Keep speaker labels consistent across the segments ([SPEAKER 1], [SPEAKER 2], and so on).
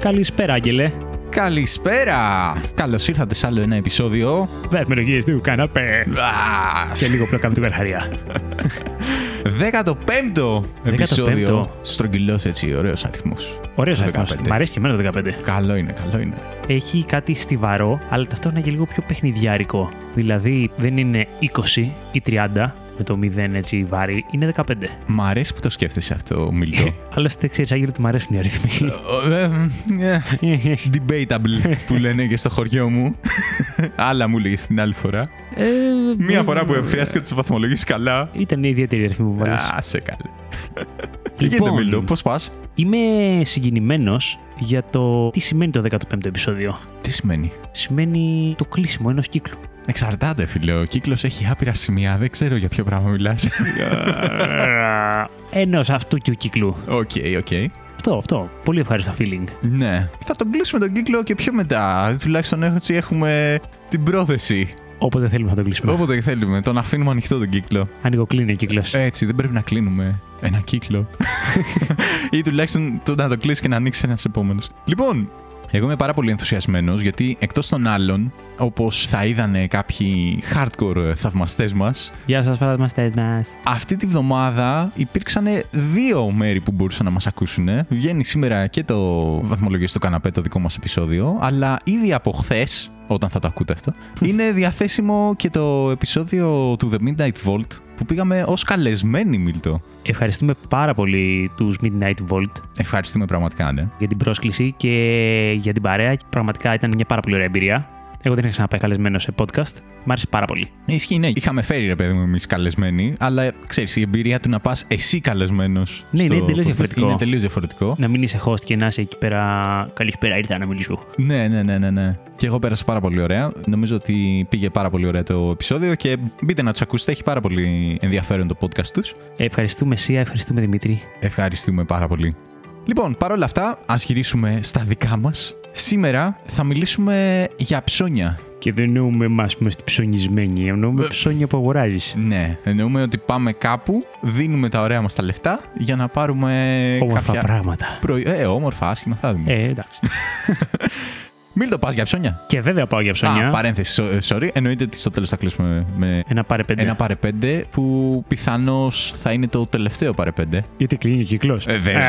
[SPEAKER 1] Καλησπέρα, Άγγελε.
[SPEAKER 2] Καλησπέρα! Καλώς ήρθατε σε άλλο ένα επεισόδιο.
[SPEAKER 1] Βαθμολογίε του καναπέ.
[SPEAKER 2] Α,
[SPEAKER 1] Και λίγο πλάκα με την καρχαρία.
[SPEAKER 2] 15ο επεισόδιο. Στρογγυλός έτσι, ωραίος αριθμός.
[SPEAKER 1] Ωραίος αριθμός.
[SPEAKER 2] 15.
[SPEAKER 1] Μ' αρέσει και εμένα το 15.
[SPEAKER 2] Καλό είναι, καλό είναι.
[SPEAKER 1] Έχει κάτι στιβαρό, αλλά ταυτόχρονα και λίγο πιο παιχνιδιάρικο. Δηλαδή δεν είναι 20 ή 30 με το 0 έτσι βάρη, είναι 15.
[SPEAKER 2] Μ' αρέσει που το σκέφτεσαι αυτό, Μιλτό.
[SPEAKER 1] Άλλωστε, ξέρει, Άγγελε, ότι μου αρέσουν οι αριθμοί.
[SPEAKER 2] Ε, ε, Debatable που λένε και στο χωριό μου. Άλλα μου έλεγε την άλλη φορά. Μία φορά που χρειάστηκε να τι βαθμολογήσεις καλά.
[SPEAKER 1] Ε, Ήταν ιδιαίτερη η αριθμή που βάλες.
[SPEAKER 2] Α, σε καλέ. Τι γίνεται,
[SPEAKER 1] Λοιπόν.
[SPEAKER 2] Μιλτό, πώς πας.
[SPEAKER 1] Είμαι συγκινημένος για το τι σημαίνει το 15ο επεισόδιο.
[SPEAKER 2] Τι σημαίνει.
[SPEAKER 1] Σημαίνει το κλείσιμο ενός κύκλου.
[SPEAKER 2] Εξαρτάται, φίλε. Ο κύκλος έχει άπειρα σημεία. Δεν ξέρω για ποιο πράγμα μιλάς.
[SPEAKER 1] Ενός αυτού και του κύκλου.
[SPEAKER 2] Οκ, οκ.
[SPEAKER 1] Αυτό, αυτό. Πολύ ευχάριστο feeling.
[SPEAKER 2] Ναι. Θα τον κλείσουμε τον κύκλο και πιο μετά. Τουλάχιστον έτσι έχουμε την πρόθεση.
[SPEAKER 1] Όποτε θέλουμε θα το κλείσουμε.
[SPEAKER 2] Όποτε θέλουμε, τον αφήνουμε ανοιχτό τον κύκλο.
[SPEAKER 1] Ανοιγοκλίνει ο κύκλος.
[SPEAKER 2] Έτσι, δεν πρέπει να κλείνουμε έναν κύκλο. ή τουλάχιστον το, να το κλείσει και να ανοίξει ένας επόμενος. Λοιπόν, εγώ είμαι πάρα πολύ ενθουσιασμένος γιατί εκτός των άλλων, όπως θα είδανε κάποιοι hardcore θαυμαστές μας,
[SPEAKER 1] Γεια σας, παραδείγματο μας.
[SPEAKER 2] αυτή τη βδομάδα υπήρξαν δύο μέρη που μπορούσαν να μας ακούσουν. Βγαίνει σήμερα και το βαθμολογία στο καναπέ το δικό μας επεισόδιο, αλλά ήδη από χθες, όταν θα το ακούτε αυτό,
[SPEAKER 1] Hm.
[SPEAKER 2] είναι διαθέσιμο και το επεισόδιο του The Midnight Vault που πήγαμε ως καλεσμένοι, Μίλτο.
[SPEAKER 1] Ευχαριστούμε πάρα πολύ τους Midnight Vault
[SPEAKER 2] Ευχαριστούμε πραγματικά, ναι.
[SPEAKER 1] για την πρόσκληση και για την παρέα. Πραγματικά ήταν μια πάρα πολύ ωραία εμπειρία. Εγώ δεν είχα ξαναπάει καλεσμένο σε podcast. Μ' άρεσε πάρα πολύ.
[SPEAKER 2] Ισχύει, ναι. Είχαμε φέρει ρε παιδί μου εμείς καλεσμένοι, αλλά ξέρεις, η εμπειρία του να πας εσύ καλεσμένος.
[SPEAKER 1] Ναι, είναι τελείως διαφορετικό.
[SPEAKER 2] Είναι τελείως διαφορετικό.
[SPEAKER 1] Να μην είσαι host και να είσαι εκεί πέρα. Καλησπέρα, ήρθα να μιλήσω.
[SPEAKER 2] Ναι, ναι, ναι, ναι, ναι. Και εγώ πέρασα πάρα πολύ ωραία. Νομίζω ότι πήγε πάρα πολύ ωραία το επεισόδιο και μπείτε να τους ακούσετε. Έχει πάρα πολύ ενδιαφέρον το podcast τους.
[SPEAKER 1] Ευχαριστούμε, Σία, ευχαριστούμε, Δημήτρη.
[SPEAKER 2] Ευχαριστούμε πάρα πολύ. Λοιπόν, παρόλα αυτά, ας γυρίσουμε στα δικά μας. Σήμερα θα μιλήσουμε για ψώνια.
[SPEAKER 1] Και δεν εννοούμε εμάς που είμαστε ψωνισμένοι. Εννοούμε ψώνια που αγοράζεις.
[SPEAKER 2] Ναι, εννοούμε ότι πάμε κάπου, δίνουμε τα ωραία μας τα λεφτά για να πάρουμε
[SPEAKER 1] Όμορφα
[SPEAKER 2] Ε, κάποια.
[SPEAKER 1] πράγματα.
[SPEAKER 2] Προϊ... Ε, όμορφα, άσχημα θα δούμε.
[SPEAKER 1] Ε, εντάξει.
[SPEAKER 2] Μην το πας για ψώνια.
[SPEAKER 1] και βέβαια πάω για ψώνια. Ε,
[SPEAKER 2] Α, παρένθεση, so- sorry. Εννοείται ότι στο τέλος θα κλείσουμε με
[SPEAKER 1] Ένα πάρε πέντε.
[SPEAKER 2] Ένα παρε πέντε που πιθανώς θα είναι το τελευταίο παρε πέντε.
[SPEAKER 1] Γιατί κλείνει ο κύκλος.
[SPEAKER 2] Ε, δεν-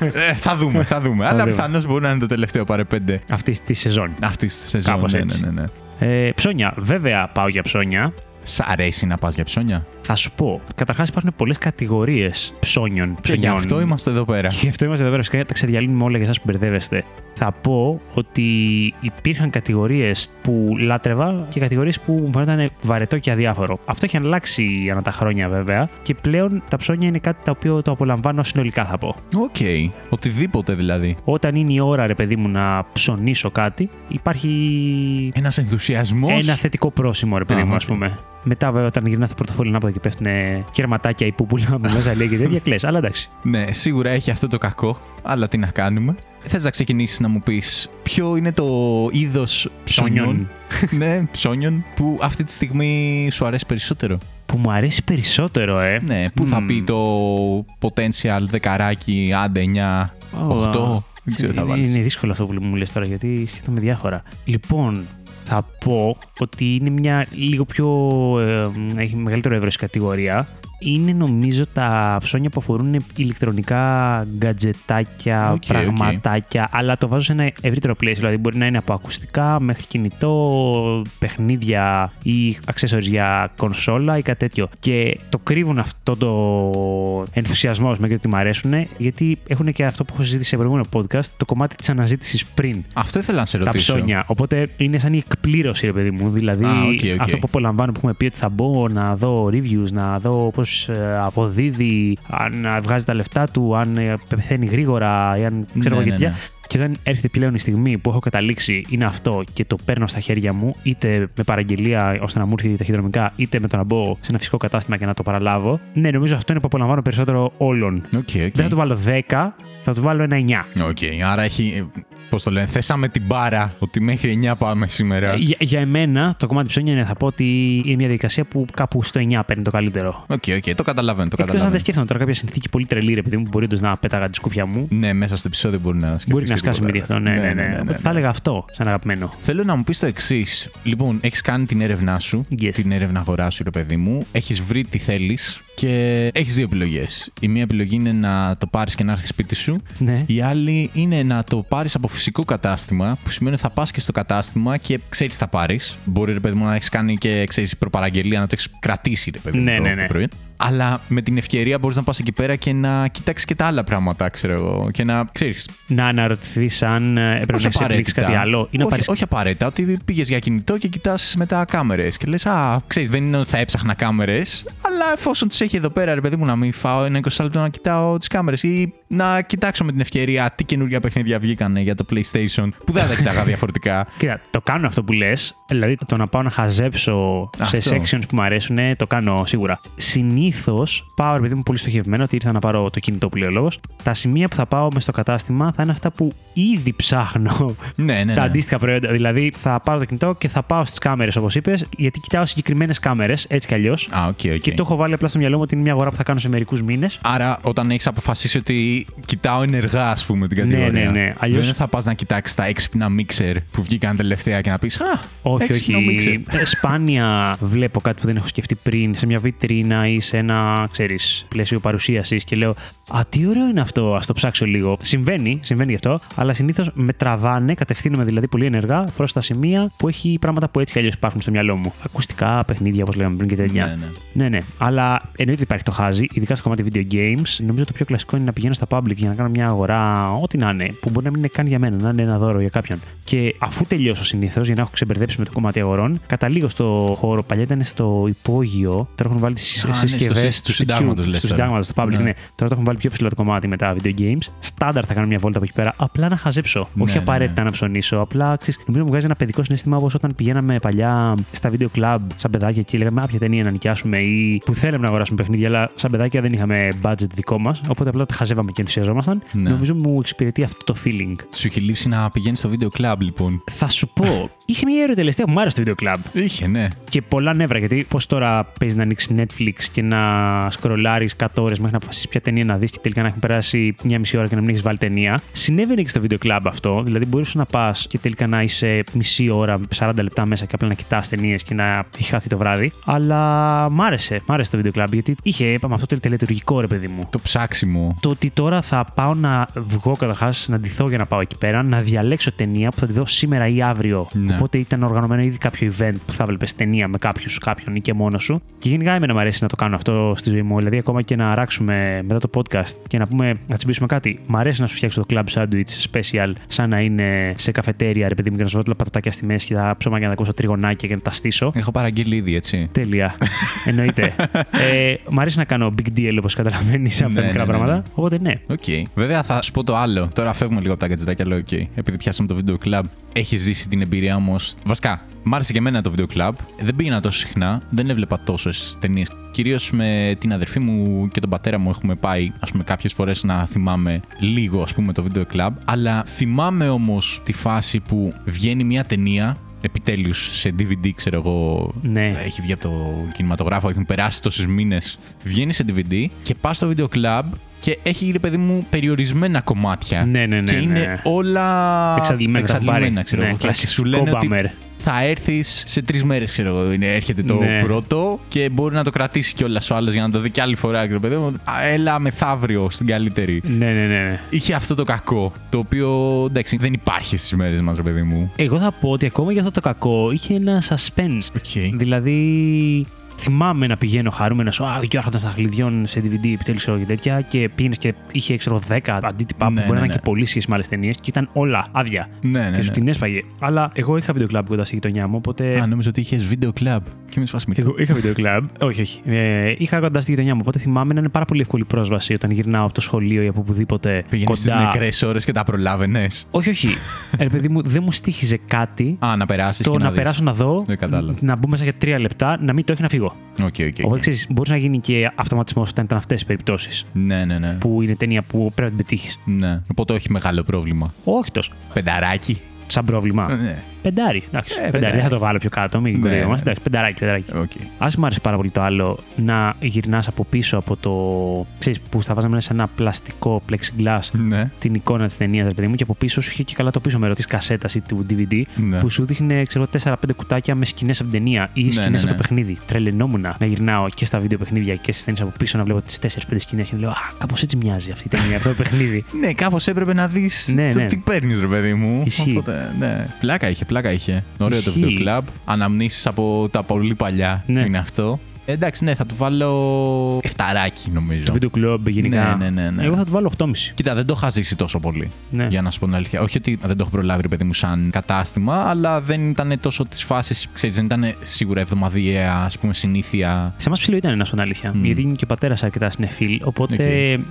[SPEAKER 2] Ε, ε, ε, Θα δούμε, θα δούμε. Αλλά
[SPEAKER 1] δούμε.
[SPEAKER 2] πιθανώς μπορεί να είναι το τελευταίο παρε πέντε
[SPEAKER 1] Αυτή τη σεζόν.
[SPEAKER 2] αυτή τη σεζόν.
[SPEAKER 1] Κάπως
[SPEAKER 2] Ναι,
[SPEAKER 1] έτσι.
[SPEAKER 2] ναι, ναι, ναι.
[SPEAKER 1] Ε, ψώνια. Βέβαια πάω για ψώνια.
[SPEAKER 2] Σ' αρέσει να πας για ψώνια.
[SPEAKER 1] Θα σου πω. Καταρχάς υπάρχουν πολλές κατηγορίες ψώνιων.
[SPEAKER 2] Και Ε, γι'
[SPEAKER 1] ψωνιών.
[SPEAKER 2] αυτό είμαστε εδώ πέρα.
[SPEAKER 1] Και γι' αυτό είμαστε εδώ πέρα. Φυσικά τα ξεδιαλύνουμε όλα για εσάς που μπερδεύεστε. Θα πω ότι υπήρχαν κατηγορίες που λάτρευα και κατηγορίες που μου φαίνονταν βαρετό και αδιάφορο. Αυτό έχει αλλάξει ανά τα χρόνια βέβαια και πλέον τα ψώνια είναι κάτι το οποίο το απολαμβάνω συνολικά θα πω.
[SPEAKER 2] Οκ. Οτιδήποτε δηλαδή.
[SPEAKER 1] Όταν είναι η ώρα, ρε παιδί μου, να ψωνίσω κάτι, υπάρχει
[SPEAKER 2] Ένας ενθουσιασμός.
[SPEAKER 1] Ένα θετικό πρόσημο, ρε παιδί
[SPEAKER 2] Α,
[SPEAKER 1] μου, ας
[SPEAKER 2] οκ.
[SPEAKER 1] πούμε. Μετά, βέβαια, όταν γυρνάς το πορτοφόλι να και πέφτουν κερματάκια ή πούπουλα με μέσα λέει και τέτοια κλε. Αλλά εντάξει.
[SPEAKER 2] Ναι, σίγουρα έχει αυτό το κακό, αλλά τι να κάνουμε. Θες να ξεκινήσεις να μου πεις ποιο είναι το είδος ψώνιων.
[SPEAKER 1] Ψωνιών.
[SPEAKER 2] ναι, ψώνιων που αυτή τη στιγμή σου αρέσει περισσότερο.
[SPEAKER 1] Που μου αρέσει περισσότερο, ε.
[SPEAKER 2] Ναι, που θα
[SPEAKER 1] Μμμ.
[SPEAKER 2] πει το potential δεκαράκι, άντε 9, 8. Δεν ξέρω τι θα
[SPEAKER 1] Είναι-
[SPEAKER 2] βάλεις.
[SPEAKER 1] Είναι δύσκολο αυτό που μου λες τώρα, γιατί σκέφτομαι διάφορα. Λοιπόν, θα πω ότι είναι μια λίγο πιο. ε, έχει μεγαλύτερο εύρος κατηγορία. Είναι νομίζω τα ψώνια που αφορούν ηλεκτρονικά γκατζετάκια,
[SPEAKER 2] Οκ, οκ.
[SPEAKER 1] πραγματάκια, αλλά το βάζω σε ένα ευρύτερο πλαίσιο. Δηλαδή, μπορεί να είναι από ακουστικά μέχρι κινητό, παιχνίδια ή accessories για κονσόλα ή κάτι τέτοιο. Και το κρύβουν αυτό το ενθουσιασμό με και ότι μου αρέσουν, γιατί έχουν και αυτό που έχω συζητήσει σε προηγούμενο podcast, το κομμάτι της αναζήτησης πριν.
[SPEAKER 2] Αυτό ήθελα να σε
[SPEAKER 1] Τα
[SPEAKER 2] ρωτήσω.
[SPEAKER 1] ψώνια. Οπότε είναι σαν η εκπλήρωση, ρε παιδί μου. Δηλαδή,
[SPEAKER 2] Α, οκ, οκ.
[SPEAKER 1] αυτό που απολαμβάνω που έχουμε πει ότι θα μπω να δω reviews, να δω πώς αποδίδει, αν ε, βγάζει τα λεφτά του, αν ε, πεθαίνει γρήγορα ή αν ξέρω
[SPEAKER 2] Ναι,
[SPEAKER 1] εγώ και
[SPEAKER 2] ναι,
[SPEAKER 1] τέτοια.
[SPEAKER 2] ναι.
[SPEAKER 1] Και όταν έρχεται πλέον η στιγμή που έχω καταλήξει είναι αυτό και το παίρνω στα χέρια μου, είτε με παραγγελία ώστε να μου έρθει ταχυδρομικά, είτε με το να μπω σε ένα φυσικό κατάστημα και να το παραλάβω. Ναι, νομίζω αυτό είναι που απολαμβάνω περισσότερο όλων.
[SPEAKER 2] Οκ, οκ.
[SPEAKER 1] Δεν θα του βάλω 10, θα του βάλω ένα 9.
[SPEAKER 2] Οκ, άρα έχει. Πώς το λένε, θέσαμε την μπάρα ότι μέχρι 9 πάμε σήμερα.
[SPEAKER 1] Ε, Για, για εμένα, το κομμάτι ψώνια ναι, θα πω ότι είναι μια διαδικασία που κάπου στο 9 παίρνει το καλύτερο.
[SPEAKER 2] Οκ, οκ, το καταλαβαίνω. Το
[SPEAKER 1] Εκτός αν
[SPEAKER 2] καταλαβαίνω.
[SPEAKER 1] δεν σκέφτομαι τώρα κάποια συνθήκη πολύ τρελή, ρε παιδί μου, που μπορεί όντως να πέταγα τη σκούφια μου.
[SPEAKER 2] Ναι, μέσα στο επεισόδιο μπορεί να σκεφτεί.
[SPEAKER 1] Μπορεί να σκάσει με αυτό. Ναι, ναι, ναι. Οπότε Θα έλεγα αυτό σαν αγαπημένο.
[SPEAKER 2] Θέλω να μου πεις το εξής. Λοιπόν, έχεις κάνει την έρευνά σου,
[SPEAKER 1] Yes.
[SPEAKER 2] την έρευνα αγορά σου, ρε παιδί μου. Έχεις βρει τι θέλεις και έχεις δύο επιλογές. Η μία επιλογή είναι να το πάρεις και να έρθεις σπίτι σου.
[SPEAKER 1] Ναι.
[SPEAKER 2] Η άλλη είναι να το πάρεις από φυσικό κατάστημα, που σημαίνει ότι θα πας και στο κατάστημα και ξέρεις τι θα πάρεις. Μπορεί, ρε παιδί μου, να έχεις κάνει και ξέρεις, προπαραγγελία, να το έχεις κρατήσει, ρε παιδί μου.
[SPEAKER 1] Ναι,
[SPEAKER 2] το
[SPEAKER 1] ναι, ναι.
[SPEAKER 2] πρωί. Αλλά με την ευκαιρία μπορείς να πας εκεί πέρα και να κοιτάξεις και τα άλλα πράγματα, ξέρω εγώ. Και να ξέρεις.
[SPEAKER 1] Να αναρωτηθείς αν ε, έπρεπε να εξελίξει κάτι άλλο ή να
[SPEAKER 2] όχι,
[SPEAKER 1] πάρεις.
[SPEAKER 2] όχι απαραίτητα. Ότι πήγες για κινητό και κοιτάς μετά κάμερες. Και λες, Α, ξέρεις, δεν είναι ότι θα έψαχνα κάμερες. Αλλά εφόσον τις έχει εδώ πέρα, ρε παιδί μου, να μην φάω ένα 20 λεπτό να κοιτάω τις κάμερες. Ή να κοιτάξω με την ευκαιρία τι καινούργια παιχνίδια βγήκανε για το PlayStation. Που δεν θα τα κοιτάγα διαφορετικά.
[SPEAKER 1] Κοίτα, το κάνω αυτό που λες. Δηλαδή, το να πάω να χαζέψω σε
[SPEAKER 2] Αυτό.
[SPEAKER 1] sections που μου αρέσουν, ε, το κάνω σίγουρα. Συνήθως πάω, ρε παιδί μου, πολύ στοχευμένο ότι ήρθα να πάρω το κινητό που λέει ο λόγος. Τα σημεία που θα πάω μες στο κατάστημα θα είναι αυτά που ήδη ψάχνω
[SPEAKER 2] ναι, ναι.
[SPEAKER 1] τα
[SPEAKER 2] ναι.
[SPEAKER 1] αντίστοιχα προϊόντα. Δηλαδή, θα πάρω το κινητό και θα πάω στις κάμερες, όπως είπες, γιατί κοιτάω συγκεκριμένες κάμερες, έτσι κι αλλιώς.
[SPEAKER 2] Α, οκ, οκ.
[SPEAKER 1] Και το έχω βάλει απλά στο μυαλό μου ότι είναι μια αγορά που θα κάνω σε μερικούς μήνες.
[SPEAKER 2] Άρα, όταν έχεις αποφασίσει ότι κοιτάω ενεργά, ας πούμε, την
[SPEAKER 1] Ναι,
[SPEAKER 2] κατηγορία.
[SPEAKER 1] ναι, ναι. Αλλιώς-
[SPEAKER 2] Δεν θα πας να κοιτάξεις τα έξυπνα μίξερ που βγήκαν τελευταία και να πεις Α,
[SPEAKER 1] Όχι,
[SPEAKER 2] έξυπνο μίξερ.
[SPEAKER 1] όχι. Ε, Σπάνια βλέπω κάτι που δεν έχω σκεφτεί πριν σε μια βιτρίνα ή σε ένα, ξέρεις, πλαίσιο παρουσίασης και λέω Α, τι ωραίο είναι αυτό, ας το ψάξω λίγο. Συμβαίνει, συμβαίνει γι' αυτό, αλλά συνήθως με τραβάνε, κατευθύνομαι δηλαδή πολύ ενεργά προς τα σημεία που έχει πράγματα που έτσι κι αλλιώς υπάρχουν στο μυαλό μου. Ακουστικά, παιχνίδια, όπως λέγαμε πριν και τέτοια.
[SPEAKER 2] Ναι, ναι.
[SPEAKER 1] ναι, ναι. Αλλά εννοείται υπάρχει το χάζι, ειδικά στο κομμάτι video games. Νομίζω το πιο κλασικό είναι να πηγαίνω στα public για να κάνω μια αγορά, ό,τι να είναι, που μπορεί να μην είναι καν για μένα, να είναι ένα δώρο για κάποιον. Και αφού τελειώσω συνήθως, για να έχω ξεμπερδέψει με το κομμάτι αγορών, καταλήγω στο χώρο. Παλιά ήταν στο υπόγειο, τώρα έχουν βάλει τι
[SPEAKER 2] Α, ναι, στο
[SPEAKER 1] συσκευέ
[SPEAKER 2] συ- του συντάγματος, λες
[SPEAKER 1] Του
[SPEAKER 2] τώρα.
[SPEAKER 1] συντάγματος, στο public,
[SPEAKER 2] Ναι.
[SPEAKER 1] ναι. Τώρα το έχουν βάλει πιο ψηλό το κομμάτι με τα video games. Στάνταρ θα κάνω μια βόλτα από εκεί πέρα. Απλά να χαζέψω.
[SPEAKER 2] Ναι,
[SPEAKER 1] Όχι
[SPEAKER 2] ναι, ναι.
[SPEAKER 1] απαραίτητα να ψωνίσω. Απλά ξέρεις, νομίζω μου βγάζει ένα παιδικό συνέστημα όπως όταν πηγαίναμε παλιά στα video club σαν παιδάκια και λέγαμε Άπια ταινία να νοικιάσουμε ή που θέλαμε να αγοράσουμε παιχνίδια, αλλά σαν παιδάκια δεν είχαμε budget δικό μας. Οπότε απλά τα χαζεύαμε και ενθουσιαζόμασταν.
[SPEAKER 2] Ναι.
[SPEAKER 1] Νομίζω μου εξυπηρετεί αυτό το feeling.
[SPEAKER 2] Σου είχε λείψει να πηγαίνεις στο βίντεο κλαμπ, λοιπόν.
[SPEAKER 1] Θα σου πω, είχε μια ερωτελεστία που μου άρεσε το video club.
[SPEAKER 2] Είχε, ναι.
[SPEAKER 1] Και πολλά νεύρα, γιατί πώς τώρα παίζει να ανοίξει Netflix και να σκρολάρει 100 ώρες μέχρι να αποφασίσεις ποια ταινία να δεις και τελικά να έχουν περάσει μια μισή ώρα και να μην έχεις βάλει ταινία. Συνέβαινε και στο βίντεο κλαμπ αυτό. Δηλαδή, μπορούσε να πας και τελικά να είσαι μισή ώρα, 40 λεπτά μέσα και απλά να κοιτάς ταινίες και να έχει χάθει το βράδυ. Αλλά μ' άρεσε, μ' άρεσε το βίντεο κλαμπ, γιατί είχε, είπαμε, αυτό το τελετουργικό ρε παιδί μου
[SPEAKER 2] Το ψάξιμο.
[SPEAKER 1] το ότι τώρα θα πάω να βγω καταρχάς, να ντυθώ για να πάω εκεί πέρα, να διαλέξω ταινία που θα τη δω σήμερα ή αύριο.
[SPEAKER 2] Ναι.
[SPEAKER 1] Οπότε ήταν οργανωμένο ήδη κάποιο event που θα βλέπεις ταινία με κάποιους, κάποιον ή και μόνος σου. Και γενικά εμένα μου αρέσει να το κάνω αυτό στη ζωή μου. Δηλαδή, ακόμα και να αράξουμε μετά το podcast και να πούμε, να τσιμπήσουμε κάτι. Μ' αρέσει να σου φτιάξω το club sandwich special, σαν να είναι σε καφετέρια, ρε παιδί μου, και να σου βάλω τα πατατάκια στη μέση και τα ψώμα για να τα ακούσω τριγωνάκια και να τα στήσω.
[SPEAKER 2] Έχω παραγγείλει ήδη, έτσι.
[SPEAKER 1] Τέλεια. Εννοείται. ε, μ' αρέσει να κάνω big deal όπως καταλαβαίνεις από
[SPEAKER 2] Ναι,
[SPEAKER 1] τα
[SPEAKER 2] ναι,
[SPEAKER 1] μικρά
[SPEAKER 2] ναι, ναι.
[SPEAKER 1] πράγματα. Οπότε ναι,
[SPEAKER 2] Οκ. Βέβαια, θα σου πω το άλλο. Τώρα φεύγουμε λίγο από τα κατζετάκια, αλλά οκ. Επειδή πιάσαμε το βίντεο κλαμπ, έχεις ζήσει την εμπειρία όμως. Βασικά, μ' άρεσε και εμένα το βίντεο κλαμπ. Δεν πήγαινα τόσο συχνά, δεν έβλεπα τόσες ταινίες. Κυρίως με την αδερφή μου και τον πατέρα μου έχουμε πάει, ας πούμε, κάποιες φορές να θυμάμαι λίγο, ας πούμε, το βίντεο κλαμπ. Αλλά θυμάμαι όμως τη φάση που βγαίνει μια ταινία επιτέλους σε DVD, ξέρω εγώ. ε,
[SPEAKER 1] Ναι.
[SPEAKER 2] Έχει βγει από το κινηματογράφο, έχουν περάσει τόσες μήνες. Βγαίνει σε DVD και πας στο βίντεο κλαμπ και έχει ρε παιδί μου περιορισμένα κομμάτια.
[SPEAKER 1] Ναι, ναι, ναι,
[SPEAKER 2] Και είναι
[SPEAKER 1] ναι.
[SPEAKER 2] όλα.
[SPEAKER 1] Εξαντλημένα, θα πάρει.
[SPEAKER 2] ξέρω
[SPEAKER 1] Ναι,
[SPEAKER 2] εγώ. Θα-
[SPEAKER 1] κλασικό
[SPEAKER 2] Σου λένε ότι
[SPEAKER 1] bummer.
[SPEAKER 2] θα έρθεις σε τρεις μέρες, ξέρω εγώ. Είναι, έρχεται το
[SPEAKER 1] Ναι.
[SPEAKER 2] πρώτο και μπορεί να το κρατήσει κιόλας ο άλλος για να το δει κι άλλη φορά. Ξέρω, παιδί μου. Α, Έλα μεθαύριο στην καλύτερη.
[SPEAKER 1] Ναι, ναι, ναι. ναι.
[SPEAKER 2] Είχε αυτό το κακό, το οποίο εντάξει δεν υπάρχει στις μέρες μας, ρε παιδί μου. Ναι.
[SPEAKER 1] Εγώ θα πω ότι ακόμα για αυτό το κακό είχε ένα suspense.
[SPEAKER 2] Οκ.
[SPEAKER 1] Δηλαδή, θυμάμαι να πηγαίνω χαρούμενος. Α, και ο Άρχοντα Αχλιδιών σε DVD επιτέλους και τέτοια. Και πήγαινες και είχε ξέρω, 10 αντίτυπα
[SPEAKER 2] Ναι,
[SPEAKER 1] που μπορεί
[SPEAKER 2] ναι,
[SPEAKER 1] να είναι
[SPEAKER 2] ναι.
[SPEAKER 1] και πολύ σχέση με άλλες ταινίες και ήταν όλα άδεια.
[SPEAKER 2] Ναι, ναι.
[SPEAKER 1] και σου
[SPEAKER 2] ναι.
[SPEAKER 1] την έσπαγε. Αλλά εγώ είχα βίντεο κλαμπ κοντά στη γειτονιά μου, οπότε.
[SPEAKER 2] Α, ναι. νόμιζα ότι είχες βίντεο κλαμπ. Και με σπάσει
[SPEAKER 1] Εγώ είχα βίντεο κλαμπ. όχι, όχι. Ε, είχα κοντά στη γειτονιά μου, οπότε θυμάμαι να είναι πάρα πολύ εύκολη πρόσβαση όταν γυρνάω από το σχολείο ή από οπουδήποτε.
[SPEAKER 2] Πήγαινες στι
[SPEAKER 1] κοντά.
[SPEAKER 2] νεκρέ ώρες και τα προλάβαινες.
[SPEAKER 1] Όχι, όχι. Ε, Ρε παιδί μου, δεν μου στήχιζε κάτι
[SPEAKER 2] Α, να περάσεις.
[SPEAKER 1] το
[SPEAKER 2] και
[SPEAKER 1] να,
[SPEAKER 2] δεις.
[SPEAKER 1] περάσω να δω,
[SPEAKER 2] Ναι, κατάλαβα. Ε,
[SPEAKER 1] να μπω μέσα για τρία λεπτά, να μην το έχει να φύγω.
[SPEAKER 2] Οκ, οκ, οκ.
[SPEAKER 1] Οπότε ξέρεις, μπορείς να γίνει και αυτοματισμός όταν ήταν αυτές οι περιπτώσεις.
[SPEAKER 2] Ναι, ναι, ναι.
[SPEAKER 1] Που είναι ταινία που πρέπει να την πετύχεις.
[SPEAKER 2] Ναι. Οπότε όχι μεγάλο πρόβλημα.
[SPEAKER 1] Όχι τόσο.
[SPEAKER 2] Πενταράκι.
[SPEAKER 1] Σαν πρόβλημα.
[SPEAKER 2] Ναι.
[SPEAKER 1] Πεντάρι. Εντάξει,
[SPEAKER 2] Ε,
[SPEAKER 1] πεντάρι.
[SPEAKER 2] πεντάρι.
[SPEAKER 1] Δεν θα το βάλω πιο κάτω, μην
[SPEAKER 2] Ναι,
[SPEAKER 1] κοροϊδευόμαστε.
[SPEAKER 2] ναι.
[SPEAKER 1] Εντάξει, πενταράκι, πενταράκι.
[SPEAKER 2] Οκ.
[SPEAKER 1] Ας μ' άρεσε πάρα πολύ το άλλο να γυρνάς από πίσω από το. ξέρεις, που θα βάζαμε σε ένα πλαστικό plexiglass
[SPEAKER 2] Ναι.
[SPEAKER 1] την εικόνα της ταινίας, παιδί μου, και από πίσω σου είχε και καλά το πίσω μέρος της κασέτας ή του DVD
[SPEAKER 2] Ναι.
[SPEAKER 1] που σου δείχνε, ξέρω, 4-5 κουτάκια με σκηνές από την ταινία ή
[SPEAKER 2] Ναι,
[SPEAKER 1] σκηνές
[SPEAKER 2] ναι,
[SPEAKER 1] από το
[SPEAKER 2] ναι.
[SPEAKER 1] παιχνίδι. Τρελαινόμουνα να γυρνάω και στα βίντεο παιχνίδια και στις ταινίες από πίσω να βλέπω τις 4-5 σκηνές και να λέω Α, κάπως έτσι μοιάζει αυτή η ταινία, αυτό το παιχνίδι.
[SPEAKER 2] Ναι, κάπως έπρεπε να δεις
[SPEAKER 1] Ναι,
[SPEAKER 2] το
[SPEAKER 1] ναι.
[SPEAKER 2] τι παίρνεις, ρε παιδί μου.
[SPEAKER 1] Ισχύει.
[SPEAKER 2] Οπότε, ναι. Πλάκα είχε, πλάκα είχε. Ωραίο το
[SPEAKER 1] Ισχύει.
[SPEAKER 2] βίντεο κλαμπ. Αναμνήσεις από τα πολύ παλιά
[SPEAKER 1] Ναι.
[SPEAKER 2] είναι αυτό. Εντάξει, ναι, θα του βάλω. Εφταράκι, νομίζω.
[SPEAKER 1] το βίντεο κλαμπ γενικά.
[SPEAKER 2] Ναι, ναι, ναι, ναι.
[SPEAKER 1] Εγώ θα του βάλω 8,5.
[SPEAKER 2] Κοίτα, δεν το είχα ζήσει τόσο πολύ.
[SPEAKER 1] Ναι.
[SPEAKER 2] Για να σου πω την αλήθεια. Όχι ότι δεν το έχω προλάβει, ρε παιδί μου, σαν κατάστημα, αλλά δεν ήταν τόσο τη φάση, ξέρεις, δεν ήταν σίγουρα εβδομαδιαία, ας πούμε, συνήθεια.
[SPEAKER 1] Σε εμάς ψηλό ήταν, να σου πω την αλήθεια.
[SPEAKER 2] Μμμ.
[SPEAKER 1] Γιατί είναι και ο πατέρας αρκετά συνεφίλ. Οπότε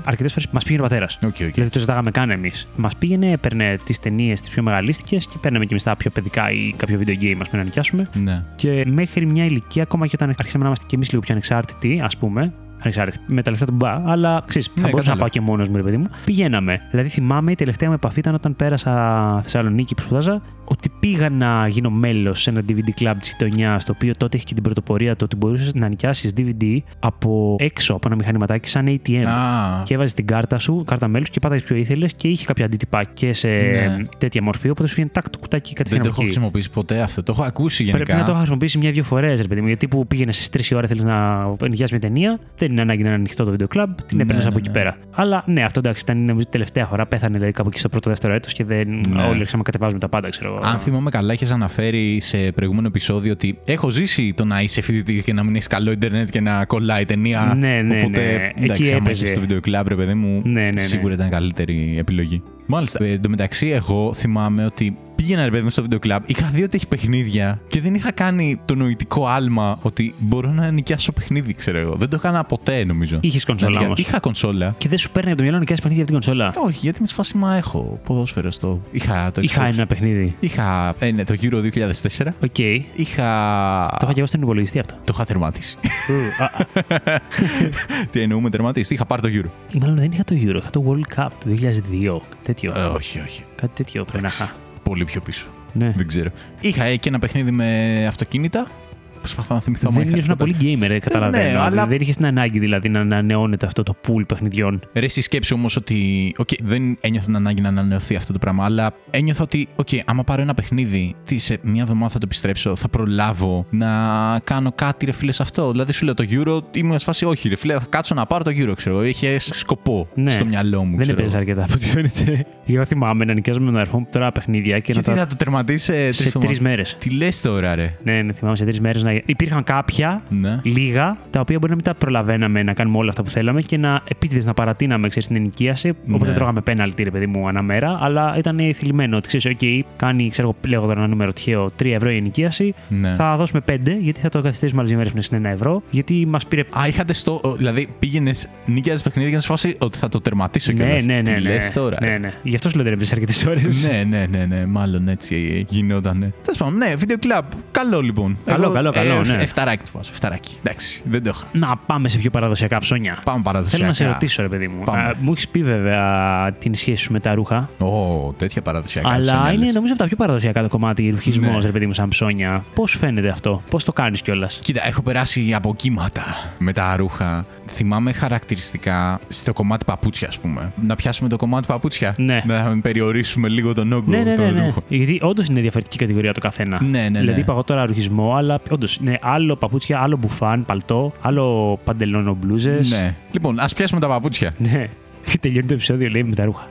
[SPEAKER 1] αρκετές φορές μας πήγαινε ο πατέρας.
[SPEAKER 2] Οκ, οκ.
[SPEAKER 1] Δηλαδή το ζητάγαμε καν εμείς. Μας πήγαινε, έπαιρνε τις ταινίες τις πιο μεγαλίστικες και παίρναμε και εμείς τα πιο παιδικά ή κάποιο video game, ας πούμε, να νοικιάσουμε.
[SPEAKER 2] Ναι.
[SPEAKER 1] Και μέχρι μια ηλικία, ακόμα και όταν αρχίσαμε να είμαστε κι εμεί λίγο πιο ανεξάρτητοι, ας πούμε. Ανεξάρτητοι. Με τα λεφτά του μπα, αλλά ξέρεις, θα
[SPEAKER 2] Ναι,
[SPEAKER 1] μπορούσα να
[SPEAKER 2] κατάλαβα.
[SPEAKER 1] πάω και μόνος μου, ρε παιδί μου. Πηγαίναμε. Δηλαδή, θυμάμαι η τελευταία μου επαφή ήταν όταν πέρασα Θεσσαλονίκη που σπουδάζα, ότι πήγα να γίνω μέλος σε ένα DVD club της γειτονιάς, το οποίο τότε είχε και την πρωτοπορία το ότι μπορούσες να νοικιάσεις DVD από έξω από ένα μηχανηματάκι σαν ATM.
[SPEAKER 2] Α,
[SPEAKER 1] Ε, Και έβαζες την κάρτα σου, κάρτα μέλους και πάταγες πιο ήθελες και είχε κάποια αντίτυπα και σε
[SPEAKER 2] Ναι.
[SPEAKER 1] τέτοια μορφή. Οπότε σου είχε τάκ το κουτάκι ή κάτι
[SPEAKER 2] δεν το έχω
[SPEAKER 1] δυναμική.
[SPEAKER 2] χρησιμοποιήσει ποτέ αυτό. Το έχω ακούσει γενικά.
[SPEAKER 1] Πρέπει να το έχω χρησιμοποιήσει μια-δύο φορές, ρε παιδί μου. Γιατί που πήγαινες στις 3 ώρα θέλεις να νοικιάσεις μια ταινία, δεν είναι ανάγκη να είναι ανοιχτό το βίντεο κλαμπ, την
[SPEAKER 2] Ναι,
[SPEAKER 1] έπαιρνες
[SPEAKER 2] ναι,
[SPEAKER 1] από εκεί
[SPEAKER 2] ναι.
[SPEAKER 1] πέρα. Αλλά ναι, αυτό εντάξει ήταν νομίζω η τελευταία φορά. Πέθανε δηλαδή κάπου εκεί στο πρώτο-δεύτερο έτος και δεν
[SPEAKER 2] Ναι.
[SPEAKER 1] όλοι άρχισαν να κατεβάζουμε τα πάντα, ξέρω εγώ.
[SPEAKER 2] Αν θυμάμαι καλά, είχες αναφέρει σε προηγούμενο επεισόδιο ότι έχω ζήσει το να είσαι φοιτητή και να μην έχεις καλό Ιντερνετ και να κολλάει ταινία.
[SPEAKER 1] Ναι, ναι,
[SPEAKER 2] Οπότε,
[SPEAKER 1] ναι. Εκεί
[SPEAKER 2] εντάξει, άμα
[SPEAKER 1] έπαιζε.
[SPEAKER 2] είσαι στο βίντεο κλαμπ, ρε παιδί μου,
[SPEAKER 1] Ναι, ναι, ναι.
[SPEAKER 2] σίγουρα ήταν καλύτερη επιλογή. Μάλιστα, ε, εν τω μεταξύ, εγώ θυμάμαι ότι πήγαινα ρε παιδί μου στο βίντεο κλαμπ, είχα δει ότι έχει παιχνίδια και δεν είχα κάνει το νοητικό άλμα ότι μπορώ να νοικιάσω παιχνίδι, ξέρω εγώ. Δεν το έκανα ποτέ, νομίζω.
[SPEAKER 1] Είχες κονσόλα
[SPEAKER 2] Να νοικιά-
[SPEAKER 1] όμως.
[SPEAKER 2] Ναι, Είχα κονσόλα.
[SPEAKER 1] Και δεν σου παίρνει από το μυαλό να νοικιάσεις παιχνίδι από την κονσόλα.
[SPEAKER 2] Όχι, γιατί με σφάση μα έχω ποδόσφαιρο στο. Είχα το
[SPEAKER 1] Είχα
[SPEAKER 2] Xbox.
[SPEAKER 1] ένα παιχνίδι.
[SPEAKER 2] Είχα ε, ναι, το Euro 2004.
[SPEAKER 1] Οκ.
[SPEAKER 2] Είχα.
[SPEAKER 1] Το είχα και εγώ στον υπολογιστή αυτό.
[SPEAKER 2] Το είχα τερματίσει.
[SPEAKER 1] Ου, α, α,
[SPEAKER 2] Τι εννοούμε τερματίσει. Είχα πάρει το Euro.
[SPEAKER 1] Μάλλον δεν είχα το Euro, είχα το World Cup το 2002. κάτι Τέτοιο.
[SPEAKER 2] Ε, όχι, όχι.
[SPEAKER 1] Κάτι τέτοιο πρέπει να
[SPEAKER 2] Εντάξει.
[SPEAKER 1] είχα.
[SPEAKER 2] Πολύ πιο πίσω.
[SPEAKER 1] Ναι.
[SPEAKER 2] Δεν ξέρω. Είχα ε, και ένα παιχνίδι με αυτοκίνητα. Προσπαθώ να θυμηθώ. άμα
[SPEAKER 1] Δεν
[SPEAKER 2] είχα
[SPEAKER 1] ήσουν
[SPEAKER 2] τίποτα.
[SPEAKER 1] πολύ gamer, ε, καταλαβαίνω.
[SPEAKER 2] ναι, αλλά-
[SPEAKER 1] Δεν είχε την ανάγκη δηλαδή να ανανεώνεται αυτό το pool παιχνιδιών.
[SPEAKER 2] Ρε, στη σκέψη όμως ότι. Οκ, δεν ένιωθα την ανάγκη να ανανεωθεί αυτό το πράγμα, αλλά ένιωθα ότι. Οκ, άμα πάρω ένα παιχνίδι, τι σε μια εβδομάδα θα το επιστρέψω, θα προλάβω να κάνω κάτι, ρε φίλε, σε αυτό. Δηλαδή, σου λέω το Euro, ήμουν σε φάση, όχι, ρε φίλε, θα κάτσω να πάρω το Euro, ξέρω. Είχε σκοπό
[SPEAKER 1] Ναι.
[SPEAKER 2] στο μυαλό μου.
[SPEAKER 1] Δεν
[SPEAKER 2] ξέρω.
[SPEAKER 1] έπαιζε αρκετά από ό,τι φαίνεται. Εγώ θυμάμαι να νοικιάζουμε με τον αριθμό μου τώρα παιχνίδια και,
[SPEAKER 2] Και τι
[SPEAKER 1] να τα.
[SPEAKER 2] θα το τερματίσει ε, τρεις
[SPEAKER 1] σε τρεις
[SPEAKER 2] εβδομάδες.
[SPEAKER 1] μέρες.
[SPEAKER 2] Τι λες τώρα, ρε.
[SPEAKER 1] Ναι, ναι, θυμάμαι σε τρεις μέρες να. Υπήρχαν κάποια,
[SPEAKER 2] Ναι.
[SPEAKER 1] λίγα, τα οποία μπορεί να μην τα προλαβαίναμε να κάνουμε όλα αυτά που θέλαμε και να επίτηδες να παρατείναμε ξέρεις, την ενοικίαση. Οπότε
[SPEAKER 2] Ναι.
[SPEAKER 1] τρώγαμε πέναλτι, ρε παιδί μου, αναμέρα. Αλλά ήταν θυλημένο ότι ξέρεις, OK, κάνει, ξέρω εγώ, λέγω τώρα ένα νούμερο τυχαίο, 3 ευρώ η ενοικίαση.
[SPEAKER 2] ναι.
[SPEAKER 1] Θα δώσουμε 5 γιατί θα το καθυστερήσουμε άλλε μέρε που είναι στην 1 ευρώ. Γιατί μας πήρε
[SPEAKER 2] Α, είχατε στο. ο, Δηλαδή, πήγαινες νίκιαζες παιχνίδι για να σου φάσει ότι θα το τερματίσω
[SPEAKER 1] Ναι,
[SPEAKER 2] κιόλας.
[SPEAKER 1] ναι, ναι.
[SPEAKER 2] Τι
[SPEAKER 1] ναι,
[SPEAKER 2] λες τώρα.
[SPEAKER 1] Ναι, ναι. Γι' αυτό σου λέω δεν έπαιζες αρκετές ώρες.
[SPEAKER 2] Ναι, ναι, ναι, ναι, μάλλον έτσι γινότανε. Τέλος πάντων, ναι, βίντεο κλαμπ. Καλό λοιπόν.
[SPEAKER 1] Καλό, καλό, καλό,
[SPEAKER 2] ε,
[SPEAKER 1] ναι.
[SPEAKER 2] Εφταράκι του βάζω. Εφταράκι. Εντάξει, δεν το είχα.
[SPEAKER 1] Να πάμε σε πιο παραδοσιακά ψώνια.
[SPEAKER 2] Πάμε παραδοσιακά.
[SPEAKER 1] Θέλω να σε ρωτήσω, ρε παιδί μου.
[SPEAKER 2] Πάμε.
[SPEAKER 1] Α, μου έχεις πει βέβαια την σχέση σου με τα ρούχα.
[SPEAKER 2] Ω, τέτοια παραδοσιακά.
[SPEAKER 1] αλλά
[SPEAKER 2] ψώνια,
[SPEAKER 1] είναι
[SPEAKER 2] λες.
[SPEAKER 1] νομίζω από τα πιο παραδοσιακά το κομμάτι ρουχισμός,
[SPEAKER 2] Ναι.
[SPEAKER 1] ρε παιδί μου, σαν ψώνια. Πώς φαίνεται αυτό, πώς το κάνεις κιόλας.
[SPEAKER 2] Κοίτα, έχω περάσει από κύματα με τα ρούχα. Θυμάμαι χαρακτηριστικά στο κομμάτι παπούτσια, ας πούμε. Να πιάσουμε το κομμάτι παπούτσια.
[SPEAKER 1] Ναι.
[SPEAKER 2] Να περιορίσουμε λίγο τον όγκο
[SPEAKER 1] Ναι, ναι,
[SPEAKER 2] των
[SPEAKER 1] ναι, ναι.
[SPEAKER 2] ρούχων.
[SPEAKER 1] Γιατί όντως είναι διαφορετική κατηγορία το καθένα.
[SPEAKER 2] Ναι, ναι, ναι.
[SPEAKER 1] Δηλαδή είπα εγώ τώρα ρουχισμό, αλλά όντως είναι άλλο παπούτσια, άλλο μπουφάν, παλτό, άλλο παντελόνο μπλούζες.
[SPEAKER 2] Ναι. Λοιπόν, ας πιάσουμε τα παπούτσια.
[SPEAKER 1] ναι. Και τελειώνει το επεισόδιο, λέει με τα ρούχα.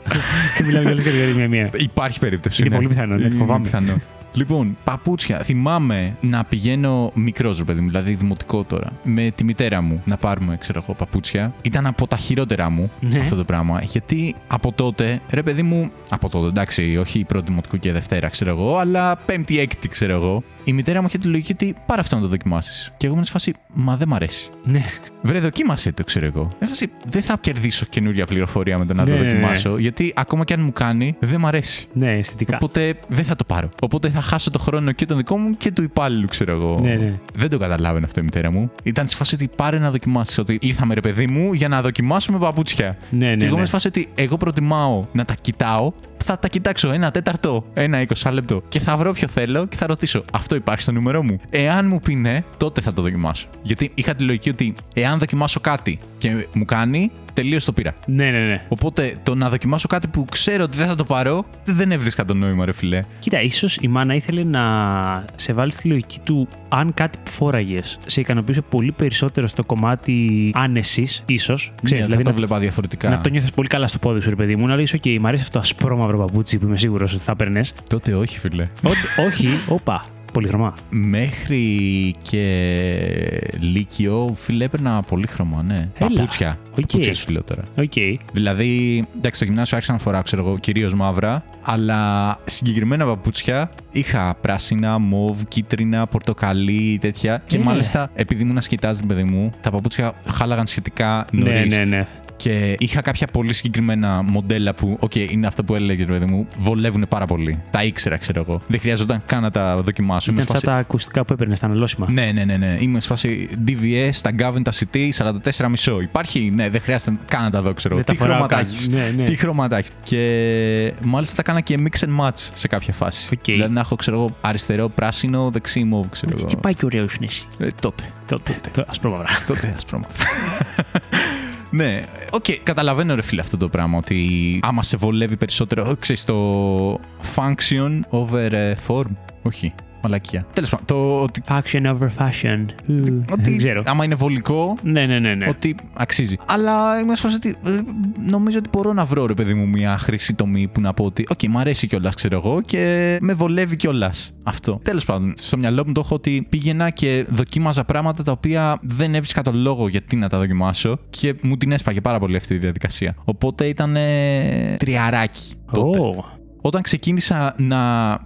[SPEAKER 1] και μιλάμε για όλε τι κατηγορίε μία-μία.
[SPEAKER 2] Υπάρχει περίπτωση.
[SPEAKER 1] Είναι
[SPEAKER 2] ναι.
[SPEAKER 1] πολύ πιθανό, ναι,
[SPEAKER 2] Είναι
[SPEAKER 1] φοβάμαι.
[SPEAKER 2] πιθανό. Λοιπόν, παπούτσια. Θυμάμαι να πηγαίνω μικρός, ρε παιδί μου, δηλαδή δημοτικό τώρα, με τη μητέρα μου να πάρουμε, ξέρω εγώ, παπούτσια. Ήταν από τα χειρότερά μου
[SPEAKER 1] Ναι.
[SPEAKER 2] αυτό το πράγμα. Γιατί από τότε, ρε παιδί μου, από τότε, εντάξει, όχι πρώτη δημοτικού και Δευτέρα, ξέρω εγώ, αλλά πέμπτη-έκτη, ξέρω εγώ. Η μητέρα μου είχε τη λογική ότι πάρε αυτό να το δοκιμάσεις. Και εγώ ήμουν σε φάση, μα δεν μ' αρέσει.
[SPEAKER 1] Ναι.
[SPEAKER 2] Βρε, δοκίμασε το, ξέρω εγώ. Εν φάση, δεν θα κερδίσω καινούρια πληροφορία με το να
[SPEAKER 1] Ναι,
[SPEAKER 2] το
[SPEAKER 1] ναι, ναι.
[SPEAKER 2] δοκιμάσω, γιατί ακόμα και αν μου κάνει, δεν μ' αρέσει.
[SPEAKER 1] Ναι, αισθητικά.
[SPEAKER 2] Οπότε δεν θα το πάρω. Οπότε θα χάσω το χρόνο και τον δικό μου και του υπάλληλου, ξέρω εγώ.
[SPEAKER 1] Ναι, ναι.
[SPEAKER 2] Δεν το καταλάβαινε αυτό η μητέρα μου. Ήταν σε φάση ότι πάρε να δοκιμάσεις. Ότι ήρθαμε ρε παιδί μου για να δοκιμάσουμε παπούτσια.
[SPEAKER 1] Ναι, ναι,
[SPEAKER 2] και εγώ είμαι
[SPEAKER 1] ναι.
[SPEAKER 2] σε φάση ότι εγώ προτιμάω να τα κοιτάω. Θα τα κοιτάξω ένα τέταρτο, ένα είκοσι λεπτό και θα βρω ποιο θέλω και θα ρωτήσω. Αυτό υπάρχει στο νούμερό μου. Εάν μου πει ναι, τότε θα το δοκιμάσω. Γιατί είχα τη λογική ότι εάν δοκιμάσω κάτι και μου κάνει, τελείω το πήρα.
[SPEAKER 1] Ναι, ναι, ναι.
[SPEAKER 2] Οπότε το να δοκιμάσω κάτι που ξέρω ότι δεν θα το πάρω, δεν έβρισκα το νόημα, ρε φιλέ.
[SPEAKER 1] Κοίτα, ίσως η μάνα ήθελε να σε βάλει στη λογική του αν κάτι που φόραγες σε ικανοποιούσε πολύ περισσότερο στο κομμάτι άνεσης, ίσως.
[SPEAKER 2] Ξέρεις,
[SPEAKER 1] δηλαδή
[SPEAKER 2] θα
[SPEAKER 1] να,
[SPEAKER 2] Ναι, το βλέπα διαφορετικά.
[SPEAKER 1] να το νιώθεις πολύ καλά στο πόδι σου, ρε παιδί μου. Να λες, OK, μου αρέσει αυτό το ασπρόμαυρο παπούτσι που είμαι σίγουρος ότι θα παίρνε.
[SPEAKER 2] Τότε όχι, φιλέ.
[SPEAKER 1] Όχι, όπα. Πολυχρωμά.
[SPEAKER 2] Μέχρι και Λύκειο, φιλέ, έπαιρνα πολύ χρώμα, ναι.
[SPEAKER 1] Έλα.
[SPEAKER 2] Παπούτσια.
[SPEAKER 1] Οκ.
[SPEAKER 2] Παπούτσια σου λέω τώρα.
[SPEAKER 1] Οκ. Ναι,
[SPEAKER 2] Δηλαδή, εντάξει, στο γυμνάσιο άρχισα να φοράω, ξέρω εγώ, κυρίως μαύρα, αλλά συγκεκριμένα παπούτσια είχα πράσινα, μοβ, κίτρινα, πορτοκαλί, τέτοια. Και
[SPEAKER 1] Ναι.
[SPEAKER 2] μάλιστα, επειδή ήμουν ασκητά, παιδί μου, τα παπούτσια χάλαγαν σχετικά νωρίς.
[SPEAKER 1] Ναι, ναι, ναι.
[SPEAKER 2] Και είχα κάποια πολύ συγκεκριμένα μοντέλα που, οκ, είναι αυτά που έλεγες, παιδί μου, βολεύουν πάρα πολύ. Τα ήξερα, ξέρω εγώ. Δεν χρειαζόταν καν να τα δοκιμάσω. Είμαι
[SPEAKER 1] Ήταν σαν
[SPEAKER 2] σε φάση-
[SPEAKER 1] τα ακουστικά που έπαιρνες, τα αναλώσιμα.
[SPEAKER 2] Ναι, ναι, ναι, ναι. Είμαι σε φάση DVS, τα Gavin, τα CT, 44,5. Υπάρχει, ναι, δεν χρειάζεται καν να τα δω, ξέρω.
[SPEAKER 1] Δεν τα
[SPEAKER 2] Τι
[SPEAKER 1] φοράω
[SPEAKER 2] χρώματα
[SPEAKER 1] καν.
[SPEAKER 2] έχεις.
[SPEAKER 1] Ναι, ναι.
[SPEAKER 2] Τι χρώματα έχεις. Και μάλιστα τα κάνα και mix and match σε κάποια φάση.
[SPEAKER 1] Οκ.
[SPEAKER 2] Δηλαδή να έχω, ξέρω εγώ, αριστερό, πράσινο, δεξί, μοβ, ξέρω
[SPEAKER 1] Έτσι, Τι
[SPEAKER 2] εγώ.
[SPEAKER 1] πάει και ωραίος είναι εσύ.
[SPEAKER 2] Ε, τότε.
[SPEAKER 1] Τότε. το Ασπρόμαυρα.
[SPEAKER 2] Τότε ας πούμε. Ναι, οκ, καταλαβαίνω ρε φίλε αυτό το πράγμα ότι άμα σε βολεύει περισσότερο, ε, ξέρεις το function over ε, form, όχι, μαλακία. Τέλος πάντων, το ότι,
[SPEAKER 1] Faction over fashion. Ου,
[SPEAKER 2] ότι
[SPEAKER 1] Δεν ξέρω.
[SPEAKER 2] άμα είναι βολικό,
[SPEAKER 1] Ναι, ναι, ναι, ναι.
[SPEAKER 2] ότι αξίζει. Αλλά είμαι σφαίρα ότι ε, νομίζω ότι μπορώ να βρω ρε παιδί μου μια χρυσή τομή που να πω ότι, οκ, μ' αρέσει κιόλας, ξέρω εγώ, και με βολεύει κιόλας. Αυτό. Τέλος πάντων, στο μυαλό μου το έχω ότι πήγαινα και δοκίμαζα πράγματα τα οποία δεν έβρισκα το λόγο γιατί να τα δοκιμάσω και μου την έσπαγε πάρα πολύ αυτή η διαδικασία. Οπότε ήταν ε, τριαράκι. Τότε.
[SPEAKER 1] Ω,
[SPEAKER 2] Όταν ξεκίνησα να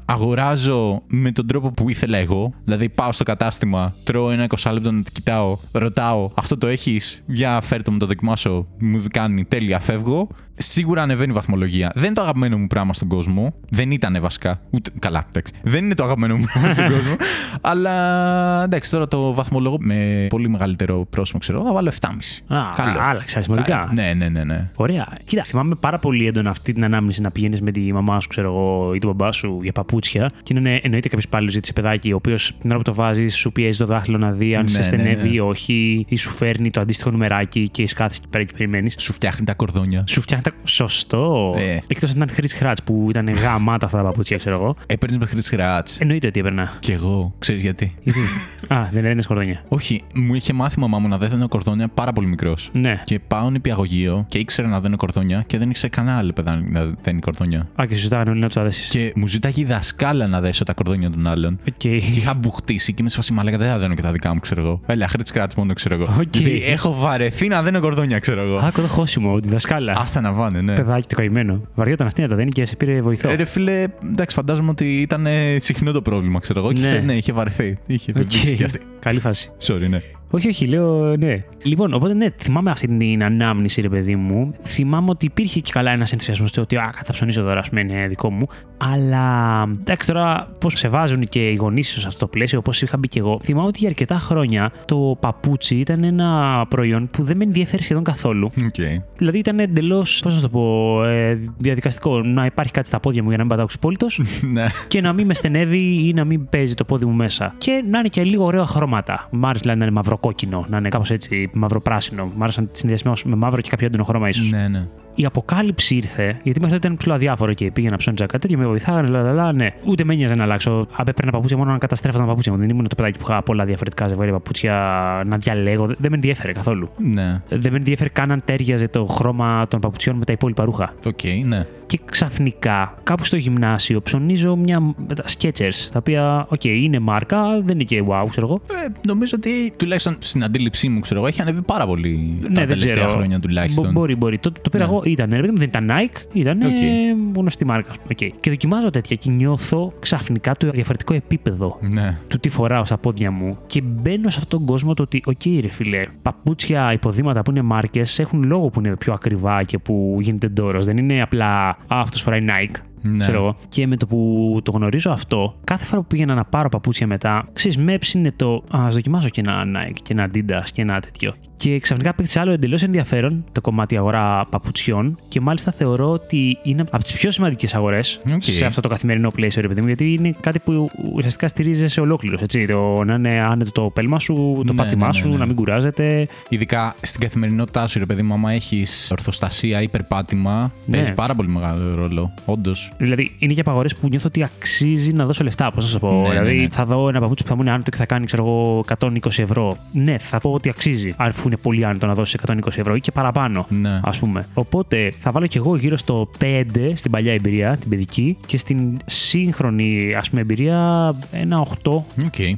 [SPEAKER 2] αγοράζω με τον τρόπο που ήθελα εγώ, δηλαδή πάω στο κατάστημα, τρώω ένα 20 λεπτό να το κοιτάω, ρωτάω, αυτό το έχεις, για φέρτο μου το δοκιμάσω, μου κάνει τέλεια, φεύγω. Σίγουρα ανεβαίνει η βαθμολογία. Δεν είναι το αγαπημένο μου πράγμα στον κόσμο. Δεν ήταν βασικά. Ούτε, καλά, εντάξει. Δεν είναι το αγαπημένο μου πράγμα στον κόσμο. Αλλά εντάξει, τώρα το βαθμολογώ με πολύ μεγαλύτερο πρόσημο, ξέρω. Θα βάλω 7,5.
[SPEAKER 1] Α,
[SPEAKER 2] Καλό.
[SPEAKER 1] άλλαξα σημαντικά.
[SPEAKER 2] Ναι, ναι, ναι, ναι.
[SPEAKER 1] Ωραία. Κοίτα, θυμάμαι πάρα πολύ έντονα αυτή την ανάμνηση να πηγαίνεις με τη μαμά σου, ξέρω εγώ, ή τον μπαμπά σου για παπούτσια. Και είναι εννοείται κάποιος πάλι ζήτησε παιδάκι, ο οποίος την ώρα που το βάζεις σου πιέζει το δάχτυλο να δει αν
[SPEAKER 2] Ναι,
[SPEAKER 1] σε
[SPEAKER 2] ναι,
[SPEAKER 1] στενεύει
[SPEAKER 2] ναι.
[SPEAKER 1] ή όχι, ή σου φέρνει το αντίστοιχο νουμεράκι και σκάθει εκεί πέρα και περιμένεις.
[SPEAKER 2] Σου φτιάχνει τα κορδόνια.
[SPEAKER 1] Σου φτιάχνει τα. Σωστό.
[SPEAKER 2] Ε.
[SPEAKER 1] Εκτός αν ήταν Χρυσ Χράτ που ήταν γαμάτα αυτά τα παπούτσια, ξέρω εγώ.
[SPEAKER 2] Έπαιρνες μέχρι τη χράτ.
[SPEAKER 1] Εννοείται ότι έπαιρνα.
[SPEAKER 2] Κι εγώ, ξέρεις γιατί.
[SPEAKER 1] Γιατί? Α, δεν λένε σκορδόνια.
[SPEAKER 2] Όχι, μου είχε μάθει η μαμά μου να δένω κορδόνια πάρα πολύ μικρός.
[SPEAKER 1] Ναι.
[SPEAKER 2] Και πάω νηπιαγωγείο και ήξερα να δένω κορδόνια και δεν ήξερα κανένα άλλο παιδά να δένει κορδόνια.
[SPEAKER 1] Α, και σου ζητάγανε όλοι να του τα δέσει.
[SPEAKER 2] Και μου ζήταγε η δασκάλα να δέσω τα κορδόνια των άλλων.
[SPEAKER 1] Οκ.
[SPEAKER 2] Και είχα μπουχτίσει και είμαι σε φάση μαλάκα δεν θα δένω και τα δικά μου, ξέρω εγώ. Έλα, χρήτη κράτ μόνο, ξέρω εγώ.
[SPEAKER 1] Οκ.
[SPEAKER 2] Γιατί έχω βαρεθεί να δένω κορδόνια, ξέρω εγώ.
[SPEAKER 1] Άκου το χώσιμο, τη δασκάλα.
[SPEAKER 2] Άστα να βάνε, ναι.
[SPEAKER 1] Παιδάκι το καημένο. Βαριόταν αυτή να τα δίνει και σε πήρε βοηθό.
[SPEAKER 2] Ε, Ρε φίλε, εντάξει, φαντάζομαι ότι ήταν ε, συχνό το πρόβλημα, ξέρω εγώ.
[SPEAKER 1] Ναι.
[SPEAKER 2] Και ναι, είχε βαρεθεί. Είχε
[SPEAKER 1] Οκ.
[SPEAKER 2] okay. και αυτή.
[SPEAKER 1] Καλή φάση.
[SPEAKER 2] Sorry, ναι.
[SPEAKER 1] Όχι, όχι, λέω ναι. Λοιπόν, οπότε ναι, θυμάμαι αυτή την ανάμνηση, ρε παιδί μου. Θυμάμαι ότι υπήρχε και καλά ένας ενθουσιασμός ότι α, θα ψωνίσω τώρα, ας πούμε, είναι δικό μου. Αλλά εντάξει, τώρα πώς σε βάζουν και οι γονείς σου σε αυτό το πλαίσιο, όπως είχα μπει και εγώ. Θυμάμαι ότι για αρκετά χρόνια το παπούτσι ήταν ένα προϊόν που δεν με ενδιαφέρει σχεδόν καθόλου.
[SPEAKER 2] Οκ.
[SPEAKER 1] Δηλαδή ήταν εντελώς, πώς να σου το πω, ε, διαδικαστικό. Να υπάρχει κάτι στα πόδια μου για να μην πατάω ξυπόλυτος
[SPEAKER 2] ναι.
[SPEAKER 1] και να μην με στενεύει ή να μην παίζει το πόδι μου μέσα. Και να είναι και λίγο ωραία χρώματα. Μ' άρεσε δηλαδή, να είναι μαυροκόκκινο, να είναι κάπως έτσι μαυροπράσινο. Μ' άρεσαν τη συνδυασμός με μαύρο και κάποιο έντονο χρώμα, ίσως.
[SPEAKER 2] Ναι, ναι.
[SPEAKER 1] η αποκάλυψη ήρθε, γιατί μέχρι τότε ήταν ψηλό αδιάφορο και πήγαινα ψώνιζα κάτι τέτοιο, με βοηθάγανε, λα, λα, λα, ναι. Ούτε με νοιάζει να αλλάξω. Αν έπαιρνα παπούτσια, μόνο να καταστρέφονταν παπούτσια μου. Δεν ήμουν το παιδάκι που είχα πολλά διαφορετικά ζευγάρια παπούτσια να διαλέγω. Δεν με ενδιέφερε καθόλου.
[SPEAKER 2] Ναι.
[SPEAKER 1] Δεν με ενδιέφερε καν αν τέριαζε το χρώμα των παπουτσιών με τα υπόλοιπα ρούχα.
[SPEAKER 2] Οκ, ναι.
[SPEAKER 1] Και ξαφνικά, κάπου στο γυμνάσιο, ψωνίζω μια Skechers, τα οποία, οκ, είναι μάρκα, δεν είναι και wow, ξέρω εγώ.
[SPEAKER 2] Ε, νομίζω ότι τουλάχιστον στην αντίληψή μου, ξέρω εγώ, έχει ανέβει πάρα πολύ
[SPEAKER 1] Ναι,
[SPEAKER 2] τα
[SPEAKER 1] δεν
[SPEAKER 2] τελευταία
[SPEAKER 1] ξέρω.
[SPEAKER 2] χρόνια τουλάχιστον.
[SPEAKER 1] Μπο- μπορεί, μπορεί. Το, το πήρα
[SPEAKER 2] Ναι.
[SPEAKER 1] εγώ. Ήταν, ρε παιδί μου, δεν ήταν Nike, ήταν
[SPEAKER 2] Οκ.
[SPEAKER 1] okay. γνωστή μάρκα. ας πούμε. Οκ. Και δοκιμάζω τέτοια και νιώθω ξαφνικά το διαφορετικό επίπεδο
[SPEAKER 2] Ναι.
[SPEAKER 1] του τι φοράω στα πόδια μου και μπαίνω σε αυτόν τον κόσμο το ότι, οκ, ρε φίλε, παπούτσια, υποδήματα που είναι μάρκες έχουν λόγο που είναι πιο ακριβά και που γίνεται ντόρος. Δεν είναι απλά, α, αυτός φοράει Nike.
[SPEAKER 2] Ναι.
[SPEAKER 1] Ξέρω εγώ. Και με το που το γνωρίζω αυτό, κάθε φορά που πήγαινα να πάρω παπούτσια μετά, ξέρεις, με έψινε το. Α ας δοκιμάσω και ένα Nike και ένα Adidas και ένα τέτοιο. Και ξαφνικά παίχτησε άλλο εντελώς ενδιαφέρον το κομμάτι αγορά παπουτσιών. Και μάλιστα θεωρώ ότι είναι από τις πιο σημαντικές αγορές
[SPEAKER 2] Οκ.
[SPEAKER 1] σε αυτό το καθημερινό πλαίσιο, ρε παιδί μου, γιατί είναι κάτι που ουσιαστικά στηρίζεσαι ολόκληρος. Έτσι, το να είναι άνετο το πέλμα σου, το
[SPEAKER 2] Ναι,
[SPEAKER 1] πάτημά
[SPEAKER 2] ναι, ναι,
[SPEAKER 1] σου,
[SPEAKER 2] ναι.
[SPEAKER 1] να μην κουράζεται.
[SPEAKER 2] Ειδικά στην καθημερινότητά σου, ρε παιδί μου, άμα έχεις ορθοστασία, υπερπάτημα,
[SPEAKER 1] Ναι.
[SPEAKER 2] παίζει πάρα πολύ μεγάλο ρόλο. Όντως.
[SPEAKER 1] Δηλαδή, είναι και από αγορέ που νιώθω ότι αξίζει να δώσω λεφτά. Πώς να σου πω.
[SPEAKER 2] Ναι, ναι,
[SPEAKER 1] δηλαδή,
[SPEAKER 2] ναι.
[SPEAKER 1] θα δω ένα παπούτσι που θα μου είναι άνετο και θα κάνει, ξέρω εγώ, 120 ευρώ. Ναι, θα πω ότι αξίζει. Αφού είναι πολύ άνετο να δώσει 120 ευρώ ή και παραπάνω.
[SPEAKER 2] Ναι.
[SPEAKER 1] Ας πούμε. Οπότε θα βάλω και εγώ γύρω στο 5 στην παλιά εμπειρία, την παιδική, και στην σύγχρονη ας πούμε, εμπειρία ένα 8.
[SPEAKER 2] Οκ.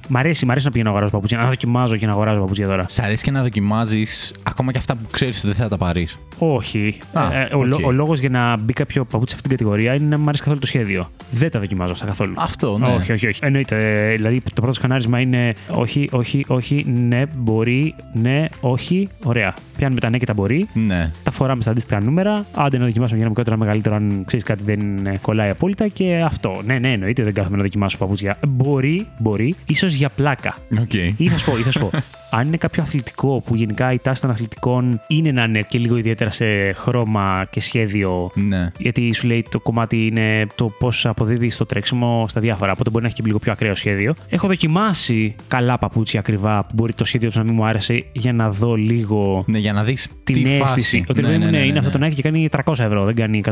[SPEAKER 1] Μ' αρέσει, μ' αρέσει να πηγαίνω να αγοράζω παπούτσια, να δοκιμάζω και να αγοράζω παπούτσια τώρα.
[SPEAKER 2] Σ' αρέσει και να δοκιμάζεις ακόμα και αυτά που ξέρεις ότι δεν θα τα πάρεις.
[SPEAKER 1] Όχι.
[SPEAKER 2] Α,
[SPEAKER 1] Ε, ε, ο, λο-
[SPEAKER 2] οκ.
[SPEAKER 1] ο λόγος για να μπει κάποιο παπούτσι σε αυτήν την κατηγορία είναι να μην μου αρέσει καθόλου το σχέδιο. Δεν τα δοκιμάζω αυτά καθόλου.
[SPEAKER 2] Αυτό, ναι.
[SPEAKER 1] Όχι, όχι, όχι. Εννοείται. Ε, Δηλαδή το πρώτο σκανάρισμα είναι όχι, όχι, όχι, ναι, μπορεί, ναι, όχι. Ωραία. Πιάνουμε τα ναι και τα μπορεί.
[SPEAKER 2] Ναι.
[SPEAKER 1] Τα φοράμε στα αντίστοιχα νούμερα. Άντε να δοκιμάσουμε για να μικρότερο, ένα μεγαλύτερο, αν ξέρεις κάτι δεν ε, κολλάει απόλυτα. Και αυτό. Ναι, ναι, εννοείται. Δεν κάθομαι να δοκιμάσω παπούτσια. Μπορεί, μπορεί. ίσως για πλάκα.
[SPEAKER 2] Οκ.
[SPEAKER 1] Ή θα σου πω, ή θα σου πω. Αν είναι κάποιο αθλητικό που γενικά η τάση των αθλητικών είναι να είναι και λίγο ιδιαίτερα σε χρώμα και σχέδιο.
[SPEAKER 2] Ναι.
[SPEAKER 1] Γιατί σου λέει το κομμάτι είναι το πώς αποδίδει στο τρέξιμο στα διάφορα. Οπότε μπορεί να έχει και λίγο πιο ακραίο σχέδιο. Έχω δοκιμάσει καλά παπούτσια ακριβά που μπορεί το σχέδιο τους να μην μου άρεσε για να δω λίγο
[SPEAKER 2] Ναι, για να δεις
[SPEAKER 1] την αίσθηση. Ότι ναι, ναι, είναι αυτό το Nike και κάνει 300 ευρώ, δεν κάνει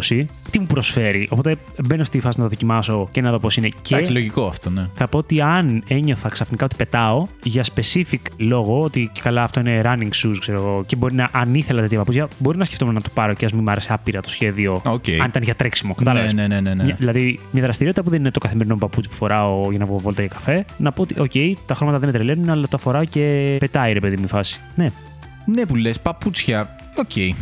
[SPEAKER 1] 120. Τι μου προσφέρει. Οπότε μπαίνω στη φάση να το δοκιμάσω και να δω πώς είναι. Και
[SPEAKER 2] Εντάξει, λογικό αυτό, ναι.
[SPEAKER 1] θα πω ότι αν ένιωθα ξαφνικά ότι πετάω για specific λόγο, ότι και καλά αυτό είναι running shoes, ξέρω εγώ, και μπορεί να, αν ήθελα τέτοια παπούτσια, μπορεί να σκεφτόμουν να το πάρω και ας μην μου άρεσε άπειρα το σχέδιο.
[SPEAKER 2] Οκ.
[SPEAKER 1] Αν ήταν για τρέξιμο,
[SPEAKER 2] Ναι,
[SPEAKER 1] κατάλαβες.
[SPEAKER 2] ναι, ναι, ναι. ναι.
[SPEAKER 1] Μια- δηλαδή, μια δραστηριότητα που δεν είναι το καθημερινό παπούτσι που φοράω για να βγω βόλτα για καφέ, να πω ότι, οκ, τα χρώματα δεν με τρελαίνουν, αλλά τα φοράω και πετάει, ρε παιδί μου, η φάση. Ναι,
[SPEAKER 2] Ναι, που λες, παπούτσια. Οκ.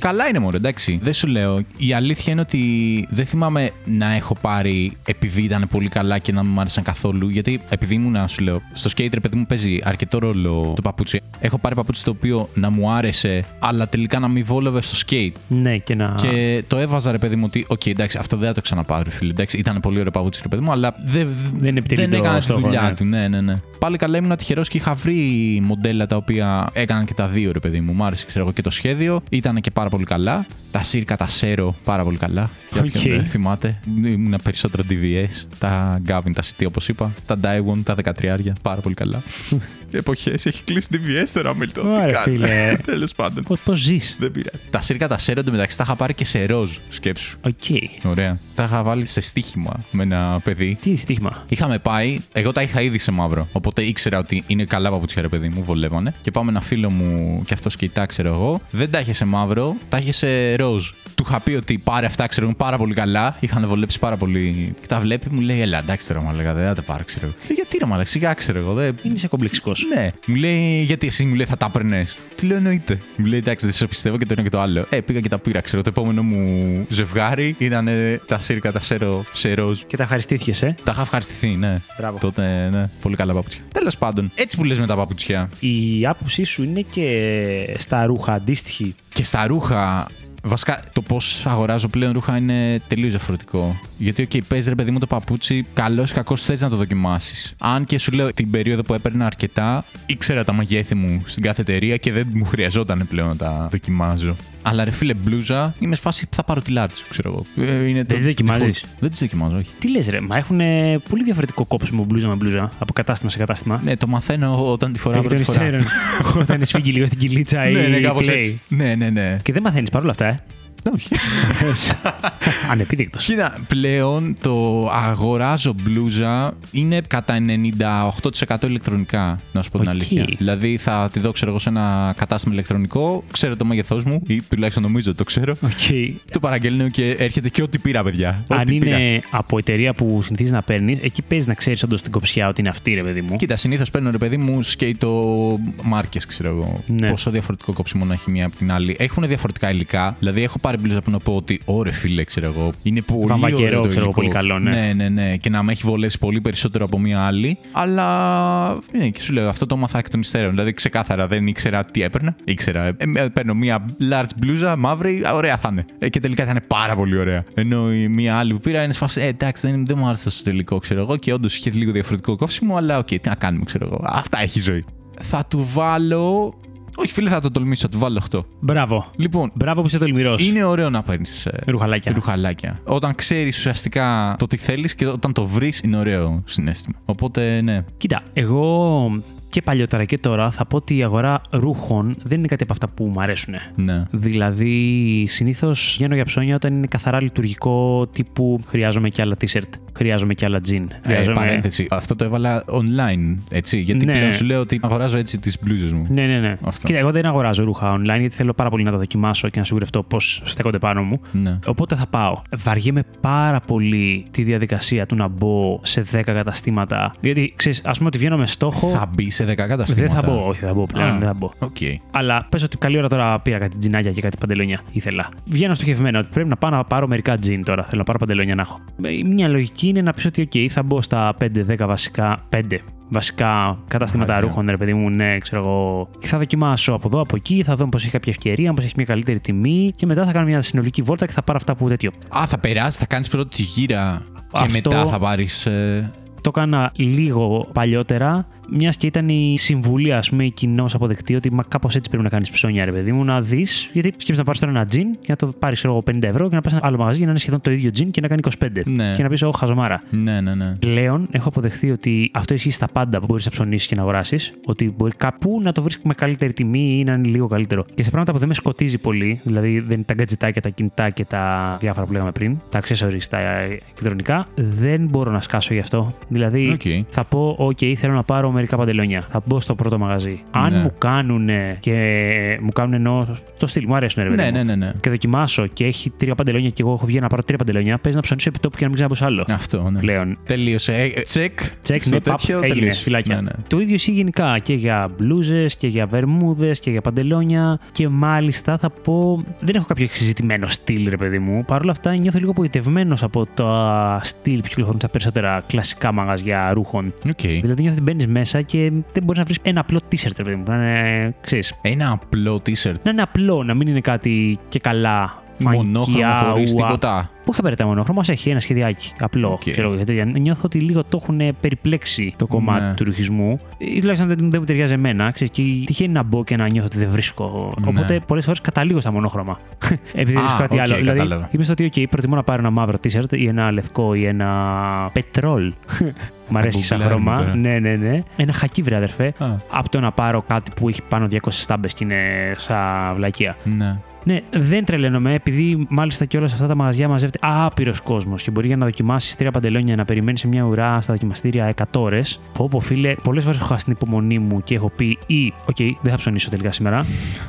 [SPEAKER 2] Καλά είναι μόνο, εντάξει. Δεν σου λέω. Η αλήθεια είναι ότι δεν θυμάμαι να έχω πάρει επειδή ήταν πολύ καλά και να μην μου άρεσαν καθόλου. Γιατί επειδή ήμουν, σου λέω, στο skate ρε παιδί μου παίζει αρκετό ρόλο το παπούτσι. Έχω πάρει παπούτσι το οποίο να μου άρεσε, αλλά τελικά να μην βόλευε στο skate.
[SPEAKER 1] ναι, και να.
[SPEAKER 2] Και το έβαζα ρε παιδί μου ότι, οκ, εντάξει, αυτό δεν θα το ξαναπάρω, ρε φίλε. Εντάξει, ήταν πολύ ωραίο παπούτσι ρε παιδί μου, αλλά δεν,
[SPEAKER 1] Δεν επιτελεί το
[SPEAKER 2] έκανε τη
[SPEAKER 1] στόχο,
[SPEAKER 2] δουλειά
[SPEAKER 1] ναι.
[SPEAKER 2] του. Ναι, ναι, ναι. Πάλι καλά ήμουν τυχερός και είχα βρει μοντέλα τα οποία έκαναν και τα δύο ρε παιδί μου. Μ' άρεσε, ξέρω εγώ, και το σχέδιο. Ήταν και πάρα πολύ καλά. Τα σύρκα τα σέρο πάρα πολύ καλά. Για όποιον
[SPEAKER 1] Οκ.
[SPEAKER 2] δεν θυμάται, ήμουν περισσότερο DVS. Τα Gavin, τα CT όπως είπα. Τα Daiwon, τα 13 πάρα πολύ καλά. Εποχές έχει κλείσει DVS τώρα, Μίλτο.
[SPEAKER 1] Ωραία, φίλε.
[SPEAKER 2] Τέλος πάντων.
[SPEAKER 1] Πώς ζεις.
[SPEAKER 2] Δεν πειράζει. Τα σύρκα τα σέρο εντωμεταξύ τα είχα πάρει και σε ροζ, σκέψου.
[SPEAKER 1] Οκ.
[SPEAKER 2] Ωραία. Τα είχα βάλει σε στοίχημα με ένα παιδί.
[SPEAKER 1] Τι στίγμα.
[SPEAKER 2] Είχαμε πάει, εγώ τα είχα ήδη σε μαύρο. Οπότε ήξερα ότι είναι καλά παπούτσια, ρε παιδί μου, βολεύανε. Και πάμε ένα φίλο μου και αυτό κοιτά, ξέρω εγώ. Δεν τα είχε σε μαύρο, τα είχε σε ροζ. Του είχα πει ότι πάρε αυτά, ξέρω εγώ, πάρα πολύ καλά. Είχαν βολέψει πάρα πολύ. Και τα βλέπει, μου λέει, Ελά, εντάξει τώρα, μαλακά, δεν θα τα πάρω, ξέρω εγώ. Λέω, Γιατί ρε μαλακά, σιγά, ξέρω εγώ. Δεν...
[SPEAKER 1] Είναι σε κομπλεξικός.
[SPEAKER 2] Ναι. Μου λέει, γιατί εσύ μου λέει θα τα παίρνε. Τι λέω, εννοείται. Μου λέει, εντάξει, δεν σε πιστεύω και το ένα και το άλλο. Ε, πήγα και τα πήρα, ξέρω. Το επόμενο μου ζευγάρι ήταν ε, τα σύρκα, τα σέρο, σε ροζ.
[SPEAKER 1] Και τα ευχαριστήθηκες, ε.
[SPEAKER 2] Τα είχα ευχαριστηθεί, ναι.
[SPEAKER 1] Μπράβο.
[SPEAKER 2] Τότε, ναι. Πολύ καλά παπούτσια. Τέλος πάντων, έτσι που λες με τα παπούτσια.
[SPEAKER 1] Η άποψή σου είναι και στα ρούχα αντίστοιχη.
[SPEAKER 2] Και στα ρούχα. Βασικά, το πώς αγοράζω πλέον ρούχα είναι τελείως διαφορετικό. Γιατί, οκ, παίζεις ρε παιδί μου το παπούτσι, καλός ή κακός θες να το δοκιμάσεις. Αν και σου λέω την περίοδο που έπαιρνα αρκετά, ήξερα τα μαγέθη μου στην κάθε εταιρεία και δεν μου χρειαζόταν πλέον να τα δοκιμάζω. Αλλά ρε φίλε, μπλούζα, είμαι σε φάση που θα πάρω τη large, ξέρω εγώ. Ε, είναι το
[SPEAKER 1] Δεν τη δοκιμάζεις?
[SPEAKER 2] default. Δεν τις δοκιμάζω, όχι.
[SPEAKER 1] Τι λες, ρε, μα έχουν πολύ διαφορετικό κόψιμο μπλούζα με μπλούζα από κατάστημα σε κατάστημα. Ε,
[SPEAKER 2] Ναι, το μαθαίνω όταν τη φοράω
[SPEAKER 1] Εκ των
[SPEAKER 2] πρώτη φορά.
[SPEAKER 1] υστέρων, όταν σφίγγει λίγο στην κυλίτσα ή
[SPEAKER 2] ναι, ναι, κάπως
[SPEAKER 1] κλαίει.
[SPEAKER 2] έτσι. Ναι, ναι, ναι.
[SPEAKER 1] Και δεν μαθαίνεις παρόλα αυτά, ε.
[SPEAKER 2] Όχι.
[SPEAKER 1] Ανεπίδεικτο.
[SPEAKER 2] Κοίτα, πλέον το αγοράζω μπλούζα είναι κατά 98% ηλεκτρονικά, να σου πω την
[SPEAKER 1] Οκ.
[SPEAKER 2] αλήθεια. Δηλαδή θα τη δω, ξέρω εγώ, σε ένα κατάστημα ηλεκτρονικό, ξέρω το μέγεθός μου, ή τουλάχιστον νομίζω ότι το ξέρω.
[SPEAKER 1] Okay.
[SPEAKER 2] Το παραγγέλνω και έρχεται και ό,τι πήρα, παιδιά.
[SPEAKER 1] Αν
[SPEAKER 2] Ό,τι πήρα.
[SPEAKER 1] είναι από εταιρεία που συνηθίζεις να παίρνεις, εκεί παίζει να ξέρεις όντως την κοψιά ότι είναι αυτή, ρε παιδί μου.
[SPEAKER 2] Κοίτα, συνήθως παίρνω ρε παιδί μου σκέιτο μάρκες, ξέρω εγώ.
[SPEAKER 1] Ναι.
[SPEAKER 2] Πόσο διαφορετικό κόψιμο να έχει μία από την άλλη. Έχουν διαφορετικά υλικά. Δηλαδή, έχω πάρει μπλούζα που να πω ότι ωρε φίλε, ξέρω εγώ. Είναι πολύ
[SPEAKER 1] Βαμβακερό,
[SPEAKER 2] ωραίο το
[SPEAKER 1] ξέρω εγώ,
[SPEAKER 2] υλικό.
[SPEAKER 1] πολύ καλό, ναι.
[SPEAKER 2] ναι, ναι, ναι. Και να με έχει βολέσει πολύ περισσότερο από μία άλλη. Αλλά. Ναι, και σου λέω, αυτό το μαθάκι των υστέρων. Δηλαδή, ξεκάθαρα δεν ήξερα τι έπαιρνα. Ήξερα. Ε, ε, παίρνω μία large μπλούζα μαύρη, α, ωραία θα είναι. Ε, και τελικά θα είναι πάρα πολύ ωραία. Ενώ η μία άλλη που πήρα είναι σφασί. Ε, εντάξει, δεν, δεν μου άρεσε στο τελικό, ξέρω εγώ. Και όντως είχε λίγο διαφορετικό κόψιμο, αλλά οκ, τι να κάνουμε, ξέρω εγώ. Αυτά έχει η ζωή. Θα του βάλω. Όχι, φίλε, θα το τολμήσω, θα του βάλω 8.
[SPEAKER 1] Μπράβο.
[SPEAKER 2] Λοιπόν,
[SPEAKER 1] Μπράβο που είσαι τολμηρός.
[SPEAKER 2] είναι ωραίο να ε, παίρνει
[SPEAKER 1] Ρουχαλάκια.
[SPEAKER 2] ρουχαλάκια. Όταν ξέρεις ουσιαστικά το τι θέλεις και όταν το βρεις, είναι ωραίο συνέστημα. Οπότε, ναι.
[SPEAKER 1] Κοίτα, εγώ και παλιότερα και τώρα θα πω ότι η αγορά ρούχων δεν είναι κάτι από αυτά που μου αρέσουν.
[SPEAKER 2] Ναι.
[SPEAKER 1] Δηλαδή, συνήθως βγαίνω για ψώνια όταν είναι καθαρά λειτουργικό τύπου χρειάζομαι και άλλα t-shirt, χρειάζομαι και άλλα jean.
[SPEAKER 2] Ε,
[SPEAKER 1] χρειάζομαι-
[SPEAKER 2] παρένθεση. Αυτό το έβαλα online, έτσι. Γιατί
[SPEAKER 1] Ναι.
[SPEAKER 2] πλέον σου λέω ότι αγοράζω έτσι τις μπλούζες μου.
[SPEAKER 1] Ναι, ναι, ναι.
[SPEAKER 2] Αυτό.
[SPEAKER 1] Κοίτα, εγώ δεν αγοράζω ρούχα online γιατί θέλω πάρα πολύ να τα δοκιμάσω και να σιγουρευτώ πώς στέκονται πάνω μου.
[SPEAKER 2] Ναι.
[SPEAKER 1] Οπότε θα πάω. Βαριέμαι πάρα πολύ τη διαδικασία του να μπω σε 10 καταστήματα. Γιατί ξέρεις, ας πούμε ότι βγαίνω με στόχο.
[SPEAKER 2] Θα μπει σε 10
[SPEAKER 1] Δεν
[SPEAKER 2] καταστήματα.
[SPEAKER 1] θα μπω, όχι, θα μπω πλέον.
[SPEAKER 2] Α,
[SPEAKER 1] Δεν θα μπω.
[SPEAKER 2] Οκ.
[SPEAKER 1] Αλλά πες ότι καλή ώρα τώρα πήρα κάτι τζινάκια και κάτι παντελόνια. Ήθελα. Βγαίνω στοχευμένα ότι πρέπει να πάω να πάρω μερικά τζιν τώρα. Θέλω να πάρω παντελόνια να έχω. Ε, Μια λογική είναι να πεις ότι, OK, θα μπω στα 5-10 βασικά. 5 βασικά καταστήματα
[SPEAKER 2] Μάλιστα.
[SPEAKER 1] ρούχων, ρε παιδί μου, ναι, ξέρω εγώ. Και θα δοκιμάσω από εδώ, από εκεί, θα δω πώ έχει κάποια ευκαιρία, πώ έχει μια καλύτερη τιμή και μετά θα κάνω μια συνολική βόλτα και θα πάρω αυτά που τέτοιο.
[SPEAKER 2] Α, θα περάσει, θα κάνεις πρώτη γύρα και
[SPEAKER 1] Αυτό-
[SPEAKER 2] μετά θα πάρεις. Ε...
[SPEAKER 1] Το έκανα λίγο παλιότερα, μιας και ήταν η συμβουλή, ας πούμε, κοινώ αποδεκτή ότι μα κάπως έτσι πρέπει να κάνεις ψώνια, ρε παιδί μου, να δεις. Γιατί σκέψεις να πάρεις τώρα ένα τζιν και να το πάρεις 50 ευρώ και να πας σε ένα άλλο μαγαζί για να είναι σχεδόν το ίδιο τζιν και να κάνει 25.
[SPEAKER 2] Ναι.
[SPEAKER 1] Και να πεις, Ω, χαζομάρα.
[SPEAKER 2] Ναι, ναι, ναι.
[SPEAKER 1] Πλέον έχω αποδεχθεί ότι αυτό ισχύει στα πάντα που μπορείς να ψωνίσεις και να αγοράσεις. Ότι μπορεί κάπου να το βρεις με καλύτερη τιμή ή να είναι λίγο καλύτερο. Και σε πράγματα που δεν με σκοτίζει πολύ, δηλαδή δεν είναι τα γκατζετάκια, τα κινητά και τα διάφορα που λέγαμε πριν, τα accessories, τα ηλεκτρονικά, δεν μπορώ να σκάσω γι' αυτό. Δηλαδή
[SPEAKER 2] Οκ.
[SPEAKER 1] θα πω, OK, θέλω να πάρω μερικά παντελόνια. Θα μπω στο πρώτο μαγαζί. Αν
[SPEAKER 2] Ναι.
[SPEAKER 1] μου κάνουν και μου κάνουν ενώ το στυλ, μου αρέσουν ρε παιδί
[SPEAKER 2] Ναι,
[SPEAKER 1] μου.
[SPEAKER 2] ναι, ναι, ναι.
[SPEAKER 1] Και δοκιμάσω και έχει τρία παντελόνια και εγώ έχω βγει να πάρω τρία παντελόνια. Παίζει να ψωνίσω επί τόπου και να μην ξαναμπω άλλο.
[SPEAKER 2] Αυτό, ναι.
[SPEAKER 1] Πλέον.
[SPEAKER 2] Τελείωσε. Ε, τσεκ.
[SPEAKER 1] Check,
[SPEAKER 2] Στο
[SPEAKER 1] snap,
[SPEAKER 2] τέτοιο
[SPEAKER 1] up, ναι, έγινε,
[SPEAKER 2] τελείωσε.
[SPEAKER 1] φυλάκια.
[SPEAKER 2] Ναι, ναι.
[SPEAKER 1] Το ίδιο ισχύει γενικά και για μπλούζες και για βερμούδες και για παντελόνια. Και μάλιστα θα πω. Δεν έχω κάποιο εξειδικευμένο στυλ, ρε παιδί μου. Παρ' όλα αυτά νιώθω λίγο απογοητευμένος από τα στυλ που κυκλοφορούν στα περισσότερα κλασικά μαγαζιά ρούχων.
[SPEAKER 2] Οκ.
[SPEAKER 1] Δηλαδή νιώθω ότι μπαίνεις μέσα και δεν μπορείς να βρεις ένα απλό t-shirt, ρε παιδί μου. Να είναι, ξέρεις,
[SPEAKER 2] Ένα απλό t-shirt.
[SPEAKER 1] να είναι απλό, να μην είναι κάτι και καλά. φανκιά,
[SPEAKER 2] Μονόχρωμο χωρί
[SPEAKER 1] ουα.
[SPEAKER 2] τίποτα.
[SPEAKER 1] Πού θα παίρνει τα μονόχρωμα, ας έχει ένα σχεδιάκι. Απλό.
[SPEAKER 2] Οκ.
[SPEAKER 1] Ξέρω, για τέτοια. Νιώθω ότι λίγο το έχουν περιπλέξει το κομμάτι
[SPEAKER 2] Ναι.
[SPEAKER 1] του ρουχισμού. Ή τουλάχιστον δεν, δεν μου ταιριάζει εμένα. Ξέρεις, και τυχαίνει να μπω και να νιώθω ότι δεν βρίσκω.
[SPEAKER 2] Ναι.
[SPEAKER 1] Οπότε πολλές φορές καταλήγω στα μονόχρωμα. Επειδή
[SPEAKER 2] Α,
[SPEAKER 1] βρίσκω κάτι
[SPEAKER 2] οκ,
[SPEAKER 1] άλλο.
[SPEAKER 2] κατάλαβα.
[SPEAKER 1] Δηλαδή, είμαι στο ότι, OK, προτιμώ να πάρω ένα μαύρο t-shirt ή ένα λευκό ή ένα πετρόλ. Μ' αρέσει σαν
[SPEAKER 2] Γκουγκλάρουμε
[SPEAKER 1] χρώμα.
[SPEAKER 2] τώρα.
[SPEAKER 1] Ναι, ναι, ναι. Ένα χακί, βρε αδερφέ.
[SPEAKER 2] Α,
[SPEAKER 1] Από το να πάρω κάτι που έχει πάνω 200 στάμπες και είναι σαν βλακεία.
[SPEAKER 2] ναι.
[SPEAKER 1] Ναι, δεν τρελαίνομαι, επειδή μάλιστα και όλα σε αυτά τα μαγαζιά μαζεύεται άπειρος κόσμος και μπορεί για να δοκιμάσεις τρία παντελόνια να περιμένεις σε μια ουρά στα δοκιμαστήρια 100 ώρες. Πω, πω φίλε, πολλές φορές έχω χάσει την υπομονή μου και έχω πει ή, οκ, δεν θα ψωνίσω τελικά σήμερα,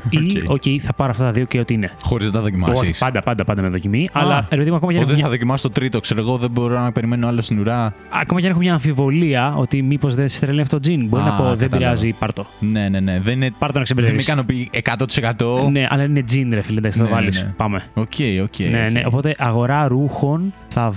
[SPEAKER 1] ή,
[SPEAKER 2] Οκ.
[SPEAKER 1] οκ, θα πάρω αυτά τα δύο και ό,τι είναι.
[SPEAKER 2] Χωρίς να τα δοκιμάσεις.
[SPEAKER 1] Όχι, πάντα, πάντα, πάντα με δοκιμή. αλλά ρε παιδί μου, ακόμα και αν έχω
[SPEAKER 2] δεν
[SPEAKER 1] μια-
[SPEAKER 2] θα δοκιμάσει το τρίτο, ξέρω εγώ, δεν μπορώ να περιμένω άλλο στην ουρά.
[SPEAKER 1] ακόμα και αν έχω μια αμφιβολία ότι μήπως δεν σε τρελαίνει αυτό το τζιν, μπορεί
[SPEAKER 2] Α,
[SPEAKER 1] να πω δεν
[SPEAKER 2] κατάλαβα.
[SPEAKER 1] πειράζει, πάρτο.
[SPEAKER 2] Ναι, ναι, ναι. Δεν είναι.
[SPEAKER 1] Πάρτο να
[SPEAKER 2] Δεν με
[SPEAKER 1] ξεμπερδεύεις.
[SPEAKER 2] ικανοποιεί 100%.
[SPEAKER 1] Ναι, αλλά είναι τζιν, ρε φίλε, εντάξει, θα το
[SPEAKER 2] Ναι, ναι,
[SPEAKER 1] βάλεις.
[SPEAKER 2] ναι.
[SPEAKER 1] Πάμε.
[SPEAKER 2] Οκ, οκ.
[SPEAKER 1] Ναι,
[SPEAKER 2] οκ.
[SPEAKER 1] ναι. Οπότε αγορά ρούχων θα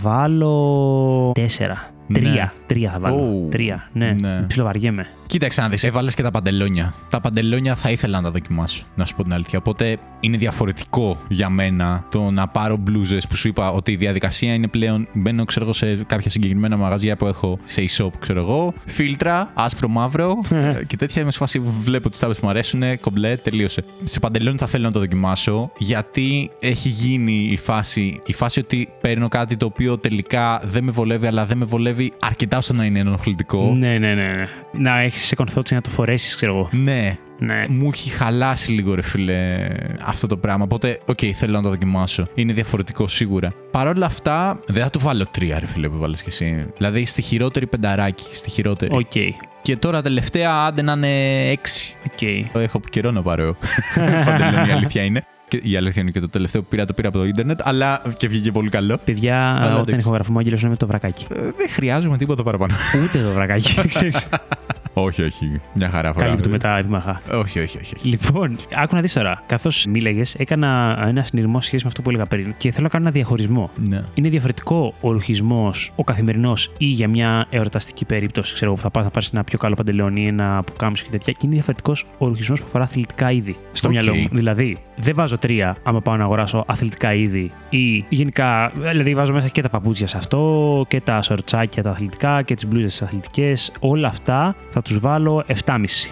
[SPEAKER 1] βάλω. Τέσσερα.
[SPEAKER 2] Ναι.
[SPEAKER 1] Τρία. Τρία θα βάλω.
[SPEAKER 2] Ου.
[SPEAKER 1] Τρία. Ναι.
[SPEAKER 2] Ναι.
[SPEAKER 1] Ψιλοβαριέμαι.
[SPEAKER 2] Κοίταξε να δεις, έβαλες και τα παντελόνια. Τα παντελόνια θα ήθελα να τα δοκιμάσω, να σου πω την αλήθεια. Οπότε είναι διαφορετικό για μένα το να πάρω μπλούζες που σου είπα ότι η διαδικασία είναι πλέον. Μπαίνω, ξέρω εγώ, σε κάποια συγκεκριμένα μαγαζιά που έχω σε e-shop, ξέρω εγώ. Φίλτρα, άσπρο μαύρο ε, και τέτοια. Είμαι σε φάση βλέπω τις τάπες που μου αρέσουν, ε, κομπλέ, τελείωσε. Σε παντελόνι θα θέλω να το δοκιμάσω γιατί έχει γίνει η φάση, η φάση ότι παίρνω κάτι το οποίο τελικά δεν με βολεύει, αλλά δεν με βολεύει αρκετά ώστε να είναι ενοχλητικό.
[SPEAKER 1] Ναι, ναι, ναι. ναι. Να έχεις second thoughts για να το φορέσεις, ξέρω εγώ.
[SPEAKER 2] Ναι.
[SPEAKER 1] Ναι.
[SPEAKER 2] μου έχει χαλάσει λίγο ρε φίλε αυτό το πράγμα. Οπότε, οκ, θέλω να το δοκιμάσω. Είναι διαφορετικό σίγουρα. Παρ' όλα αυτά, δεν θα του βάλω τρία ρε φίλε που βάλες κι εσύ. Δηλαδή, στη χειρότερη πενταράκι, στη χειρότερη.
[SPEAKER 1] Οκ.
[SPEAKER 2] Και τώρα τελευταία, άντε να είναι έξι.
[SPEAKER 1] Οκ.
[SPEAKER 2] Το έχω καιρό να πάρω. Πάντα η αλήθεια είναι. Και η αλήθεια είναι και το τελευταίο που πήρα το πήρα από το Ιντερνετ, αλλά και βγήκε πολύ καλό.
[SPEAKER 1] Παιδιά, όταν
[SPEAKER 2] εντάξει.
[SPEAKER 1] ηχογραφούμε, ο Άγγελος είναι με το βρακάκι.
[SPEAKER 2] Ε, Δεν χρειάζομαι τίποτα παραπάνω.
[SPEAKER 1] Ούτε το βρακάκι, ξέρεις.
[SPEAKER 2] όχι, όχι. Μια χαρά φορά.
[SPEAKER 1] Καλύπτουμε τα επιμαχά.
[SPEAKER 2] Όχι, όχι, όχι. όχι.
[SPEAKER 1] Λοιπόν, άκου να δεις τώρα. Καθώς μίλαγες, έκανα ένα συνειρμό σχέση με αυτό που έλεγα πριν και θέλω να κάνω ένα διαχωρισμό.
[SPEAKER 2] Ναι.
[SPEAKER 1] Είναι διαφορετικό ο ρουχισμό, ο καθημερινός ή για μια εορταστική περίπτωση, ξέρω που θα πας να πάρεις ένα πιο καλό παντελόνι ή ένα πουκάμισο και τέτοια. Και είναι διαφορετικός ο ρουχισμό που αφορά αθλητικά είδη. Στο
[SPEAKER 2] Οκ.
[SPEAKER 1] μυαλό μου. Δηλαδή, δεν βάζω τρία άμα πάω να αγοράσω αθλητικά είδη ή γενικά. Δηλαδή, βάζω μέσα και τα παπούτσια σε αυτό και τα σορτσάκια τα αθλητικά και τις μπλούζες τις αθλητικές. Όλα αυτά θα τους βάλω 7,5.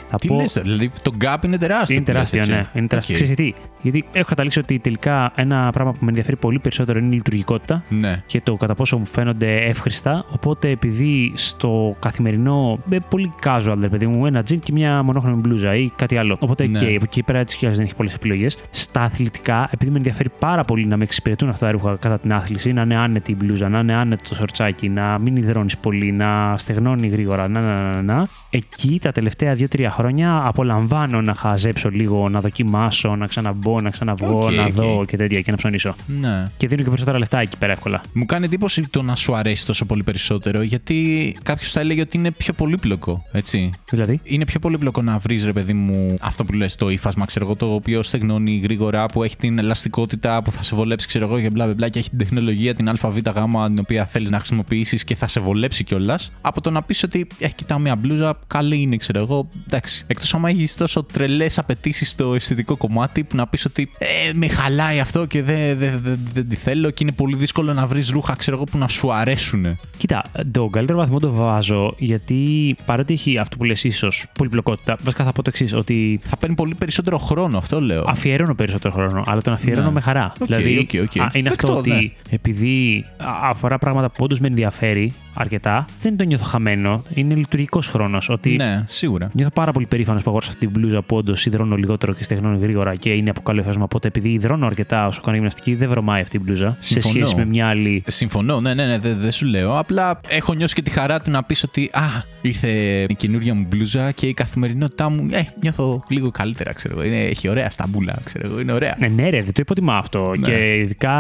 [SPEAKER 1] Θα
[SPEAKER 2] Τι λες, δηλαδή το gap είναι τεράστιο.
[SPEAKER 1] Είναι
[SPEAKER 2] που λες,
[SPEAKER 1] τεράστιο,
[SPEAKER 2] έτσι. ε.
[SPEAKER 1] ναι. Είναι τεράστιο.
[SPEAKER 2] Οκ.
[SPEAKER 1] Ξέρεις τι, γιατί έχω καταλήξει ότι τελικά ένα πράγμα που με ενδιαφέρει πολύ περισσότερο είναι η λειτουργικότητα
[SPEAKER 2] Ναι.
[SPEAKER 1] και το κατά πόσο μου φαίνονται εύχριστα. Οπότε, επειδή στο καθημερινό, με πολύ casual, ρε παιδί μου, ένα τζιν και μια μονόχρωμη μπλούζα ή κάτι άλλο. Οπότε,
[SPEAKER 2] Ναι.
[SPEAKER 1] και από εκεί πέρα τη δεν έχει πολλές επιλογές. Στα αθλητικά, επειδή με ενδιαφέρει πάρα πολύ να με εξυπηρετούν αυτά τα ρούχα κατά την άθληση, να είναι άνετη η μπλούζα, να είναι άνετο το σορτσάκι, να μην υδρώνεις πολύ, να στεγνώνει γρήγορα, να, να, να, να, να. Εκεί τα τελευταία 2-3 χρόνια απολαμβάνω να χαζέψω λίγο, να δοκιμάσω, να ξαναμπω, να ξαναβγω,
[SPEAKER 2] Οκ,
[SPEAKER 1] να
[SPEAKER 2] οκ.
[SPEAKER 1] δω και τέτοια και να ψωνίσω.
[SPEAKER 2] ναι.
[SPEAKER 1] Και δίνω και περισσότερα λεφτά εκεί πέρα εύκολα.
[SPEAKER 2] Μου κάνει εντύπωση το να σου αρέσει τόσο πολύ περισσότερο, γιατί κάποιος θα έλεγε ότι είναι πιο πολύπλοκο, έτσι.
[SPEAKER 1] Δηλαδή.
[SPEAKER 2] Είναι πιο πολύπλοκο να βρεις, ρε παιδί μου, αυτό που λες το ύφασμα, ξέρω εγώ, το οποίο στεγνώνει γρήγορα, που έχει την ελαστικότητα που θα σε βολέψει, ξέρω εγώ, και μπλα μπλα, μπλα και έχει την τεχνολογία, την ΑΒΓ, την οποία θέλεις να χρησιμοποιήσεις και θα σε βολέψει κιόλας. Από το να πεις ότι έχει κοιτάω μια μπλούζα, καλή είναι, ξέρω εγώ. Εντάξει. Εκτός άμα έχεις τόσο τρελές απαιτήσεις στο αισθητικό κομμάτι, που να πεις ότι ε, με χαλάει αυτό και δεν δεν- δεν- δεν τη θέλω και είναι πολύ δύσκολο να βρεις ρούχα, ξέρω εγώ, που να σου αρέσουν.
[SPEAKER 1] Κοίτα, τον καλύτερο βαθμό το βάζω γιατί παρότι έχει αυτό που λες ίσως πολυπλοκότητα, βασικά θα πω το εξής, ότι
[SPEAKER 2] Θα παίρνει πολύ περισσότερο χρόνο, αυτό λέω.
[SPEAKER 1] αφιερώνω περισσότερο χρόνο, αλλά τον αφιερώνω
[SPEAKER 2] Ναι.
[SPEAKER 1] με χαρά.
[SPEAKER 2] Οκ,
[SPEAKER 1] δηλαδή,
[SPEAKER 2] οκ, οκ.
[SPEAKER 1] α, είναι αυτό
[SPEAKER 2] Δεκτό,
[SPEAKER 1] ότι
[SPEAKER 2] ναι.
[SPEAKER 1] επειδή α- αφορά πράγματα που όντως με ενδιαφέρει αρκετά, δεν το νιώθω χαμένο. Είναι λειτουργικός χρόνος. Ότι
[SPEAKER 2] Ναι, σίγουρα.
[SPEAKER 1] Νιώθω πάρα πολύ περήφανος που αγόρασα αυτή την μπλούζα που όντως υδρώνω λιγότερο και στεγνώνω γρήγορα και είναι από καλό εφάσμα. Οπότε επειδή υδρώνω αρκετά όσο κάνω γυμναστική, δεν βρωμάει αυτή η μπλούζα σε
[SPEAKER 2] Συμφωνώ.
[SPEAKER 1] σχέση με μια άλλη.
[SPEAKER 2] Συμφωνώ, ναι, ναι, ναι, δεν δεν σου λέω. Απλά έχω νιώσει και τη χαρά του να πεις ότι Α, ήρθε η καινούργια μου μπλούζα και η καθημερινότητά μου. Ε, νιώθω λίγο καλύτερα, ξέρω εγώ. Είναι- Έχει ωραία σταμπούλα, ξέρω εγώ. Είναι ωραία.
[SPEAKER 1] Ναι, ναι, ρε, δεν το υποτιμά αυτό.
[SPEAKER 2] Ναι.
[SPEAKER 1] Και ειδικά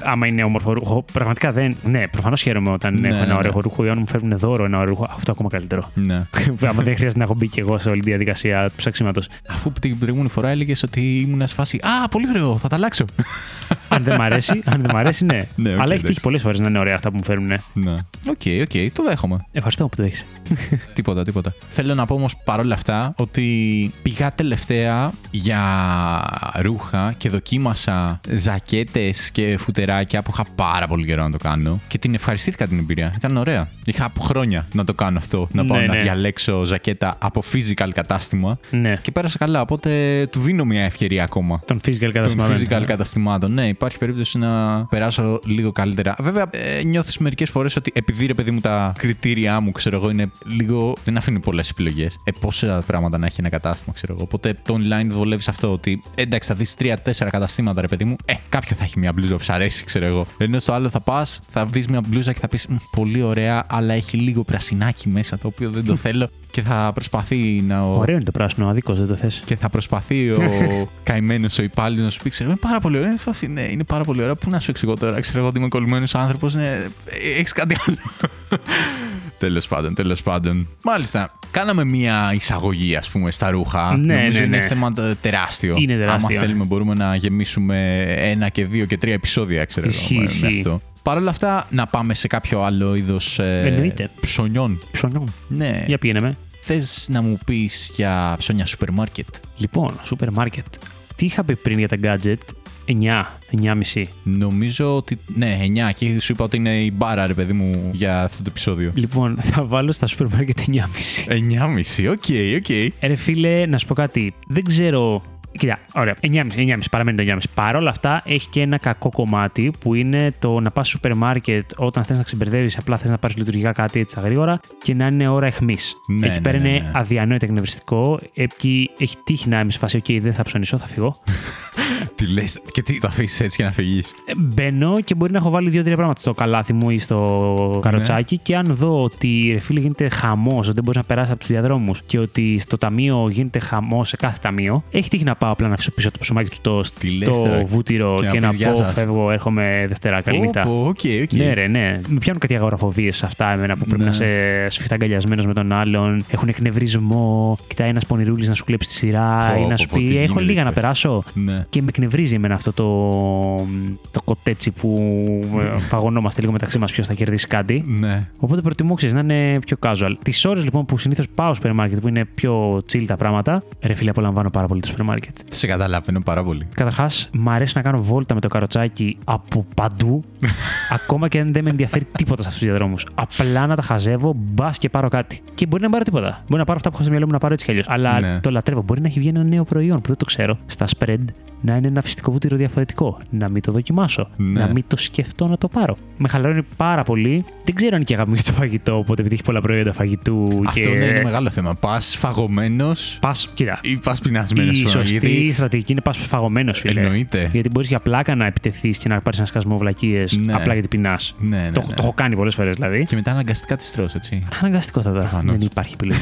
[SPEAKER 1] άμα είναι όμορφο ρούχο. Πραγματικά δεν. Ναι, προφανώς χαίρομαι όταν
[SPEAKER 2] Ναι,
[SPEAKER 1] έχω ένα
[SPEAKER 2] ναι.
[SPEAKER 1] ωραίο ρούχο ή αν μου φέρνουν δώρο ένα ωραίο ρούχο. Αυτό ακόμα καλύτερο.
[SPEAKER 2] Ναι.
[SPEAKER 1] Άμα δεν χρειάζεται να έχω μπει και εγώ σε όλη τη διαδικασία του ψαξίματος.
[SPEAKER 2] Αφού την προηγούμενη φορά έλεγες ότι ήμουν σε φάση Α, πολύ ωραίο, θα τα αλλάξω.
[SPEAKER 1] αν δεν μ' αρέσει, αν δεν μ' αρέσει, ναι.
[SPEAKER 2] Ναι, οκ,
[SPEAKER 1] Αλλά έχει τύχει
[SPEAKER 2] εντάξει.
[SPEAKER 1] πολλές φορές να είναι ωραία αυτά που μου φέρνουν.
[SPEAKER 2] ναι. Οκ, οκ, το δέχομαι.
[SPEAKER 1] Ευχαριστώ που το έχει.
[SPEAKER 2] Τίποτα, τίποτα. Θέλω να πω όμως παρόλα αυτά ότι πήγα τελευταία για ρούχα και δοκίμασα ζακέτες και φουτεράκια που είχα πάρα πολύ καιρό να το κάνω και την ευχαριστήθηκα την εμπειρία. Ήταν ωραία. Είχα από χρόνια να το κάνω αυτό. Να πάω
[SPEAKER 1] Ναι,
[SPEAKER 2] να
[SPEAKER 1] ναι.
[SPEAKER 2] διαλέξω ζακέτα από physical κατάστημα.
[SPEAKER 1] Ναι.
[SPEAKER 2] Και πέρασα καλά, οπότε του δίνω μια ευκαιρία ακόμα
[SPEAKER 1] Τον physical
[SPEAKER 2] των
[SPEAKER 1] καταστημάτων.
[SPEAKER 2] physical καταστημάτων. Ναι, υπάρχει περίπτωση να περάσω λίγο καλύτερα. Βέβαια, ε, νιώθεις μερικές φορές ότι επειδή ρε παιδί μου τα κριτήριά μου, ξέρω εγώ, είναι λίγο. δεν αφήνει πολλές επιλογές. Ε, πόσα πράγματα να έχει ένα κατάστημα, ξέρω εγώ. Οπότε το online βολεύει σε αυτό ότι ε, εντάξει, θα δεις τρία-τέσσερα καταστήματα, ρε παιδί μου. Ε, κάποιο θα έχει μια μπλούζα που σ' αρέσει, ξέρω εγώ. Ενώ στο άλλο θα πας, θα δεις μια μπλούζα και θα πεις πολύ ωραία, αλλά έχει λίγο πρασινάκι μέσα το οποίο δεν το θέλω και θα προσπαθεί να.
[SPEAKER 1] Ωραίο είναι το πράσινο, αδίκως δεν το θες.
[SPEAKER 2] Και θα προσπαθεί ο καημένος ο υπάλληλος να σου πει: Ξέρω, είναι πάρα πολύ ωραία. Είναι φάση, ναι, είναι πάρα πολύ ωραία. Πού να σου εξηγώ τώρα, ξέρω εγώ ότι είμαι κολλημένος άνθρωπος. Ναι, έχεις κάτι άλλο. τέλος πάντων, τέλος πάντων. Μάλιστα, κάναμε μία εισαγωγή, ας πούμε, στα ρούχα.
[SPEAKER 1] Ναι,
[SPEAKER 2] Νομίζω
[SPEAKER 1] ναι,
[SPEAKER 2] είναι
[SPEAKER 1] ναι.
[SPEAKER 2] θέμα τε- τεράστιο. ναι.
[SPEAKER 1] Είναι τεράστιο.
[SPEAKER 2] Άμα θέλουμε, μπορούμε να γεμίσουμε ένα και δύο και τρία επεισόδια, ξέρω
[SPEAKER 1] Ισχύει,
[SPEAKER 2] εγώ. με- Με
[SPEAKER 1] ισχύει.
[SPEAKER 2] αυτό. Παρ' όλα αυτά, να πάμε σε κάποιο άλλο είδος
[SPEAKER 1] Εννοείται.
[SPEAKER 2] ψωνιών.
[SPEAKER 1] Ψωνό.
[SPEAKER 2] Ναι.
[SPEAKER 1] Για πήγαινε με.
[SPEAKER 2] Θες να μου πεις για ψώνια σούπερ μάρκετ.
[SPEAKER 1] Λοιπόν, σούπερ μάρκετ. Τι είχα πει πριν για τα gadget. 9, 9,5.
[SPEAKER 2] Νομίζω ότι. Ναι, 9 και σου είπα ότι είναι η μπάρα, ρε παιδί μου, για αυτό το επεισόδιο.
[SPEAKER 1] Λοιπόν, θα βάλω στα σούπερ μάρκετ 9,5.
[SPEAKER 2] 9,5. Οκ, οκ.
[SPEAKER 1] Ρε φίλε, να σου πω κάτι. Δεν ξέρω Κοίτα, ωραία. 9,5, 9,5, παραμένει το 9,5. Παρ' όλα αυτά έχει και ένα κακό κομμάτι που είναι το να πας στο σούπερ μάρκετ όταν θες να ξεμπερδεύεις, απλά θες να πάρεις λειτουργικά κάτι έτσι τα γρήγορα και να είναι ώρα αιχμή.
[SPEAKER 2] Ναι,
[SPEAKER 1] εκεί
[SPEAKER 2] ναι,
[SPEAKER 1] πέρα
[SPEAKER 2] ναι, ναι.
[SPEAKER 1] είναι αδιανόητα εκνευριστικό. Εκεί έχει τύχει να είμαι σε φάση, οκ, δεν θα ψωνίσω, θα φύγω.
[SPEAKER 2] Τι λες, και τι, το αφήσεις έτσι και να φυγεί.
[SPEAKER 1] Ε, Μπαίνω και μπορεί να έχω βάλει δύο-τρία πράγματα στο καλάθι μου ή
[SPEAKER 2] Ναι.
[SPEAKER 1] στο καροτσάκι. Και αν δω ότι ρε φίλε γίνεται χαμός, ότι δεν μπορείς να περάσεις από τους διαδρόμους και ότι στο ταμείο γίνεται χαμός σε κάθε ταμείο, έχει τύχει να πάω απλά να αφήσω πίσω το ψωμάκι του το,
[SPEAKER 2] Τι λες,
[SPEAKER 1] το
[SPEAKER 2] τώρα,
[SPEAKER 1] βούτυρο
[SPEAKER 2] και
[SPEAKER 1] και,
[SPEAKER 2] να
[SPEAKER 1] να,
[SPEAKER 2] πεις, «Γεια
[SPEAKER 1] πω
[SPEAKER 2] σας».
[SPEAKER 1] φεύγω, έρχομαι Δευτέρα. Καλή νύχτα.
[SPEAKER 2] Οκ, οκ.
[SPEAKER 1] Ναι, ρε, ναι. Με πιάνουν κάτι αγοραφοβίες αυτά εμένα που πρέπει
[SPEAKER 2] Ναι.
[SPEAKER 1] να είσαι σφιχτά αγκαλιασμένος με τον άλλον. Έχουν εκνευρισμό. Κοιτάει ένας πονηρούλης να σου κλέψει τη σειρά
[SPEAKER 2] Πω,
[SPEAKER 1] ή να
[SPEAKER 2] πω,
[SPEAKER 1] σου
[SPEAKER 2] πω, τι
[SPEAKER 1] πει: Έχω
[SPEAKER 2] γίνεται,
[SPEAKER 1] λίγα να
[SPEAKER 2] ρε».
[SPEAKER 1] περάσω.
[SPEAKER 2] Ναι.
[SPEAKER 1] Και με εκνευρίζει εμένα αυτό το, το κοτέτσι που ε, φαγωνόμαστε λίγο μεταξύ μας ποιος θα κερδίσει κάτι.
[SPEAKER 2] Ναι.
[SPEAKER 1] Οπότε προτιμώ ξέρεις, να είναι πιο casual. Τις ώρες λοιπόν που συνήθως πάω στο σούπερ μάρκετ που είναι πιο chill τα πράγματα, ρε φίλε, απολαμβάνω πάρα πολύ το σούπερ μάρκετ.
[SPEAKER 2] Σε καταλαβαίνω πάρα πολύ.
[SPEAKER 1] Καταρχάς, μ' αρέσει να κάνω βόλτα με το καροτσάκι από παντού, ακόμα και αν δεν με ενδιαφέρει τίποτα σε αυτούς τους διαδρόμους. Απλά να τα χαζεύω, μπας και πάρω κάτι. Και μπορεί να μην πάρω τίποτα. Μπορεί να πάρω αυτά που έχω στο μυαλό μου να πάρω έτσι κι αλλιώς. Αλλά
[SPEAKER 2] Ναι.
[SPEAKER 1] το λατρεύω. Μπορεί να έχει βγει ένα νέο προϊόν που δεν το ξέρω στα spread, να είναι ένα φυσικό βούτυρο διαφορετικό. Να μην το δοκιμάσω.
[SPEAKER 2] Ναι.
[SPEAKER 1] Να μην το σκεφτώ να το πάρω. Με χαλαρώνει πάρα πολύ. Δεν ξέρω αν και αγάπη μου για το φαγητό, οπότε επειδή έχει πολλά προϊόντα φαγητού. και...
[SPEAKER 2] Αυτό ναι, είναι μεγάλο θέμα. Πας φαγωμένος
[SPEAKER 1] Πας, κοίτα.
[SPEAKER 2] ή πας πεινασμένος.
[SPEAKER 1] Η σωστή στρατηγική είναι πας φαγωμένος, φίλε.
[SPEAKER 2] Εννοείται.
[SPEAKER 1] Γιατί μπορείς για πλάκα να επιτεθείς και να πάρεις ένα σκασμό βλακίες
[SPEAKER 2] Ναι.
[SPEAKER 1] απλά γιατί πεινάς.
[SPEAKER 2] Ναι, ναι,
[SPEAKER 1] το,
[SPEAKER 2] ναι.
[SPEAKER 1] το έχω κάνει πολλές φορές δηλαδή.
[SPEAKER 2] Και μετά αναγκαστικά τη τρώ, έτσι.
[SPEAKER 1] Αναγκαστικό θα τώρα.
[SPEAKER 2] Προφανώς.
[SPEAKER 1] Δεν υπάρχει επιλογή.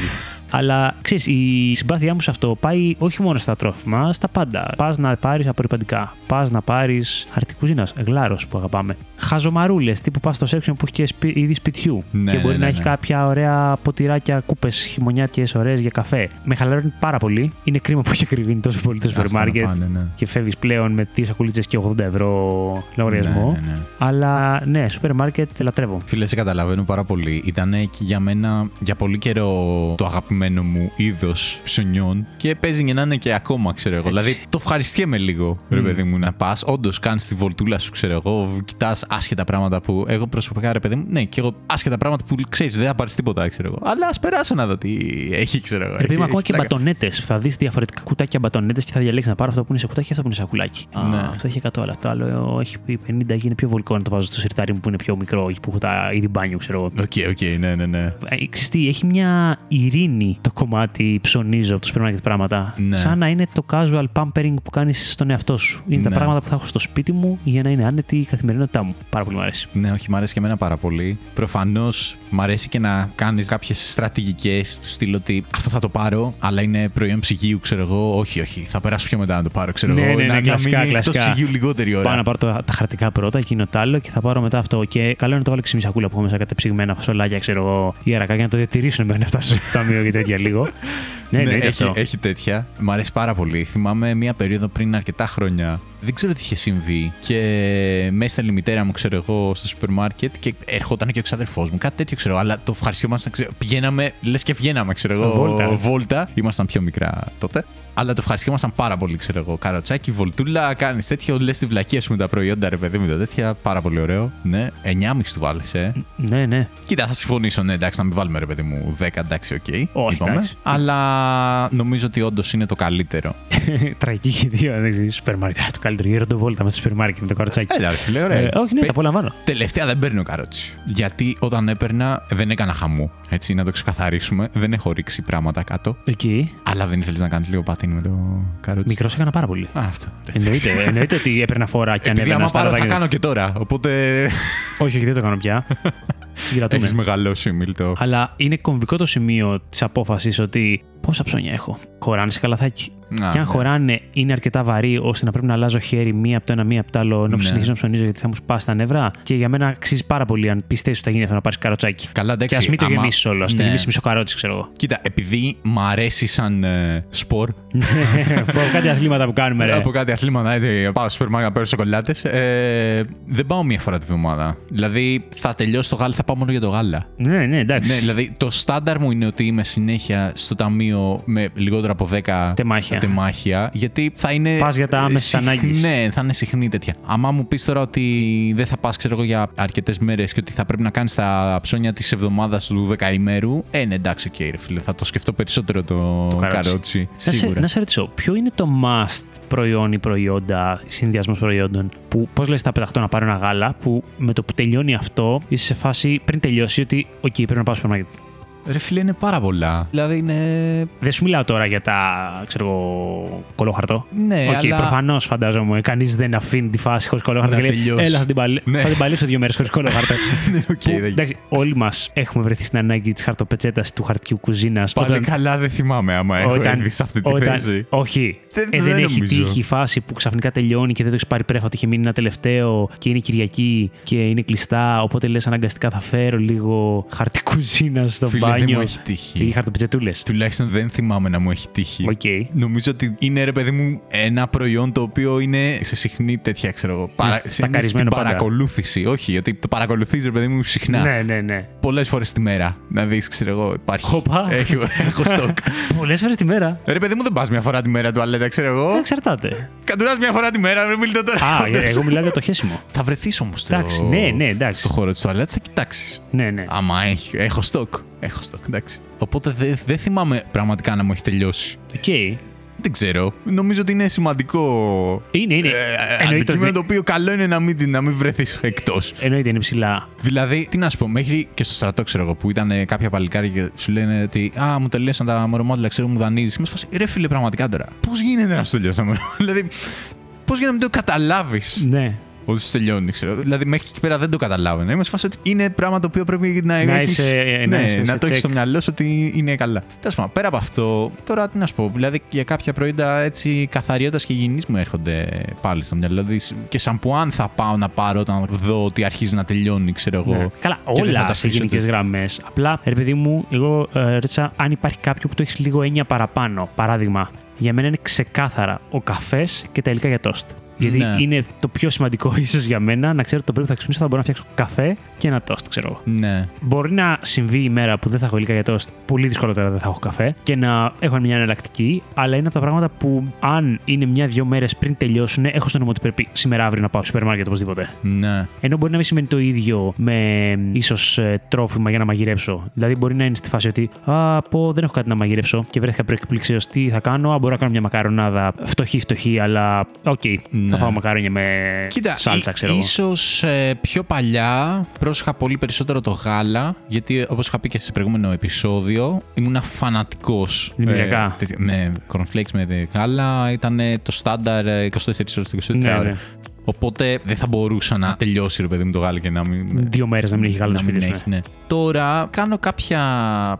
[SPEAKER 1] Αλλά ξέρεις, η συμπάθειά μου σε αυτό πάει όχι μόνο στα τρόφιμα, στα πάντα. Πας να πάρεις απορριπαντικά. Πας να πάρεις χαρτί κουζίνας, γλάρος που αγαπάμε. Χαζομαρούλες τύπου πας στο section που έχεις και σπι- είδη σπιτιού.
[SPEAKER 2] Ναι,
[SPEAKER 1] και μπορεί
[SPEAKER 2] ναι, ναι,
[SPEAKER 1] να έχει
[SPEAKER 2] ναι.
[SPEAKER 1] κάποια ωραία ποτηράκια, κούπες χειμωνιάτιε ωραίες για καφέ. Με χαλαρώνει πάρα πολύ. Είναι κρίμα που έχει ακριβήνει τόσο πολύ το σούπερ
[SPEAKER 2] Άστα να
[SPEAKER 1] μάρκετ
[SPEAKER 2] πάνε, ναι.
[SPEAKER 1] και φεύγεις πλέον με τι σακουλίτσες και 80 ευρώ λογαριασμό.
[SPEAKER 2] Ναι, ναι, ναι.
[SPEAKER 1] Αλλά ναι, σούπερ μάρκετ λατρεύω.
[SPEAKER 2] Φίλε, σε καταλαβαίνω πάρα πολύ. Ήταν και για μένα για πολύ καιρό το αγαπημένο μου είδος ψωνιών και παίζει και να είναι και ακόμα, ξέρω εγώ.
[SPEAKER 1] Έτσι. Mm.
[SPEAKER 2] Δηλαδή, το ευχαριστιέμαι λίγο, ρε παιδί μου, να πας. Όντως, κάνεις τη βολτούλα σου, ξέρω εγώ. Κοιτάς άσχετα πράγματα που. Εγώ προσωπικά, ρε παιδί μου, ναι, και εγώ άσχετα πράγματα που ξέρεις, δεν θα πάρεις τίποτα, ξέρω εγώ. Αλλά ας περάσω να δω τι έχει, ξέρω εγώ.
[SPEAKER 1] Επειδή
[SPEAKER 2] Έχει-
[SPEAKER 1] είμαι ακόμα
[SPEAKER 2] έχει
[SPEAKER 1] και
[SPEAKER 2] πλάκα.
[SPEAKER 1] μπατονέτες. Θα δεις διαφορετικά κουτάκια μπατονέτες και θα διαλέξεις να πάρω αυτό που είναι σε κουτάκι και αυτό που είναι σε σακουλάκι. Α,
[SPEAKER 2] Ναι.
[SPEAKER 1] Αυτό έχει 100, αλλά αυτό άλλο έχει 50 και είναι πιο βολικό να το βάζω στο σιρτάρι μου που είναι πιο μικρό εκεί που έχω τα είδη μπάνιου, ξέρω εγώ.
[SPEAKER 2] Οκ, οκ, ναι, ναι, ναι.
[SPEAKER 1] Ε, ξέρεις τι, έχει μια ειρήνη το κομμάτι ψωνίζω από το σούπερ μάρκετ πράγματα.
[SPEAKER 2] Ναι.
[SPEAKER 1] Σαν να είναι το casual pampering που κάνεις στον εαυτό σου. Είναι
[SPEAKER 2] Ναι.
[SPEAKER 1] τα πράγματα που θα έχω στο σπίτι μου για να είναι άνετη η καθημερινότητά μου. Πάρα πολύ μου αρέσει.
[SPEAKER 2] Ναι, όχι, μ' αρέσει και εμένα πάρα πολύ. Προφανώς μ' αρέσει και να κάνεις κάποιες στρατηγικές του στυλ ότι αυτό θα το πάρω, αλλά είναι προϊόν ψυγείου, ξέρω εγώ. Όχι, όχι, θα περάσω πιο μετά να το πάρω, ξέρω
[SPEAKER 1] Ναι,
[SPEAKER 2] εγώ.
[SPEAKER 1] ναι, ναι,
[SPEAKER 2] να, να
[SPEAKER 1] κλασικά,
[SPEAKER 2] μείνει εκτός
[SPEAKER 1] κλασικά.
[SPEAKER 2] ψυγείου λιγότερη ώρα.
[SPEAKER 1] Πάω να πάρω τα, τα χαρτικά πρώτα, εκείνο το άλλο και θα πάρω μετά αυτό. Και καλό είναι να το βάλω και σε μια σακούλα που έχω μέσα κατεψυγμένα φασολάκια, ξέρω εγώ, ή αρακά για να το διατηρήσουν μέχρι να φτάσω στο ταμείο και τέτοια λίγο. ναι, ναι,
[SPEAKER 2] έχει,
[SPEAKER 1] αυτό.
[SPEAKER 2] έχει τέτοια. Μ' αρέσει πάρα πολύ. Θυμάμαι μία περίοδο πριν αρκετά χρόνια. Δεν ξέρω τι είχε συμβεί. Και με έστελνε η μητέρα μου, ξέρω εγώ, στο σούπερ μάρκετ και ερχόταν και ο ξαδερφός μου. Κάτι τέτοιο ξέρω. Αλλά το ευχαριστήμα μας, να ξέρω. Πηγαίναμε, λες και βγαίναμε, ξέρω εγώ.
[SPEAKER 1] Βόλτα.
[SPEAKER 2] βόλτα. Ήμασταν πιο μικρά τότε. Αλλά το ευχαριστήμασταν πάρα πολύ, ξέρω εγώ. Καροτσάκι, βολτούλα, κάνεις τέτοιο. Λες τη βλακία σου με τα προϊόντα, ρε παιδί μου, τα τέτοια. Πάρα πολύ ωραίο. Ναι, 9,5 του βάλεις, ε.
[SPEAKER 1] Ναι, ναι.
[SPEAKER 2] Κοίτα, θα συμφωνήσω, ναι, εντάξει, να μην βάλουμε ρε παιδί μου 10, εντάξει, οκ.
[SPEAKER 1] Όχι, εντάξει.
[SPEAKER 2] Αλλά νομίζω ότι όντως είναι το καλύτερο.
[SPEAKER 1] Τραγική και δύο, δεν ξέρει. Σούπερ μάρκετ. Α, Το καλύτερο γύρω το βόλτα με στο σούπερ μάρκετ με το καροτσάκι.
[SPEAKER 2] Έλα, ρε φίλε, ωραία.
[SPEAKER 1] Ε, όχι, ναι,
[SPEAKER 2] Πε-
[SPEAKER 1] τα απολαμβάνω.
[SPEAKER 2] Τελευταία δεν παίρνω καρότσι. Γιατί όταν έπαιρνα δεν έκανα χαμού. Έτσι, να το ξεκαθαρίσουμε. Δεν έχω ρίξει πράγματα κάτω.
[SPEAKER 1] Εκεί.
[SPEAKER 2] Αλλά δεν ήθελες να κάνεις λίγο πατίνι με το καρότσι.
[SPEAKER 1] Μικρός έκανα πάρα πολύ.
[SPEAKER 2] Α, αυτό. ρε.
[SPEAKER 1] Εννοείται, Ε, ναι, εννοείται ότι έπαιρνα φορά και
[SPEAKER 2] Επειδή
[SPEAKER 1] ανέβαινα
[SPEAKER 2] άμα
[SPEAKER 1] στα
[SPEAKER 2] πάρω θα
[SPEAKER 1] ραντάκια.
[SPEAKER 2] κάνω και τώρα. Οπότε.
[SPEAKER 1] Ε, Όχι, όχι, δεν το κάνω πια. Συγκρατούμε.
[SPEAKER 2] Έχεις μεγαλώσει, Μίλτο.
[SPEAKER 1] Αλλά είναι κομβικό το σημείο της απόφασης ότι πόσα ψώνια έχω. Χωράνε σε καλαθάκι.
[SPEAKER 2] Α,
[SPEAKER 1] και αν
[SPEAKER 2] ναι.
[SPEAKER 1] χωράνε, είναι αρκετά βαρύ ώστε να πρέπει να αλλάζω χέρι μία από το ένα, μία από το άλλο, ενώ
[SPEAKER 2] Ναι.
[SPEAKER 1] συνεχίζω να ψωνίζω γιατί θα μου σπάσει τα νευρά. Και για μένα αξίζει πάρα πολύ αν πιστεύεις ότι θα γίνει αυτό να πάρεις καροτσάκι.
[SPEAKER 2] Καλά, εντάξει.
[SPEAKER 1] Και ας μην το
[SPEAKER 2] άμα-
[SPEAKER 1] γεμίσει όλο. Ας το
[SPEAKER 2] Ναι.
[SPEAKER 1] γεμίσει μισό καρότσι, ξέρω εγώ.
[SPEAKER 2] Κοίτα, επειδή μ' αρέσει σαν ε, σπορ,
[SPEAKER 1] Πω, κάτι αθλήματα που κάνουμε, ρε.
[SPEAKER 2] Ναι. Από κάτι αθλήματα, έτσι, πάω στο σούπερ μάρκετ να παίρνω σοκολάτες. Ε, δεν πάω μία φορά τη βδομάδα. Δηλαδή, θα τελειώσω το γάλα, θα πάω μόνο για το γάλα.
[SPEAKER 1] Ναι, ναι, εντάξει.
[SPEAKER 2] Ναι, δηλαδή το στάνταρ μου είναι ότι είμαι συνέχεια στο ταμείο μνημόνιο με λιγότερα από 10
[SPEAKER 1] Τεμάχια.
[SPEAKER 2] τεμάχια, γιατί θα είναι.
[SPEAKER 1] Πας για τα άμεσες
[SPEAKER 2] συχν-
[SPEAKER 1] ανάγκες.
[SPEAKER 2] Ναι, θα είναι συχνή τέτοια. Αμά μου πεις τώρα ότι δεν θα πας, ξέρω εγώ, για αρκετές μέρες και ότι θα πρέπει να κάνεις τα ψώνια της εβδομάδας του δεκαημέρου. Ε, ναι, εντάξει, οκ, ρε φίλε, θα το σκεφτώ περισσότερο το,
[SPEAKER 1] καρότσι.
[SPEAKER 2] καρότσι.
[SPEAKER 1] Να σε,
[SPEAKER 2] Σίγουρα.
[SPEAKER 1] να σε ρωτήσω, ποιο είναι το must προϊόν ή προϊόντα, συνδυασμός προϊόντων, που πώς λες, θα πεταχτώ να πάρω ένα γάλα, που με το που τελειώνει αυτό, είσαι σε φάση πριν τελειώσει ότι, οκ, πρέπει να πάω στο supermarket.
[SPEAKER 2] Ρε φίλε, είναι πάρα πολλά. Δηλαδή είναι.
[SPEAKER 1] Δεν σου μιλάω τώρα για τα, ξέρω εγώ, κολόχαρτο.
[SPEAKER 2] Ναι,
[SPEAKER 1] Οκ,
[SPEAKER 2] αλλά-
[SPEAKER 1] προφανώς φαντάζομαι. Κανείς δεν αφήνει τη φάση χωρίς κολόχαρτο.
[SPEAKER 2] Να
[SPEAKER 1] και λέει,
[SPEAKER 2] τελειώσει.
[SPEAKER 1] Έλα, θα την, παλ...
[SPEAKER 2] Ναι.
[SPEAKER 1] θα την παλέψω δύο μέρες χωρίς κολόχαρτο.
[SPEAKER 2] Ναι, οκ,
[SPEAKER 1] Που,
[SPEAKER 2] δεν-
[SPEAKER 1] εντάξει, όλοι μας έχουμε βρεθεί στην ανάγκη της χαρτοπετσέτας του χαρτιού κουζίνας.
[SPEAKER 2] Πάλι καλά δεν θυμάμαι άμα έχω έρθει σε αυτή τη
[SPEAKER 1] όταν-
[SPEAKER 2] θέση.
[SPEAKER 1] Όχι.
[SPEAKER 2] Δεν-
[SPEAKER 1] ε, δεν,
[SPEAKER 2] δεν
[SPEAKER 1] έχει
[SPEAKER 2] νομίζω.
[SPEAKER 1] τύχει η φάση που ξαφνικά τελειώνει και δεν το έχεις πάρει πρέφα ότι είχε μείνει ένα τελευταίο και είναι Κυριακή και είναι κλειστά. Οπότε λες αναγκαστικά θα φέρω λίγο χαρτί κουζίνας στο
[SPEAKER 2] Φίλε,
[SPEAKER 1] μπάνιο.
[SPEAKER 2] δεν μου έχει
[SPEAKER 1] Ή
[SPEAKER 2] τύχει.
[SPEAKER 1] χαρτοπετσετούλε.
[SPEAKER 2] Τουλάχιστον δεν θυμάμαι να μου έχει τύχει.
[SPEAKER 1] Οκ.
[SPEAKER 2] Νομίζω ότι είναι ρε παιδί μου ένα προϊόν το οποίο είναι σε συχνή τέτοια, ξέρω εγώ. παρα-
[SPEAKER 1] στα
[SPEAKER 2] σε- είναι
[SPEAKER 1] καρισμένο
[SPEAKER 2] στην
[SPEAKER 1] πάντα.
[SPEAKER 2] παρακολούθηση. Όχι, ότι το παρακολουθείς ρε παιδί μου συχνά.
[SPEAKER 1] Ναι, ναι, ναι.
[SPEAKER 2] Πολλές φορές τη μέρα. Να δεις, ξέρω εγώ, υπάρχει.
[SPEAKER 1] Χοπα.
[SPEAKER 2] Έχω, έχω στόκ.
[SPEAKER 1] Πολλές φορές τη μέρα.
[SPEAKER 2] ρε παιδί μου, δεν πας μια φορά τη μέρα τουαλέτα, ξέρω
[SPEAKER 1] Δεν
[SPEAKER 2] εγώ.
[SPEAKER 1] εξαρτάται.
[SPEAKER 2] Καντουράς μια φορά τη μέρα, ρε μιλτό τώρα.
[SPEAKER 1] Α,
[SPEAKER 2] Όντως.
[SPEAKER 1] εγώ μιλάω για το χέσιμο.
[SPEAKER 2] Θα βρεθείς όμως
[SPEAKER 1] Εντάξει, ναι, ναι, εντάξει.
[SPEAKER 2] στο χώρο της τουαλέτας, θα κοιτάξεις.
[SPEAKER 1] Ναι, ναι.
[SPEAKER 2] Άμα έχει, έχω στόκ. Έχω στόκ, εντάξει. Οπότε δε- δεν θυμάμαι πραγματικά να μου έχει τελειώσει.
[SPEAKER 1] Οκ.
[SPEAKER 2] Δεν ξέρω. Νομίζω ότι είναι σημαντικό.
[SPEAKER 1] Είναι, είναι.
[SPEAKER 2] Ε,
[SPEAKER 1] εννοείται,
[SPEAKER 2] αντικείμενο
[SPEAKER 1] ότι-
[SPEAKER 2] το οποίο καλό είναι να μην, να μην βρεθείς εκτός.
[SPEAKER 1] εννοείται είναι ψηλά.
[SPEAKER 2] Δηλαδή, τι να σου πω, μέχρι και στο στρατό, ξέρω εγώ, που ήταν ε, κάποια παλικάρια και σου λένε ότι Α, μου τελείωσαν τα μωρομάτια, ξέρω μου δανείζεις. Είμαι σε φάση, ρε φίλε, πραγματικά τώρα. Πώς γίνεται να σου τελειώσει τα μωρομάτια, δηλαδή, πώς γίνεται να μην το καταλάβεις
[SPEAKER 1] Ναι.
[SPEAKER 2] ότι σου τελειώνει, ξέρω. Δηλαδή, μέχρι εκεί πέρα δεν το καταλάβαινα. Είμαι σε φάση ότι είναι πράγμα το οποίο πρέπει να,
[SPEAKER 1] Να
[SPEAKER 2] έχεις-
[SPEAKER 1] είσαι- ε, να
[SPEAKER 2] ναι,
[SPEAKER 1] είσαι σε
[SPEAKER 2] να το έχεις
[SPEAKER 1] check.
[SPEAKER 2] στο μυαλό σου ότι είναι καλά. Τέλος πάντων, πέρα από αυτό, τώρα τι να σου πω. Δηλαδή, για κάποια προϊόντα έτσι καθαριότητας και υγιεινής μου έρχονται πάλι στο μυαλό. Δηλαδή, σ- και σαν που αν θα πάω να πάρω όταν δω ότι αρχίζει να τελειώνει, ξέρω εγώ.
[SPEAKER 1] Ναι. Καλά,
[SPEAKER 2] δεν θα
[SPEAKER 1] όλα
[SPEAKER 2] τα
[SPEAKER 1] σε
[SPEAKER 2] αφήσω
[SPEAKER 1] γενικές
[SPEAKER 2] τότε.
[SPEAKER 1] γραμμές. Απλά, ρε παιδί μου, εγώ ε, ρώτησα αν υπάρχει κάποιο που το έχεις λίγο έννοια παραπάνω. Παράδειγμα, για μένα είναι ξεκάθαρα ο καφές και τα υλικά για τόστ. Γιατί
[SPEAKER 2] Ναι.
[SPEAKER 1] είναι το πιο σημαντικό ίσως για μένα να ξέρω ότι το πρωί που θα ξυπνήσω θα μπορώ να φτιάξω καφέ και ένα τόστ, ξέρω εγώ.
[SPEAKER 2] Ναι.
[SPEAKER 1] Μπορεί να συμβεί η μέρα που δεν θα έχω υλικά για τόστ, πολύ δυσκολότερα δεν θα έχω καφέ και να έχω μια εναλλακτική, αλλά είναι από τα πράγματα που αν είναι μια-δυο μέρες πριν τελειώσουν, έχω στο νόμο ότι πρέπει σήμερα αύριο να πάω στο σούπερ μάρκετ οπωσδήποτε.
[SPEAKER 2] Ναι.
[SPEAKER 1] Ενώ μπορεί να μην σημαίνει το ίδιο με ίσως τρόφιμα για να μαγειρέψω. Δηλαδή, μπορεί να είναι στη φάση ότι Α, πω, δεν έχω κάτι να μαγειρέψω και βρέθηκα προεκπλήξεως. Τι θα κάνω, Α, μπορώ να κάνω μια μακαρονάδα. Φτωχή, φτωχή, αλλά οκ.
[SPEAKER 2] Ναι.
[SPEAKER 1] Θα φάω μακαρόνια με
[SPEAKER 2] Κοίτα,
[SPEAKER 1] σάλτσα,
[SPEAKER 2] ί-
[SPEAKER 1] ξέρω εγώ.
[SPEAKER 2] ίσως ε, πιο παλιά πρόσεχα πολύ περισσότερο το γάλα, γιατί όπως είχα πει και σε προηγούμενο επεισόδιο, ήμουν φανατικός.
[SPEAKER 1] Δημητριακά.
[SPEAKER 2] τέτοιο- ναι, cornflakes με δε- γάλα ήταν το στάνταρ ε, 24 ώρες, 24
[SPEAKER 1] Ναι,
[SPEAKER 2] ώρες.
[SPEAKER 1] ναι.
[SPEAKER 2] Οπότε δεν θα μπορούσα να τελειώσει ρε παιδί μου το γάλα και να μην...
[SPEAKER 1] Δύο μέρες να μην έχει Ναι, γάλα το
[SPEAKER 2] να μην
[SPEAKER 1] σπίτι.
[SPEAKER 2] έχει, ναι. Τώρα κάνω κάποια.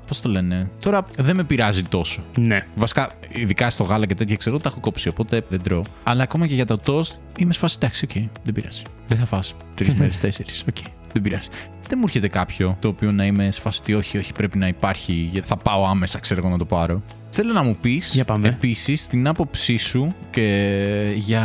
[SPEAKER 2] Πώς το λένε. Τώρα δεν με πειράζει τόσο.
[SPEAKER 1] Ναι. ναι.
[SPEAKER 2] Βασικά, ειδικά στο γάλα και τέτοια, ξέρω, τα έχω κόψει, οπότε δεν τρώω. Αλλά ακόμα και για το toast είμαι σε φάση, εντάξει, οκ, δεν πειράζει. Δεν θα φας τρεις μέρες, τέσσερις. Οκ, δεν πειράζει. Δεν μου έρχεται κάποιο το οποίο να είμαι σε φάση ότι όχι, όχι, πρέπει να υπάρχει, γιατί θα πάω άμεσα, ξέρω εγώ να το πάρω. Θέλω να μου πεις
[SPEAKER 1] Για πάμε.
[SPEAKER 2] επίσης την άποψή σου και για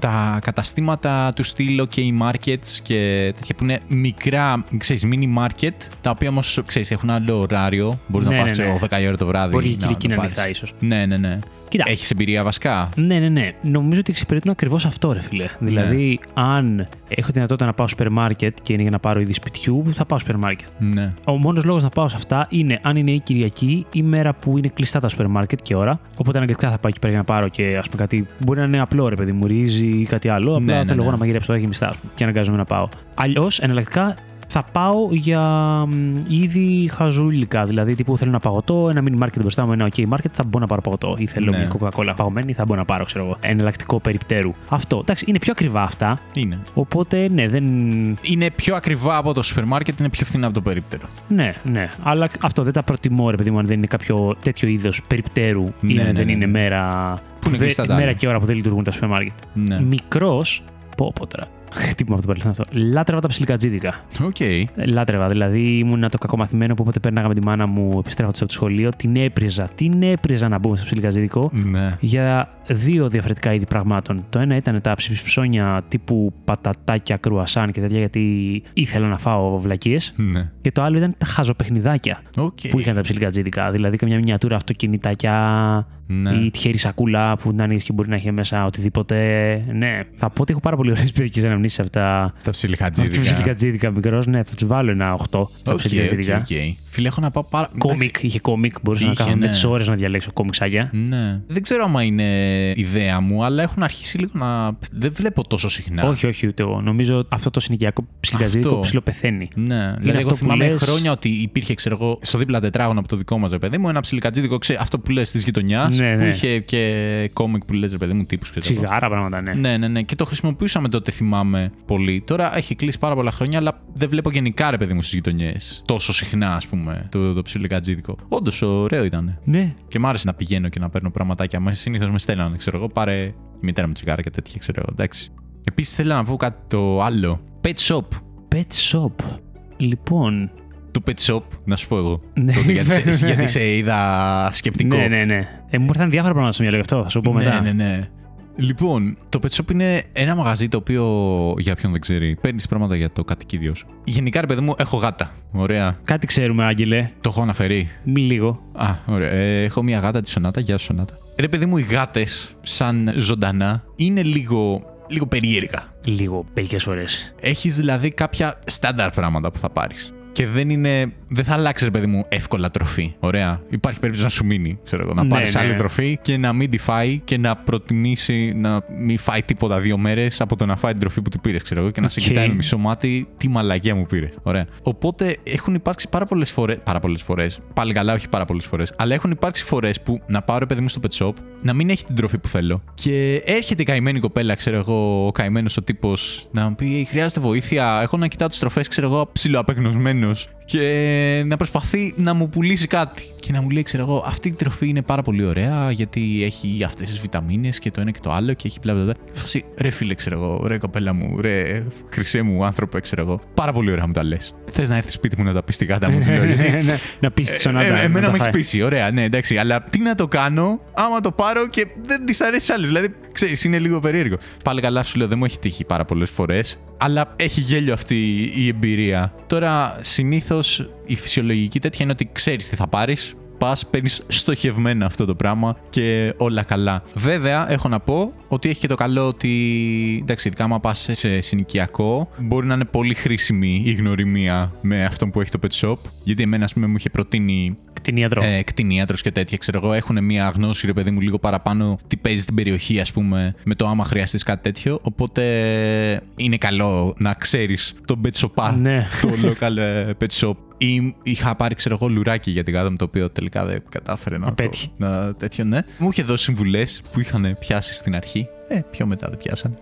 [SPEAKER 2] τα καταστήματα του στυλ OK markets και τέτοια που είναι μικρά, ξέρεις, mini market, τα οποία όμως ξέρεις, έχουν άλλο ωράριο. Μπορείς
[SPEAKER 1] Ναι,
[SPEAKER 2] να
[SPEAKER 1] ναι,
[SPEAKER 2] πας
[SPEAKER 1] ναι.
[SPEAKER 2] 10 η ώρα το βράδυ.
[SPEAKER 1] Μπορεί η
[SPEAKER 2] να
[SPEAKER 1] Κυριακή
[SPEAKER 2] το
[SPEAKER 1] να είναι
[SPEAKER 2] πάρεις.
[SPEAKER 1] ανοιχτά, ίσως.
[SPEAKER 2] Ναι, ναι, ναι.
[SPEAKER 1] Κοίτα.
[SPEAKER 2] Έχεις εμπειρία βασικά.
[SPEAKER 1] Ναι, ναι, ναι. Νομίζω ότι εξυπηρετούν ακριβώς αυτό, ρε φίλε. Δηλαδή, αν έχω δυνατότητα να πάω σούπερ μάρκετ και είναι για να πάρω είδη σπιτιού, θα πάω σούπερ μάρκετ.
[SPEAKER 2] Ναι.
[SPEAKER 1] Ο μόνος λόγος να πάω σε αυτά είναι αν είναι η Κυριακή ή μέρα που είναι κλειστά τα σούπερ μάρκετ και ώρα. Οπότε αναγκαστικά θα πάω εκεί πέρα για να πάρω και ας πούμε κάτι. Μπορεί να είναι απλό ρε παιδί μου, ρύζι ή κάτι άλλο. Απλά
[SPEAKER 2] Ναι, ναι,
[SPEAKER 1] θέλω εγώ
[SPEAKER 2] ναι.
[SPEAKER 1] να μαγειρέψω τα γεμιστά ας πούμε, και αναγκάζομαι να πάω. Αλλιώς εναλλακτικά θα πάω για μ, είδη χαζούλικα. Δηλαδή, τύπου θέλω ένα παγωτό, ένα mini market μπροστά μου, ένα OK market, θα μπορώ να πάρω παγωτό. Ή θέλω
[SPEAKER 2] Ναι.
[SPEAKER 1] μια Coca-Cola παγωμένη, θα μπορώ να πάρω, ξέρω εγώ. Εναλλακτικό περιπτέρου. Αυτό. Εντάξει, είναι πιο ακριβά αυτά.
[SPEAKER 2] Είναι.
[SPEAKER 1] Οπότε, ναι, δεν.
[SPEAKER 2] Είναι πιο ακριβά από το σούπερ μάρκετ, είναι πιο φθηνά από το περίπτερο.
[SPEAKER 1] Ναι, ναι. Αλλά αυτό δεν τα προτιμώ, ρε παιδί μου, αν δεν είναι κάποιο τέτοιο είδος περιπτέρου ή
[SPEAKER 2] Ναι,
[SPEAKER 1] αν
[SPEAKER 2] ναι,
[SPEAKER 1] δεν
[SPEAKER 2] ναι,
[SPEAKER 1] είναι
[SPEAKER 2] ναι.
[SPEAKER 1] μέρα.
[SPEAKER 2] είναι
[SPEAKER 1] δεν-
[SPEAKER 2] κλειστά τα
[SPEAKER 1] μέρα
[SPEAKER 2] άλλα.
[SPEAKER 1] και ώρα που δεν λειτουργούν τα σούπερ μάρκετ.
[SPEAKER 2] Ναι.
[SPEAKER 1] Μικρός. Πω, πω τώρα. Χτύπημα από το παρελθόν αυτό. Λάτρευα τα ψιλικατζίδικα.
[SPEAKER 2] Οκ.
[SPEAKER 1] Λάτρευα. Δηλαδή ήμουν το κακομαθημένο που όποτε πέρναγα με τη μάνα μου επιστρέφοντας από το σχολείο, την έπριζα. Την έπριζα να μπούμε στο ψιλικατζίδικο
[SPEAKER 2] Ναι.
[SPEAKER 1] για δύο διαφορετικά είδη πραγμάτων. Το ένα ήταν τα ψιψιψόνια τύπου πατατάκια, κρουασάν και τέτοια, γιατί ήθελα να φάω βλακίες.
[SPEAKER 2] Ναι.
[SPEAKER 1] Και το άλλο ήταν τα χαζοπαιχνιδάκια
[SPEAKER 2] Οκ.
[SPEAKER 1] που είχαν τα ψιλικατζίδικα. Δηλαδή καμιά μινιατούρα αυτοκινητάκια,
[SPEAKER 2] Ναι.
[SPEAKER 1] ή τυχερή σακούλα που να ανοίξει και μπορεί να έχει μέσα οτιδήποτε. Ναι, θα πω ότι έχω πάρα πολύ ωραίες περιοχέ αναμνήσεις από τα.
[SPEAKER 2] Τα
[SPEAKER 1] Από τα
[SPEAKER 2] ψιλιχατζίδικα.
[SPEAKER 1] ψιλικατζίδικα μικρός, ναι, θα τους βάλω ένα 8. Τα
[SPEAKER 2] Οκ, οκ,
[SPEAKER 1] ψιλικατζίδικα.
[SPEAKER 2] οκ. Φίλε, έχω να πάω πάρα...
[SPEAKER 1] Κόμικ, είχε κόμικ, μπορούσα να
[SPEAKER 2] Είχε,
[SPEAKER 1] κάνω με
[SPEAKER 2] ναι.
[SPEAKER 1] τις ώρες να διαλέξω κόμικσάκια.
[SPEAKER 2] Ναι. Δεν ξέρω άμα είναι ιδέα μου, αλλά έχουν αρχίσει λίγο να. Δεν βλέπω τόσο συχνά.
[SPEAKER 1] Όχι, όχι, ούτε εγώ. Νομίζω αυτό το συνοικιακό ψιλικατζίδικο
[SPEAKER 2] Ναι. Αυτό.
[SPEAKER 1] ψιλοπεθαίνει.
[SPEAKER 2] Ναι. Δηλαδή,
[SPEAKER 1] αυτό
[SPEAKER 2] εγώ
[SPEAKER 1] που
[SPEAKER 2] θυμάμαι
[SPEAKER 1] λες.
[SPEAKER 2] χρόνια ότι υπήρχε, ξέρω εγώ, στο δίπλα τετράγωνο από το δικό μας, ρε παιδί μου, ένα ψιλικατζίδικο, ξέ, αυτό που λες τη γειτονιάς.
[SPEAKER 1] Ναι,
[SPEAKER 2] Που
[SPEAKER 1] ναι.
[SPEAKER 2] είχε και κόμικ που λες, ρε παιδί μου, τύπους και τέτοια.
[SPEAKER 1] Τσιγάρα πράγματα, ναι.
[SPEAKER 2] Ναι, ναι, ναι. Και το χρησιμοποιούσαμε τότε, θυμάμαι πολύ. Τώρα έχει κλείσει πάρα πολλά χρόνια, αλλά δεν βλέπω γενικά, ρε παιδί μου, στις γειτονιές τόσο συχνά, ας πούμε, το, το ψιλικατζίδικο. Όντως, ωραίο ήταν.
[SPEAKER 1] Ναι,
[SPEAKER 2] Και μ' άρεσε να πηγαίνω και να παίρνω πραγματάκια μέσα. Συνήθως με στέλνανε, ξέρω εγώ, πάρε η μητέρα μου τσιγάρα και τέτοια, ξέρω εγώ. Εντάξει. Επίσης θέλω να πω κάτι το άλλο. Pet shop.
[SPEAKER 1] pet shop. Λοιπόν.
[SPEAKER 2] Το pet shop, να σου πω εγώ.
[SPEAKER 1] Ναι.
[SPEAKER 2] Τότε, γιατί, σε, γιατί σε είδα σκεπτικό.
[SPEAKER 1] Ναι, ναι, ναι. Ε, μου ήρθαν διάφορα πράγματα στο μυαλό γι' αυτό, θα σου πω μετά.
[SPEAKER 2] Ναι, ναι, ναι. Λοιπόν, το Pet Shop είναι ένα μαγαζί το οποίο, για ποιον δεν ξέρει, παίρνεις πράγματα για το κατοικίδιό σου. Γενικά, ρε παιδί μου, έχω γάτα. Ωραία.
[SPEAKER 1] Κάτι ξέρουμε, Άγγελε.
[SPEAKER 2] Το έχω αναφερεί.
[SPEAKER 1] Μη λίγο.
[SPEAKER 2] Α, ωραία. Ε, έχω μια γάτα τη Σονάτα. Γεια σου, Σονάτα. Ρε παιδί μου, οι γάτες, σαν ζωντανά, είναι λίγο, λίγο περίεργα.
[SPEAKER 1] Λίγο, μερικές φορές.
[SPEAKER 2] Έχεις δηλαδή κάποια στάνταρ πράγματα που θα πάρεις. Και δεν είναι. Δεν θα αλλάξει, παιδί μου, εύκολα τροφή. Ωραία. Υπάρχει περίπτωση να σου μείνει, ξέρω εγώ. Να
[SPEAKER 1] Ναι,
[SPEAKER 2] πάρεις
[SPEAKER 1] ναι.
[SPEAKER 2] άλλη τροφή και να μην τη φάει και να προτιμήσει να μην φάει τίποτα δύο μέρες από το να φάει την τροφή που του πήρες, ξέρω εγώ. Και να σε
[SPEAKER 1] Οκ.
[SPEAKER 2] κοιτάει με μισό μάτι τι μαλακία μου πήρες. Ωραία. Οπότε έχουν υπάρξει πάρα πολλές φορές. Πάρα πολλές φορές. Πάλι καλά, όχι πάρα πολλές φορές. Αλλά έχουν υπάρξει φορές που να πάω ρε παιδί μου στο pet shop, να μην έχει την τροφή που θέλω. Και έρχεται η καημένη κοπέλα, ξέρω εγώ, ο καημένος ο τύπος, να μου πει: Χρειάζεται βοήθεια. Έχω να κοιτάω τις τροφές, ξέρω εγώ, ψιλοαπεγνωσμένο. Και να προσπαθεί να μου πουλήσει κάτι. Και να μου λέει, ξέρω εγώ, αυτή η τροφή είναι πάρα πολύ ωραία γιατί έχει αυτές τις βιταμίνες και το ένα και το άλλο και έχει μπλα μπλα μπλα. Φάση, ρε φίλε, ξέρω εγώ, ρε κοπέλα μου, ρε χρυσέ μου άνθρωπε, ξέρω εγώ. Πάρα πολύ ωραία μου τα λες. Θες να έρθει σπίτι μου να τα πεις στη γάτα μου, του λέω, γιατί
[SPEAKER 1] Ναι, Να πεις τη
[SPEAKER 2] ε,
[SPEAKER 1] σονάτα.
[SPEAKER 2] ε, εμένα
[SPEAKER 1] να
[SPEAKER 2] με
[SPEAKER 1] τα
[SPEAKER 2] έχει
[SPEAKER 1] φάει.
[SPEAKER 2] πείσει. Ωραία, ναι, εντάξει. Αλλά τι να το κάνω άμα το πάρω και δεν της αρέσει άλλη. Δηλαδή, ξέρεις, είναι λίγο περίεργο. Πάλι καλά, σου λέω, δεν μου έχει τύχει πάρα πολλές φορές. Αλλά έχει γέλιο αυτή η εμπειρία. Τώρα, συνήθως η φυσιολογική τέτοια είναι ότι ξέρεις τι θα πάρεις. Πας, παίρνεις στοχευμένα αυτό το πράγμα και όλα καλά. Βέβαια, έχω να πω ότι έχει και το καλό ότι. Εντάξει, ειδικά άμα πας σε συνοικιακό, μπορεί να είναι πολύ χρήσιμη η γνωριμία με αυτό που έχει το pet shop. Γιατί εμένα, ας πούμε, μου είχε προτείνει
[SPEAKER 1] Κτηνίατρο.
[SPEAKER 2] ε, κτηνίατρος και τέτοια, ξέρω εγώ, έχουν μια γνώση, ρε παιδί μου, λίγο παραπάνω τι παίζει στην περιοχή, ας πούμε, με το άμα χρειαστείς κάτι τέτοιο. Οπότε είναι καλό να ξέρεις τον pet shop,
[SPEAKER 1] Ναι.
[SPEAKER 2] το local ε, pet shop. Ή είχα πάρει, ξέρω εγώ, λουράκι για την γάτα μου, το οποίο τελικά δεν κατάφερε να. το-
[SPEAKER 1] Απέτυχε.
[SPEAKER 2] να τέτοιο, ναι. Μου είχε δώσει συμβουλές που είχαν πιάσει στην αρχή. Ε, πιο μετά δεν πιάσανε.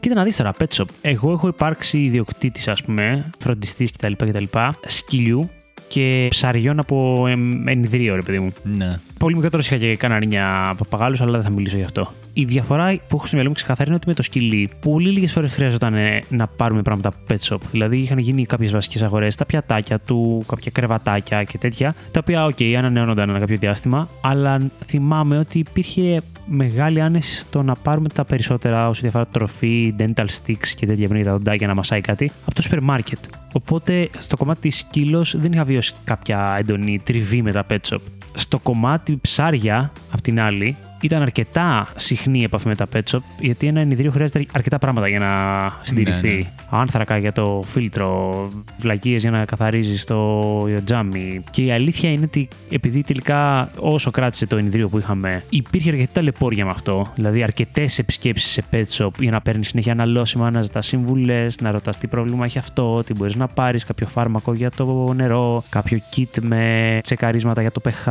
[SPEAKER 1] Κοίτα να δεις τώρα, pet shop. Εγώ έχω υπάρξει ιδιοκτήτης, ας πούμε, φροντιστής κτλ, κτλ. Σκυλιού και ψαριών από εμ, ενιδρίο, ρε παιδί μου.
[SPEAKER 2] Ναι.
[SPEAKER 1] Πολύ μικρότερο είχα και καναρίνια παπαγάλους, αλλά δεν θα μιλήσω γι' αυτό. Η διαφορά που έχω στο μυαλό μου ξεκαθαρή είναι ότι με το σκυλί, πολύ λίγες φορές χρειαζόταν ε, να πάρουμε πράγματα από pet shop. Δηλαδή είχαν γίνει κάποιες βασικές αγορές, τα πιατάκια του, κάποια κρεβατάκια και τέτοια, τα οποία, οκ, ανανεώνονταν ένα κάποιο διάστημα, αλλά θυμάμαι ότι υπήρχε μεγάλη άνεση στο να πάρουμε τα περισσότερα όσο διαφορά τροφή, dental sticks και τέτοια πριν για τα δοντάκια να μασάει κάτι από το σούπερ μάρκετ. Οπότε στο κομμάτι της σκύλος δεν είχα βιώσει κάποια έντονη τριβή με τα pet shop. Στο κομμάτι ψάρια, απ' την άλλη, ήταν αρκετά συχνή η επαφή με τα pet shop, γιατί ένα ενιδρίο χρειάζεται αρκετά πράγματα για να συντηρηθεί.
[SPEAKER 2] Ναι, ναι.
[SPEAKER 1] Άνθρακα για το φίλτρο, βλακίες για να καθαρίζεις το τζάμι. Και η αλήθεια είναι ότι επειδή τελικά όσο κράτησε το ενιδρίο που είχαμε, υπήρχε αρκετή ταλαιπώρια με αυτό. Δηλαδή, αρκετές επισκέψεις σε pet shop για να παίρνεις συνέχεια αναλώσιμα, να ζητάς συμβουλές, να ρωτάς τι πρόβλημα έχει αυτό, τι μπορείς να πάρεις, κάποιο φάρμακο για το νερό, κάποιο kit με τσεκαρίσματα για το pH,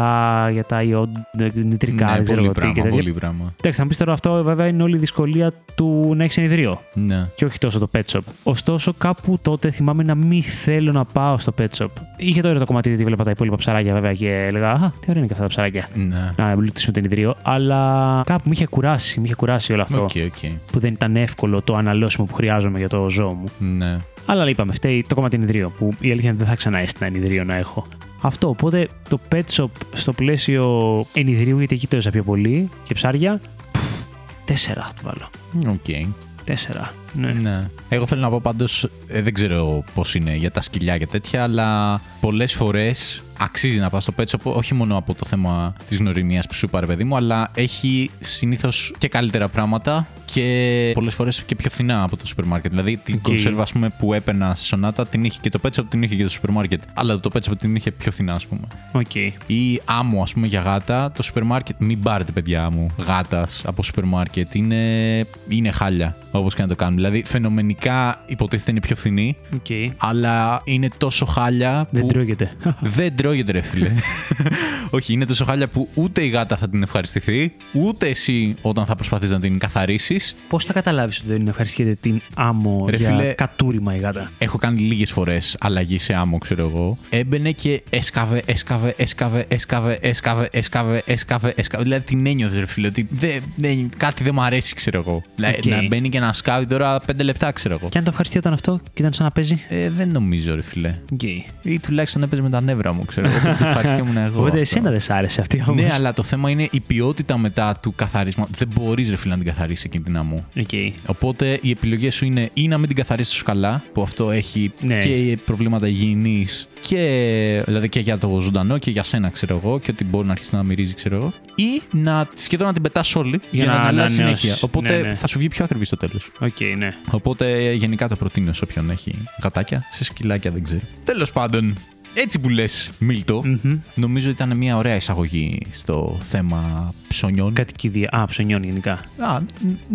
[SPEAKER 1] για τα ιόντ, νητρικά,
[SPEAKER 2] Ναι,
[SPEAKER 1] δεν ξέρω
[SPEAKER 2] πολύ
[SPEAKER 1] εγώ τι
[SPEAKER 2] πράγμα.
[SPEAKER 1] και τέτοια.
[SPEAKER 2] πολύ δράμα.
[SPEAKER 1] Εντάξει, θα μου πεις τώρα αυτό, βέβαια, είναι όλη η δυσκολία του να έχεις συνειδρίο
[SPEAKER 2] Ναι.
[SPEAKER 1] και όχι τόσο το pet shop. Ωστόσο, κάπου τότε θυμάμαι να μην θέλω να πάω στο pet shop. Είχε τώρα το κομμάτι ότι βλέπα τα υπόλοιπα ψαράκια, βέβαια, και έλεγα Α, τι ωραία είναι και αυτά τα ψαράκια.
[SPEAKER 2] Ναι.
[SPEAKER 1] Να εμπλουτίσουμε τον ιδρύο, αλλά κάπου με είχε κουράσει, με είχε κουράσει όλο αυτό.
[SPEAKER 2] Οκ, οκ.
[SPEAKER 1] Που δεν ήταν εύκολο το αναλώσιμο που χρειάζομαι για το ζώο μου.
[SPEAKER 2] Ναι.
[SPEAKER 1] Αλλά είπαμε, φταίει το κομμάτι ιδρύο, που η αλήθεια είναι δεν θα ξανά έστεινα ενιδρύο να έχω. Αυτό, οπότε το pet shop στο πλαίσιο ενιδρύου, γιατί εκεί το έζα πιο πολύ και ψάρια, πφ, τέσσερα θα του βάλω.
[SPEAKER 2] Οκ.
[SPEAKER 1] Τέσσερα. Ναι.
[SPEAKER 2] Ναι. Εγώ θέλω να πω πάντως, δεν ξέρω πώς είναι για τα σκυλιά και τέτοια, αλλά πολλές φορές αξίζει να πας στο pet shop, όχι μόνο από το θέμα της γνωριμίας που σου είπα, ρε παιδί μου, αλλά έχει συνήθως και καλύτερα πράγματα και πολλές φορές και πιο φθηνά από το σούπερ μάρκετ. Δηλαδή την
[SPEAKER 1] Οκ.
[SPEAKER 2] κονσέρβα ας πούμε, που έπαιρνα στη σονάτα την είχε και το pet shop, την είχε και το σούπερ μάρκετ. Αλλά το pet shop την είχε πιο φθηνά, ας πούμε.
[SPEAKER 1] Οκ.
[SPEAKER 2] Ή άμμο, ας πούμε, για γάτα, το σούπερ μάρκετ. Μην πάρετε, παιδιά μου, γάτας από σούπερ μάρκετ. Είναι, είναι χάλια, όπως και να το κάνουμε. Δηλαδή, φαινομενικά υποτίθεται είναι πιο φθηνή,
[SPEAKER 1] Οκ.
[SPEAKER 2] αλλά είναι τόσο χάλια
[SPEAKER 1] Δεν
[SPEAKER 2] που.
[SPEAKER 1] τρώγεται.
[SPEAKER 2] Δεν τρώγεται, ρε φίλε. Όχι, είναι τόσο χάλια που ούτε η γάτα θα την ευχαριστηθεί, ούτε εσύ όταν θα προσπαθείς να την καθαρίσεις.
[SPEAKER 1] Πώς θα καταλάβεις ότι δεν ευχαριστιέται την άμμο
[SPEAKER 2] Ρε
[SPEAKER 1] για
[SPEAKER 2] φίλε.
[SPEAKER 1] κατούριμα η γάτα.
[SPEAKER 2] Έχω κάνει λίγες φορές αλλαγή σε άμμο, ξέρω εγώ. Έμπαινε και έσκαβε, έσκαβε, έσκαβε, έσκαβε, έσκαβε, έσκαβε, έσκαβε, έσκαβε. Δηλαδή την ένιωθε, ρε φίλε, ότι δεν- δεν- κάτι δεν μου αρέσει, ξέρω εγώ. Δηλαδή,
[SPEAKER 1] Οκ.
[SPEAKER 2] Να μπαίνει και να σκάβει τώρα πέντε λεπτά, ξέρω εγώ.
[SPEAKER 1] Και αν το ευχαριστιόταν αυτό και ήταν σαν να παίζει.
[SPEAKER 2] Ε, δεν νομίζω, ρε φίλε.
[SPEAKER 1] Οκ.
[SPEAKER 2] Ή τουλάχιστον έπαιζε με τα νεύρα μου, ξέρω εγώ. που Ευχαριστήμουν εγώ.
[SPEAKER 1] Οπότε
[SPEAKER 2] αυτό.
[SPEAKER 1] εσένα δεν σ' άρεσε αυτή όμως.
[SPEAKER 2] Ναι, αλλά το θέμα είναι η ποιότητα μετά του καθαρίσματο. Δεν μπορείς, ρε φίλε, να την καθαρίσεις εκείνη την αμμού. Οπότε οι επιλογές σου είναι ή να μην την καθαρίσεις καλά, που αυτό έχει
[SPEAKER 1] Ναι.
[SPEAKER 2] και προβλήματα υγιεινής και, δηλαδή και για το ζωντανό και για σένα, ξέρω εγώ, και ότι μπορεί να αρχίσει να μυρίζει, ξέρω εγώ. Ή να σχεδόν να την πετάς όλη για,
[SPEAKER 1] να
[SPEAKER 2] να, την αλλάζεις
[SPEAKER 1] ανανεώσεις.
[SPEAKER 2] συνέχεια. Οπότε
[SPEAKER 1] Ναι, ναι.
[SPEAKER 2] θα σου βγει πιο ακριβή στο τέλος.
[SPEAKER 1] Οκ, ναι.
[SPEAKER 2] Οπότε γενικά το προτείνω σε όποιον έχει γατάκια, σε σκυλάκια δεν ξέρω. Τέλος πάντων, έτσι που λες, Μίλτο, νομίζω ήταν μια ωραία εισαγωγή στο θέμα ψωνιών.
[SPEAKER 1] Κατοικίδια. Α, ψωνιών γενικά.
[SPEAKER 2] Α,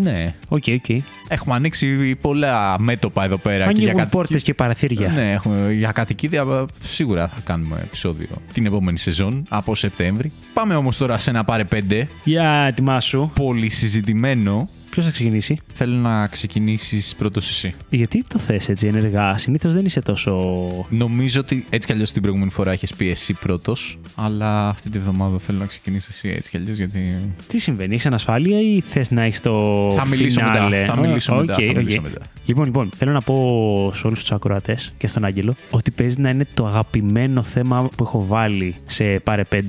[SPEAKER 2] ναι.
[SPEAKER 1] Οκ, οκ.
[SPEAKER 2] Έχουμε ανοίξει πολλά μέτωπα εδώ πέρα. και για
[SPEAKER 1] Ανοίγουν
[SPEAKER 2] κατοικί-
[SPEAKER 1] πόρτες και παραθύρια.
[SPEAKER 2] Ναι, έχουμε, για κατοικίδια ε, σίγουρα θα κάνουμε επεισόδιο την επόμενη σεζόν από Σεπτέμβρη. Πάμε όμως τώρα σε ένα πάρε πέντε,
[SPEAKER 1] Για τιμά σου.
[SPEAKER 2] πολύ συζητημένο.
[SPEAKER 1] Ποιος θα ξεκινήσει.
[SPEAKER 2] Θέλω να ξεκινήσεις πρώτος εσύ.
[SPEAKER 1] Γιατί το θες έτσι ενεργά. Συνήθως δεν είσαι τόσο.
[SPEAKER 2] Νομίζω ότι έτσι κι αλλιώς την προηγούμενη φορά έχεις πει εσύ πρώτος, αλλά αυτή τη βδομάδα θέλω να ξεκινήσεις εσύ έτσι κι αλλιώς γιατί...
[SPEAKER 1] Τι συμβαίνει, έχεις ανασφάλεια ή θες να έχεις το.
[SPEAKER 2] θα μιλήσω
[SPEAKER 1] φινάλε?
[SPEAKER 2] μετά, θα μιλήσω
[SPEAKER 1] Οκ,
[SPEAKER 2] μετά, θα
[SPEAKER 1] οκ.
[SPEAKER 2] μιλήσω μετά.
[SPEAKER 1] Λοιπόν, λοιπόν, θέλω να πω σε όλους τους ακροατές και στον Άγγελο ότι παίζει να είναι το αγαπημένο θέμα που έχω βάλει σε Πάρε 5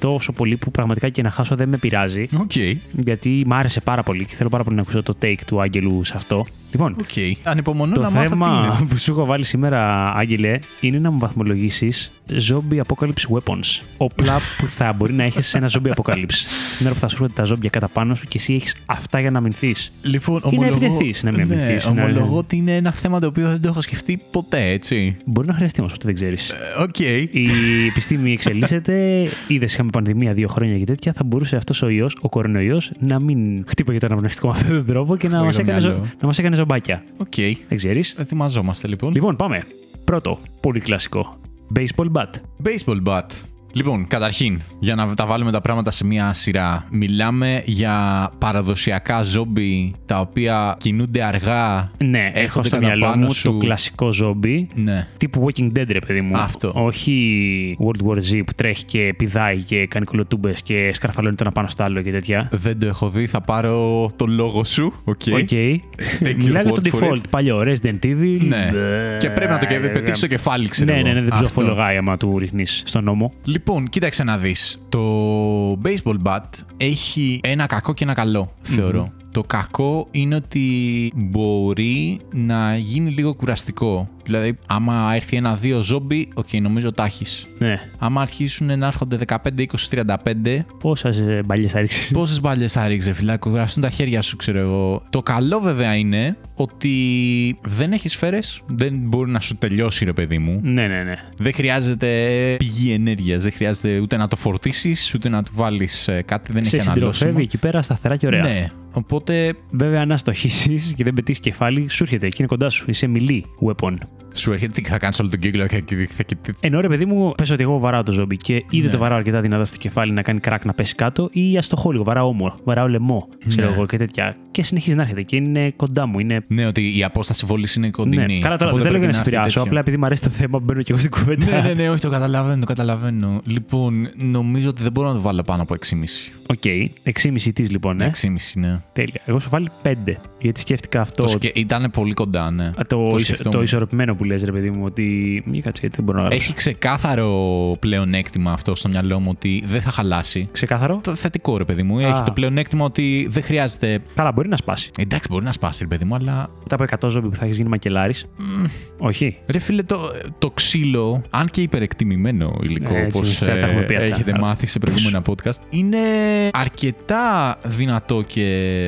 [SPEAKER 1] τόσο πολύ που πραγματικά και να χάσω δεν με πειράζει.
[SPEAKER 2] Οκ,
[SPEAKER 1] Γιατί μ' άρεσε πάρα πολύ και θέλω πάρα πολύ να ακούσω το take του Άγγελου σε αυτό. Λοιπόν,
[SPEAKER 2] οκ. Ανυπομονώ
[SPEAKER 1] το
[SPEAKER 2] να μάθω τι
[SPEAKER 1] θέμα
[SPEAKER 2] είναι.
[SPEAKER 1] που σου έχω βάλει σήμερα, Άγγελε, είναι να μου βαθμολογήσεις zombie apocalypse weapons. Όπλα που θα μπορεί να έχεις σε ένα zombie apocalypse. Την ώρα που θα σου έρχονται τα ζόμπια κατά πάνω σου και εσύ έχεις αυτά για να αμυνθείς.
[SPEAKER 2] Λοιπόν,
[SPEAKER 1] να
[SPEAKER 2] ομολογώ,
[SPEAKER 1] επιτεθείς, να μην
[SPEAKER 2] ναι,
[SPEAKER 1] επιτεθείς, ναι.
[SPEAKER 2] ομολογώ ότι είναι ένα θέμα το οποίο δεν το έχω σκεφτεί ποτέ, έτσι.
[SPEAKER 1] Μπορεί να χρειαστεί όμως, ποτέ δεν ξέρεις.
[SPEAKER 2] Ε, Οκ.
[SPEAKER 1] Η επιστήμη εξελίσσεται. Είδες, είχαμε πανδημία δύο χρόνια και τέτοια. Θα μπορούσε αυτός ο ιός, ο κορονοϊός, να μην χτύπαγε το αναπνευστικό με αυτόν τον τρόπο και να
[SPEAKER 2] Χωρίς
[SPEAKER 1] μας
[SPEAKER 2] το
[SPEAKER 1] έκανε, ζο-
[SPEAKER 2] μυαλό.
[SPEAKER 1] να μας έκανε ζωμπάκια.
[SPEAKER 2] Οκ.
[SPEAKER 1] Δεν ξέρεις.
[SPEAKER 2] Ετοιμαζόμαστε λοιπόν.
[SPEAKER 1] Λοιπόν, πάμε. Πρώτο, πολύ κλασικό. Baseball bat.
[SPEAKER 2] Baseball bat. Λοιπόν, καταρχήν, για να τα βάλουμε τα πράγματα σε μία σειρά, μιλάμε για παραδοσιακά ζόμπι τα οποία κινούνται αργά.
[SPEAKER 1] Ναι,
[SPEAKER 2] έρχονται
[SPEAKER 1] έχω στο
[SPEAKER 2] κατά
[SPEAKER 1] μυαλό
[SPEAKER 2] πάνω
[SPEAKER 1] μου
[SPEAKER 2] σου.
[SPEAKER 1] το κλασικό ζόμπι.
[SPEAKER 2] Ναι.
[SPEAKER 1] Τύπου Walking Dead, ρε παιδί μου.
[SPEAKER 2] Αυτό.
[SPEAKER 1] Όχι World War Z που τρέχει και πηδάει και κάνει κολοτούμπες και σκαρφαλώνει το ένα πάνω στο άλλο και τέτοια.
[SPEAKER 2] Δεν το έχω δει, θα πάρω το λόγο σου. Οκ.
[SPEAKER 1] Οκ.
[SPEAKER 2] your
[SPEAKER 1] Μιλάω για το
[SPEAKER 2] word for
[SPEAKER 1] default παλιό Resident Evil.
[SPEAKER 2] Ναι.
[SPEAKER 1] Μπε-
[SPEAKER 2] Και πρέπει να το και- πετύχεις το κεφάλι, ξέρω
[SPEAKER 1] Ναι,
[SPEAKER 2] εγώ.
[SPEAKER 1] ναι, ναι, δεν
[SPEAKER 2] Αυτό.
[SPEAKER 1] ψοφολογάει άμα του ρίχνεις στον νόμο.
[SPEAKER 2] Λοιπόν, κοίταξε να δεις. Το baseball bat έχει ένα κακό και ένα καλό, θεωρώ. Το κακό είναι ότι μπορεί να γίνει λίγο κουραστικό. Δηλαδή, άμα έρθει ένα-δύο ζόμπι, οκ, νομίζω τα έχεις.
[SPEAKER 1] Ναι.
[SPEAKER 2] Άμα αρχίσουν να έρχονται 15, 20, 35,
[SPEAKER 1] Πόσε μπαλιέ ε, θα ρίξεις.
[SPEAKER 2] πόσες μπάλε θα ρίξει, φίλε, κουραστούν τα χέρια σου, ξέρω εγώ. Το καλό βέβαια είναι ότι δεν έχεις σφαίρες, δεν μπορεί να σου τελειώσει, ρε παιδί μου.
[SPEAKER 1] Ναι, ναι, ναι.
[SPEAKER 2] Δεν χρειάζεται πηγή ενέργειας. Δεν χρειάζεται ούτε να το φορτίσεις, ούτε να του βάλεις κάτι. Δεν
[SPEAKER 1] Σε
[SPEAKER 2] έχει αναλώσιμο.
[SPEAKER 1] συντροφεύει εκεί πέρα σταθερά και ωραία.
[SPEAKER 2] Ναι. Οπότε
[SPEAKER 1] Βέβαια, αν αστοχήσει και δεν πετύχεις κεφάλι, σου έρχεται εκεί είναι κοντά σου. Είσαι μιλή weapon.
[SPEAKER 2] Σου έρχεται τι θα κάνει όλο τον κύκλο και θα- θα- θα-
[SPEAKER 1] Ενώ ρε παιδί μου, πες ότι εγώ βαράω το ζόμπι και ήδη
[SPEAKER 2] Ναι.
[SPEAKER 1] το βαράω αρκετά δυνατά στο κεφάλι να κάνει κράκ να πέσει κάτω ή αστοχώ λίγο. Βαράω όμορφο, βαράω λαιμό, ξέρω
[SPEAKER 2] Ναι.
[SPEAKER 1] εγώ και τέτοια. Και συνεχίζει να έρχεται και είναι κοντά μου. Είναι...
[SPEAKER 2] Ναι, ότι η απόσταση βολή είναι κοντινή.
[SPEAKER 1] Ναι. Καλά, τώρα
[SPEAKER 2] Οπότε
[SPEAKER 1] δεν το
[SPEAKER 2] πρέπει
[SPEAKER 1] λέω για να σε
[SPEAKER 2] έρθει
[SPEAKER 1] επηρεάσω.
[SPEAKER 2] τέτοιο.
[SPEAKER 1] Απλά επειδή μου αρέσει το θέμα, μπαίνω και εγώ στην κουβέντα.
[SPEAKER 2] Ναι, ναι, ναι, όχι, το καταλαβαίνω, το καταλαβαίνω. Λοιπόν, νομίζω ότι δεν μπορώ να το βάλω πάνω από 6,5.
[SPEAKER 1] Οκ, 6,5 της λοιπόν, ναι.
[SPEAKER 2] 6,5, ναι.
[SPEAKER 1] Τέλεια. Εγώ σου βάλει 5. Γιατί σκέφτηκα αυτό.
[SPEAKER 2] Το... σκε- Ήταν πολύ κοντά, ναι.
[SPEAKER 1] Α, Το, ισο-
[SPEAKER 2] σκεφτόμουν.
[SPEAKER 1] το ισορροπημένο που λες ρε παιδί μου, ότι. Μην κάτσε, γιατί δεν μπορώ να γράψω.
[SPEAKER 2] Έχει ξεκάθαρο πλεονέκτημα αυτό στο μυαλό μου ότι δεν θα χαλάσει.
[SPEAKER 1] Ξεκάθαρο.
[SPEAKER 2] Το θετικό, ρε παιδί μου. Έχει
[SPEAKER 1] Α.
[SPEAKER 2] το πλεονέκτημα ότι δεν χρειάζεται.
[SPEAKER 1] Καλά, μπορεί να σπάσει.
[SPEAKER 2] Εντάξει, μπορεί να σπάσει, ρε παιδί μου, αλλά.
[SPEAKER 1] Μετά από 100 ζόμπι που θα έχεις γίνει μακελάρης. Όχι.
[SPEAKER 2] Ρε φίλε, το, το ξύλο, αν και υπερεκτιμημένο υλικό,
[SPEAKER 1] Ναι, έτσι,
[SPEAKER 2] όπως ε,
[SPEAKER 1] τα έχουμε πει αυτά.
[SPEAKER 2] έχετε
[SPEAKER 1] Άρα.
[SPEAKER 2] μάθει σε προηγούμενα podcast, είναι αρκετά δυνατό και.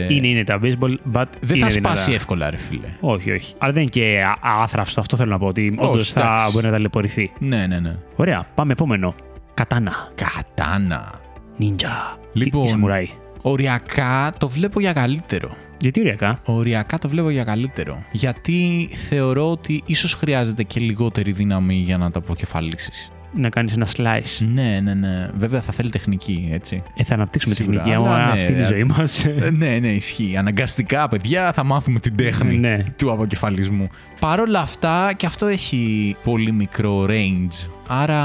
[SPEAKER 1] Είναι, είναι τα baseball, but.
[SPEAKER 2] Ε. Δεν
[SPEAKER 1] είναι
[SPEAKER 2] θα σπάσει
[SPEAKER 1] δυνατά.
[SPEAKER 2] εύκολα, ρε φίλε.
[SPEAKER 1] Όχι, όχι. Αλλά δεν είναι και α- άθραυστο, αυτό θέλω να πω. Ότι όντως θα
[SPEAKER 2] εντάξει.
[SPEAKER 1] μπορεί να ταλαιπωρηθεί.
[SPEAKER 2] Ναι, ναι, ναι.
[SPEAKER 1] Ωραία, πάμε επόμενο. Κατάνα.
[SPEAKER 2] Κατάνα.
[SPEAKER 1] Νίντζα.
[SPEAKER 2] Λοιπόν.
[SPEAKER 1] Ή- ή Σαμουράι.
[SPEAKER 2] Οριακά το βλέπω για καλύτερο.
[SPEAKER 1] Γιατί οριακά.
[SPEAKER 2] Οριακά το βλέπω για καλύτερο. Γιατί θεωρώ ότι ίσως χρειάζεται και λιγότερη δύναμη για να τα αποκεφαλίσεις.
[SPEAKER 1] Να κάνεις ένα slice.
[SPEAKER 2] Ναι, ναι, ναι. Βέβαια θα θέλει τεχνική, έτσι.
[SPEAKER 1] Ε, θα αναπτύξουμε
[SPEAKER 2] Σίγουρα,
[SPEAKER 1] τεχνική,
[SPEAKER 2] αλλά
[SPEAKER 1] άμα
[SPEAKER 2] ναι,
[SPEAKER 1] αυτή είναι η
[SPEAKER 2] α-
[SPEAKER 1] ζωή μας.
[SPEAKER 2] Ε, ναι, ναι, ισχύει. Αναγκαστικά, παιδιά, θα μάθουμε την τέχνη
[SPEAKER 1] Ναι.
[SPEAKER 2] του αποκεφαλισμού. Παρ' όλα αυτά, και αυτό έχει πολύ μικρό range. Άρα,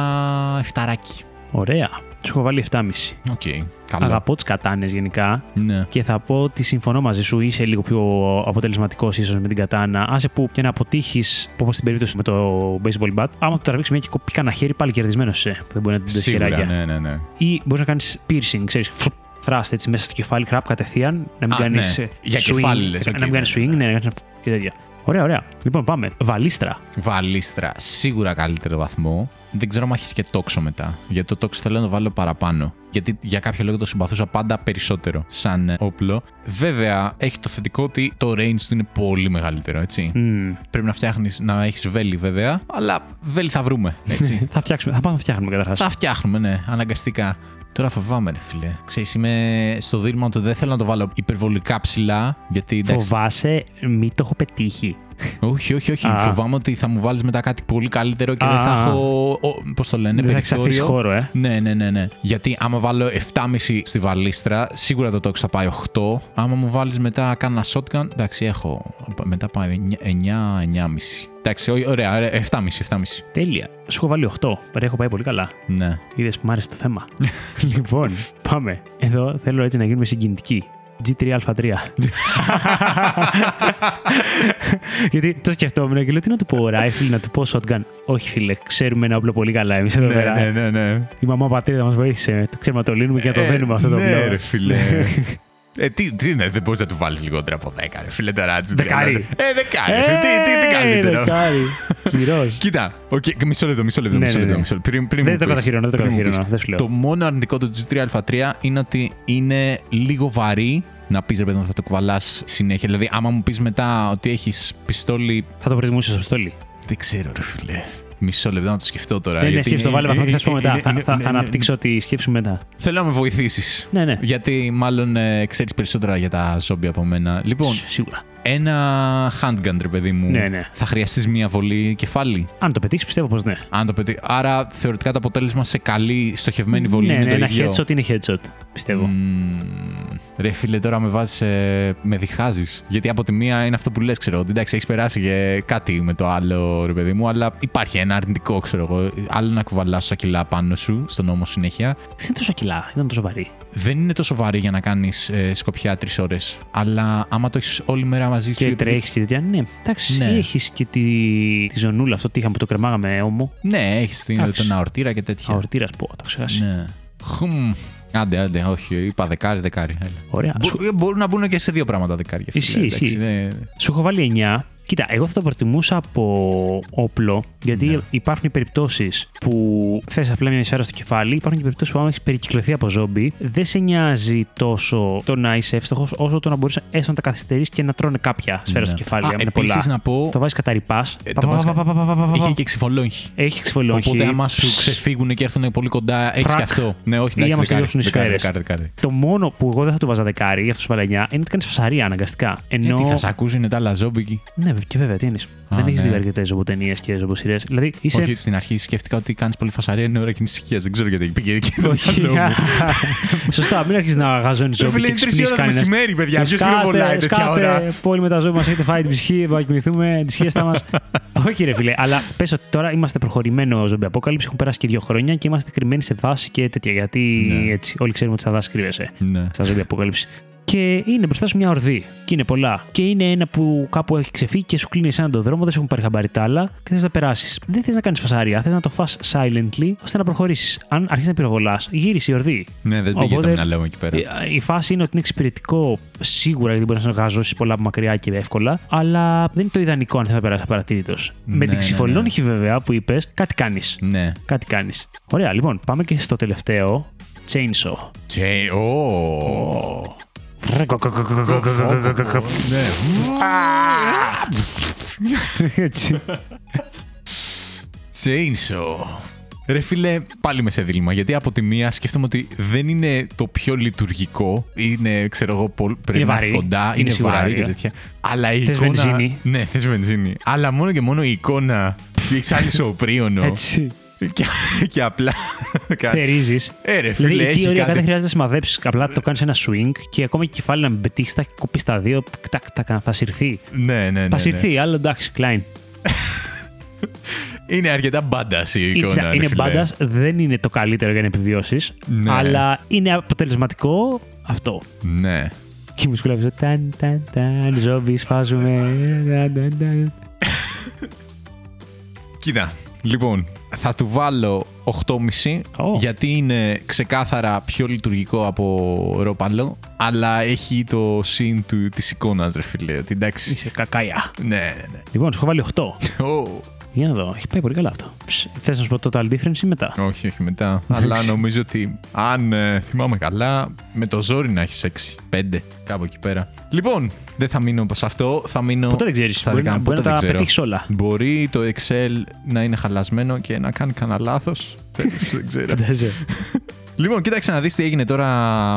[SPEAKER 2] εφταράκι.
[SPEAKER 1] Ωραία. Τους έχω βάλει 7,5.
[SPEAKER 2] Οκ, καλά.
[SPEAKER 1] Αγαπώ τις κατάνες γενικά.
[SPEAKER 2] Ναι.
[SPEAKER 1] και θα πω ότι συμφωνώ μαζί σου. Είσαι λίγο πιο αποτελεσματικός ίσως με την κατάνα. Άσε που και να αποτύχεις, όπω στην περίπτωση με το baseball bat, άμα το τραβήξεις μια και κοπεί κανένα χέρι, πάλι κερδισμένος είσαι. που Δεν μπορεί να την το
[SPEAKER 2] Σίγουρα,
[SPEAKER 1] χεράκια.
[SPEAKER 2] ναι, ναι, ναι.
[SPEAKER 1] Ή μπορείς να κάνεις piercing, ξέρεις. Θράστε έτσι μέσα στο κεφάλι, κραπ κατευθείαν, να μην
[SPEAKER 2] Α,
[SPEAKER 1] κάνεις.
[SPEAKER 2] ναι. Για κεφάλι, λες, οκ,
[SPEAKER 1] Να μην κάνεις
[SPEAKER 2] ναι,
[SPEAKER 1] swing, ναι, να κάνεις και τέτοια. Ωραία, ωραία. Λοιπόν, πάμε. Βαλίστρα.
[SPEAKER 2] Βαλίστρα. Σίγουρα καλύτερο βαθμό. Δεν ξέρω αν έχει και τόξο μετά. Γιατί το τόξο θέλω να το βάλω παραπάνω. Γιατί για κάποιο λόγο το συμπαθούσα πάντα περισσότερο σαν ε, όπλο. Βέβαια, έχει το θετικό ότι το range του είναι πολύ μεγαλύτερο, έτσι.
[SPEAKER 1] Μμμ.
[SPEAKER 2] Πρέπει να φτιάχνεις να έχεις βέλη, βέβαια. Αλλά βέλη θα βρούμε, έτσι.
[SPEAKER 1] Θα φτιάξουμε. Θα πάμε να φτιάχνουμε
[SPEAKER 2] θα
[SPEAKER 1] καταρχά.
[SPEAKER 2] φτιάχνουμε, ναι, αναγκαστικά. Τώρα φοβάμαι, ρε φίλε. Ξέρεις, είμαι στο δίλημα ότι δεν θέλω να το βάλω υπερβολικά ψηλά. Γιατί εντάξει,
[SPEAKER 1] Φοβάσαι, μη το έχω πετύχει.
[SPEAKER 2] όχι, όχι, όχι.
[SPEAKER 1] Α.
[SPEAKER 2] Φοβάμαι ότι θα μου βάλεις μετά κάτι πολύ καλύτερο και δεν
[SPEAKER 1] Α,
[SPEAKER 2] θα
[SPEAKER 1] α.
[SPEAKER 2] έχω. ο, Πώς το λένε,
[SPEAKER 1] Δεν θα ξαφίσει
[SPEAKER 2] περιθώριο.
[SPEAKER 1] χώρο, ε.
[SPEAKER 2] Ναι, ναι, ναι, ναι. Γιατί άμα βάλω 7,5 στη βαλίστρα, σίγουρα το τόξο θα πάει 8. Άμα μου βάλεις μετά κάνα shotgun, εντάξει, έχω. Μετά πάει 9, 9,5. Εντάξει, ω- ωραία, ωραία, 7,5, 7,5.
[SPEAKER 1] Τέλεια. Σου έχω βάλει 8. Ρε, έχω πάει πολύ καλά.
[SPEAKER 2] Ναι.
[SPEAKER 1] Είδες που μ' άρεσε το θέμα. λοιπόν, πάμε. Εδώ θέλω έτσι να γίνουμε συγκινητικοί. G3α3. Γιατί το σκεφτόμουν και λέω τι να του πω rifle, να του πω shotgun. Όχι φίλε, ξέρουμε ένα όπλο πολύ καλά εμείς εδώ πέρα.
[SPEAKER 2] ναι, ναι.
[SPEAKER 1] Η μαμά πατρίδα μας βοήθησε. Το ξέρουμε να το λύνουμε και να το δένουμε αυτό το
[SPEAKER 2] Ναι,
[SPEAKER 1] όπλο.
[SPEAKER 2] ρε φίλε. Ε, τι, τι είναι, δεν μπορείς να του βάλεις λιγότερο από 10, ρε φίλε. Τώρα, έτσι,
[SPEAKER 1] Δεκάρι.
[SPEAKER 2] τριάντα. Ε, δεκάρι. φίλε, τι, τι,
[SPEAKER 1] Ε,
[SPEAKER 2] τι καλύτερο.
[SPEAKER 1] Κυρός.
[SPEAKER 2] Κοίτα, okay, μισό λεπτό, μισό λεπτό.
[SPEAKER 1] Ναι,
[SPEAKER 2] μισό
[SPEAKER 1] ναι,
[SPEAKER 2] λεπτό,
[SPEAKER 1] ναι.
[SPEAKER 2] μισό λεπτό. Πριν, πριν
[SPEAKER 1] Δεν
[SPEAKER 2] μου
[SPEAKER 1] το
[SPEAKER 2] πεις,
[SPEAKER 1] καταχειρώνω, δεν το
[SPEAKER 2] πριν μου πεις.
[SPEAKER 1] καταχειρώνω, δεν σου λέω.
[SPEAKER 2] Το μόνο αρνητικό του G3α3 είναι ότι είναι λίγο βαρύ να πεις ρε παιδί μου, θα το κουβαλάς συνέχεια. Δηλαδή, άμα μου πεις μετά ότι έχεις πιστόλι.
[SPEAKER 1] Θα το προτιμούσε στο στόλι.
[SPEAKER 2] Δεν ξέρω, ρε φίλε. Μισό λεπτό να το σκεφτώ τώρα.
[SPEAKER 1] Ναι, ναι,
[SPEAKER 2] γιατί
[SPEAKER 1] σκέψτε το
[SPEAKER 2] είναι-
[SPEAKER 1] βάλε βαθμό και θα σου πω μετά.
[SPEAKER 2] είναι-
[SPEAKER 1] Θα-
[SPEAKER 2] είναι-
[SPEAKER 1] Θα
[SPEAKER 2] ναι,
[SPEAKER 1] θα
[SPEAKER 2] ναι, ναι.
[SPEAKER 1] αναπτύξω τη σκέψη μου μετά.
[SPEAKER 2] Θέλω να με βοηθήσεις.
[SPEAKER 1] Ναι, ναι.
[SPEAKER 2] Γιατί μάλλον ε, ξέρεις περισσότερα για τα ζόμπι από μένα. Λοιπόν,
[SPEAKER 1] Σίγουρα.
[SPEAKER 2] ένα handgun, ρε παιδί μου.
[SPEAKER 1] Ναι, ναι.
[SPEAKER 2] Θα χρειαστείς μία βολή κεφάλι.
[SPEAKER 1] Αν το πετύχεις, πιστεύω πως ναι.
[SPEAKER 2] Αν το πετύ... Άρα θεωρητικά το αποτέλεσμα σε καλή στοχευμένη βολή
[SPEAKER 1] ναι,
[SPEAKER 2] είναι
[SPEAKER 1] ναι,
[SPEAKER 2] το
[SPEAKER 1] ένα
[SPEAKER 2] ίδιο.
[SPEAKER 1] headshot είναι headshot, πιστεύω.
[SPEAKER 2] Μμμ. Ρε φίλε, τώρα με βάζεις. με διχάζεις. Γιατί από τη μία είναι αυτό που λες, ξέρω. ότι Εντάξει, έχεις περάσει και κάτι με το άλλο, ρε παιδί μου, αλλά υπάρχει ένα αρνητικό, ξέρω εγώ. Άλλο να κουβαλάς τα κιλά πάνω σου, στον νόμο συνέχεια.
[SPEAKER 1] Δεν είναι τόσο κιλά, ήταν τόσο βαρύ.
[SPEAKER 2] Δεν είναι τόσο βαρύ για να κάνεις σκοπιά τρεις ώρες. Αλλά άμα το έχεις όλη μέρα μαζί σου.
[SPEAKER 1] Και
[SPEAKER 2] γιατί-
[SPEAKER 1] τρέχεις και τέτοια. Ναι, εντάξει,
[SPEAKER 2] Ναι.
[SPEAKER 1] έχεις και τη, τη ζωνούλα αυτό τι είχαμε που το κρεμάγαμε όμο.
[SPEAKER 2] Ναι, έχεις
[SPEAKER 1] Εντάξει.
[SPEAKER 2] τον αορτήρα και τέτοια.
[SPEAKER 1] Αορτήρας που θα το ξεχάσει.
[SPEAKER 2] Ναι. Χμ. Άντε, άντε, όχι. Είπα δεκάρι, δεκάρι. Έλα.
[SPEAKER 1] Ωραία. Σου,
[SPEAKER 2] Μπο- ε, μπορούν να μπουν και σε δύο πράγματα δεκάρια. φίλε,
[SPEAKER 1] Ισχύει,
[SPEAKER 2] εντάξει,
[SPEAKER 1] ισχύει.
[SPEAKER 2] ναι.
[SPEAKER 1] σου έχω βάλει 9. Κοίτα, εγώ θα το προτιμούσα από όπλο, γιατί
[SPEAKER 2] Ναι.
[SPEAKER 1] υπάρχουν περιπτώσεις που θες απλά μια σφαίρα στο κεφάλι, υπάρχουν και περιπτώσεις που άμα έχεις περικυκλωθεί από ζόμπι, δεν σε νοιάζει τόσο το να είσαι εύστοχος, όσο το να μπορείς έστω να τα καθυστερείς και να τρώνε κάποια σφαίρα στο
[SPEAKER 2] Ναι.
[SPEAKER 1] κεφάλι.
[SPEAKER 2] Α,
[SPEAKER 1] αν είναι
[SPEAKER 2] επίσης
[SPEAKER 1] πολλά.
[SPEAKER 2] να πω,
[SPEAKER 1] Το βάζεις κατά ρηπάς.
[SPEAKER 2] Ε,
[SPEAKER 1] Πα,
[SPEAKER 2] το
[SPEAKER 1] πα,
[SPEAKER 2] βάζεις
[SPEAKER 1] πα,
[SPEAKER 2] κα-
[SPEAKER 1] πα, πα, πα, πα, πα.
[SPEAKER 2] είχε και ξυφολόγχη.
[SPEAKER 1] Έχει ξυφολόγχη.
[SPEAKER 2] Οπότε, άμα σου
[SPEAKER 1] Ψ.
[SPEAKER 2] ξεφύγουν και έρθουν πολύ κοντά, έχεις
[SPEAKER 1] Πρακ.
[SPEAKER 2] και αυτό. Ναι, όχι,
[SPEAKER 1] Ή άμα
[SPEAKER 2] εντάξει,
[SPEAKER 1] σου
[SPEAKER 2] δεκάρι.
[SPEAKER 1] δώσουν οι
[SPEAKER 2] Δεκάρι,
[SPEAKER 1] σφαίρες.
[SPEAKER 2] δεκάρι, δεκάρι.
[SPEAKER 1] Το μόνο που εγώ δεν θα του βάζα δεκάρι, γι' αυτό σου βάλα 9, είναι ότι κάνει φασαρία αναγκαστικά. Ενώ.
[SPEAKER 2] Γιατί θα σε ακούσουν τα άλλα ζόμπικοι.
[SPEAKER 1] Ναι, και βέβαια, τι είναι.
[SPEAKER 2] Ε, Α,
[SPEAKER 1] δεν έχεις
[SPEAKER 2] ναι.
[SPEAKER 1] δει αρκετέ ζωοποτενίε και ζωοποσυρέ. Δηλαδή είσαι.
[SPEAKER 2] Όχι, στην αρχή σκέφτηκα ότι κάνεις πολύ φασαρία είναι ώρα κοινή οικία. Δεν ξέρω γιατί πήγε εκεί. το
[SPEAKER 1] Όχι. ναι.
[SPEAKER 2] μυαλό μου.
[SPEAKER 1] Σωστά, μην αρχίσεις να γαζώνεις
[SPEAKER 2] Ρε
[SPEAKER 1] ζόμπι
[SPEAKER 2] φίλε,
[SPEAKER 1] και
[SPEAKER 2] είναι τρεις
[SPEAKER 1] ξυπνήσεις
[SPEAKER 2] ώρα το
[SPEAKER 1] κανένας.
[SPEAKER 2] μεσημέρι, παιδιά. Ποιος πυροβολάει
[SPEAKER 1] Σκάστε,
[SPEAKER 2] τέτοια ώρα.
[SPEAKER 1] σκάστε, πόλη με τα ζώα μας έχετε φάει την ψυχή, πάμε να κοιμηθούμε, τη χέστα μας. Όχι, ρε φίλε, αλλά πες ότι τώρα είμαστε προχωρημένο ζόμπι απόκαλυψη, έχουν περάσει και δύο χρόνια και είμαστε κρυμμένοι σε δάση και τέτοια. Γιατί
[SPEAKER 2] Ναι.
[SPEAKER 1] έτσι, όλοι ξέρουμε ότι στα δάση κρύβεσαι.
[SPEAKER 2] Ναι.
[SPEAKER 1] Στα ζόμπι αποκάλυψη. Και είναι μπροστά σου μια ορδή. Και είναι πολλά. Και είναι ένα που κάπου έχει ξεφύγει και σου κλείνει έναν τον δρόμο, δεν σου έχουν πάρει χαμπάρι τα άλλα και θες να περάσεις. Δεν θες να κάνεις φασάρια, θες να το φας silently ώστε να προχωρήσεις. Αν αρχίσεις να πυροβολάς, γύρισε η ορδή.
[SPEAKER 2] Ναι, δεν πήγε
[SPEAKER 1] Οπότε- Ε-
[SPEAKER 2] το μυαλό μου εκεί πέρα.
[SPEAKER 1] Η- Η φάση είναι ότι είναι εξυπηρετικό σίγουρα γιατί μπορείς να γαζώσει πολλά από μακριά και εύκολα, αλλά δεν είναι το ιδανικό αν θες να περάσεις απαρατήρητος.
[SPEAKER 2] Ναι,
[SPEAKER 1] Με την
[SPEAKER 2] ναι,
[SPEAKER 1] ξυφολόνυχη βέβαια που είπες, κάτι κάνεις.
[SPEAKER 2] Ναι.
[SPEAKER 1] Κάτι κάνεις. Ωραία, λοιπόν, πάμε και στο τελευταίο. Chainsaw.
[SPEAKER 2] Τζέι, ω. Ναι.
[SPEAKER 1] Έτσι.
[SPEAKER 2] Chainsaw. Ρε φίλε, πάλι με σε δίλημα. Γιατί από τη μία σκέφτομαι ότι δεν είναι το πιο λειτουργικό. Είναι, ξέρω εγώ, πολύ, πρέπει
[SPEAKER 1] Είναι
[SPEAKER 2] να
[SPEAKER 1] βαρύ.
[SPEAKER 2] κοντά.
[SPEAKER 1] Είναι
[SPEAKER 2] Είναι,
[SPEAKER 1] σίγουρα
[SPEAKER 2] βαρύ
[SPEAKER 1] βαρύ,
[SPEAKER 2] και
[SPEAKER 1] ε.
[SPEAKER 2] τέτοια. Αλλά η
[SPEAKER 1] Θες
[SPEAKER 2] εικόνα.
[SPEAKER 1] βενζίνη.
[SPEAKER 2] Ναι, θες βενζίνη. Αλλά μόνο και μόνο η εικόνα. Εξάλλει σοπρίωνο.
[SPEAKER 1] Έτσι.
[SPEAKER 2] και, και απλά.
[SPEAKER 1] Θερίζει.
[SPEAKER 2] ε, ρε φίλε,
[SPEAKER 1] Δηλαδή, εκεί
[SPEAKER 2] έχει
[SPEAKER 1] ωραία δεν
[SPEAKER 2] κάτι.
[SPEAKER 1] χρειάζεται να σημαδέψεις. Απλά το κάνεις ένα swing και ακόμα και κεφάλι να μην πετύχεις, θα έχει κοπεί στα δύο. Τακ, τακ, θα συρθεί.
[SPEAKER 2] Ναι, ναι, ναι.
[SPEAKER 1] Θα
[SPEAKER 2] ναι.
[SPEAKER 1] συρθεί, αλλά εντάξει, Klein.
[SPEAKER 2] Είναι αρκετά μπάντας η εικόνα.
[SPEAKER 1] Κοίτα,
[SPEAKER 2] ρε
[SPEAKER 1] είναι
[SPEAKER 2] φίλε.
[SPEAKER 1] μπάντας, δεν είναι το καλύτερο για να επιβιώσεις.
[SPEAKER 2] Ναι.
[SPEAKER 1] Αλλά είναι αποτελεσματικό αυτό.
[SPEAKER 2] Ναι.
[SPEAKER 1] Και η μουσική λέει: Ταν, ταν, ταν, ζόμπι, σφάζουμε. ταν, ταν, ταν».
[SPEAKER 2] Κοίτα, λοιπόν, θα του βάλω 8,5
[SPEAKER 1] Ω.
[SPEAKER 2] γιατί είναι ξεκάθαρα πιο λειτουργικό από ρόπαλο, αλλά έχει το συν του της εικόνας, ρε φίλε. ότι Εντάξει.
[SPEAKER 1] Είσαι κακάια.
[SPEAKER 2] Ναι, ναι, ναι.
[SPEAKER 1] Λοιπόν, σου έχω βάλει 8.
[SPEAKER 2] Ω,
[SPEAKER 1] Για να δω, έχει πάει πολύ καλά αυτό. Θες να σου πω total difference ή μετά.
[SPEAKER 2] όχι, όχι μετά. αλλά
[SPEAKER 1] Εντάξει.
[SPEAKER 2] νομίζω ότι αν ε, θυμάμαι καλά, με το ζόρι να έχεις 6, 5, κάπου εκεί πέρα. Λοιπόν, δεν θα μείνω σε αυτό. Θα μείνω.
[SPEAKER 1] Ποτέ δεν ξέρεις.
[SPEAKER 2] Στα
[SPEAKER 1] Μπορεί
[SPEAKER 2] δικά
[SPEAKER 1] να-
[SPEAKER 2] μου,
[SPEAKER 1] μπορεί
[SPEAKER 2] ποτέ
[SPEAKER 1] να τα
[SPEAKER 2] δεν ξέρω.
[SPEAKER 1] πετύχεις όλα.
[SPEAKER 2] Μπορεί το Excel να είναι χαλασμένο και να κάνει κανένα λάθος. δεν ξέρω.
[SPEAKER 1] Φαντάζε.
[SPEAKER 2] Λοιπόν, κοίταξε να δεις τι έγινε τώρα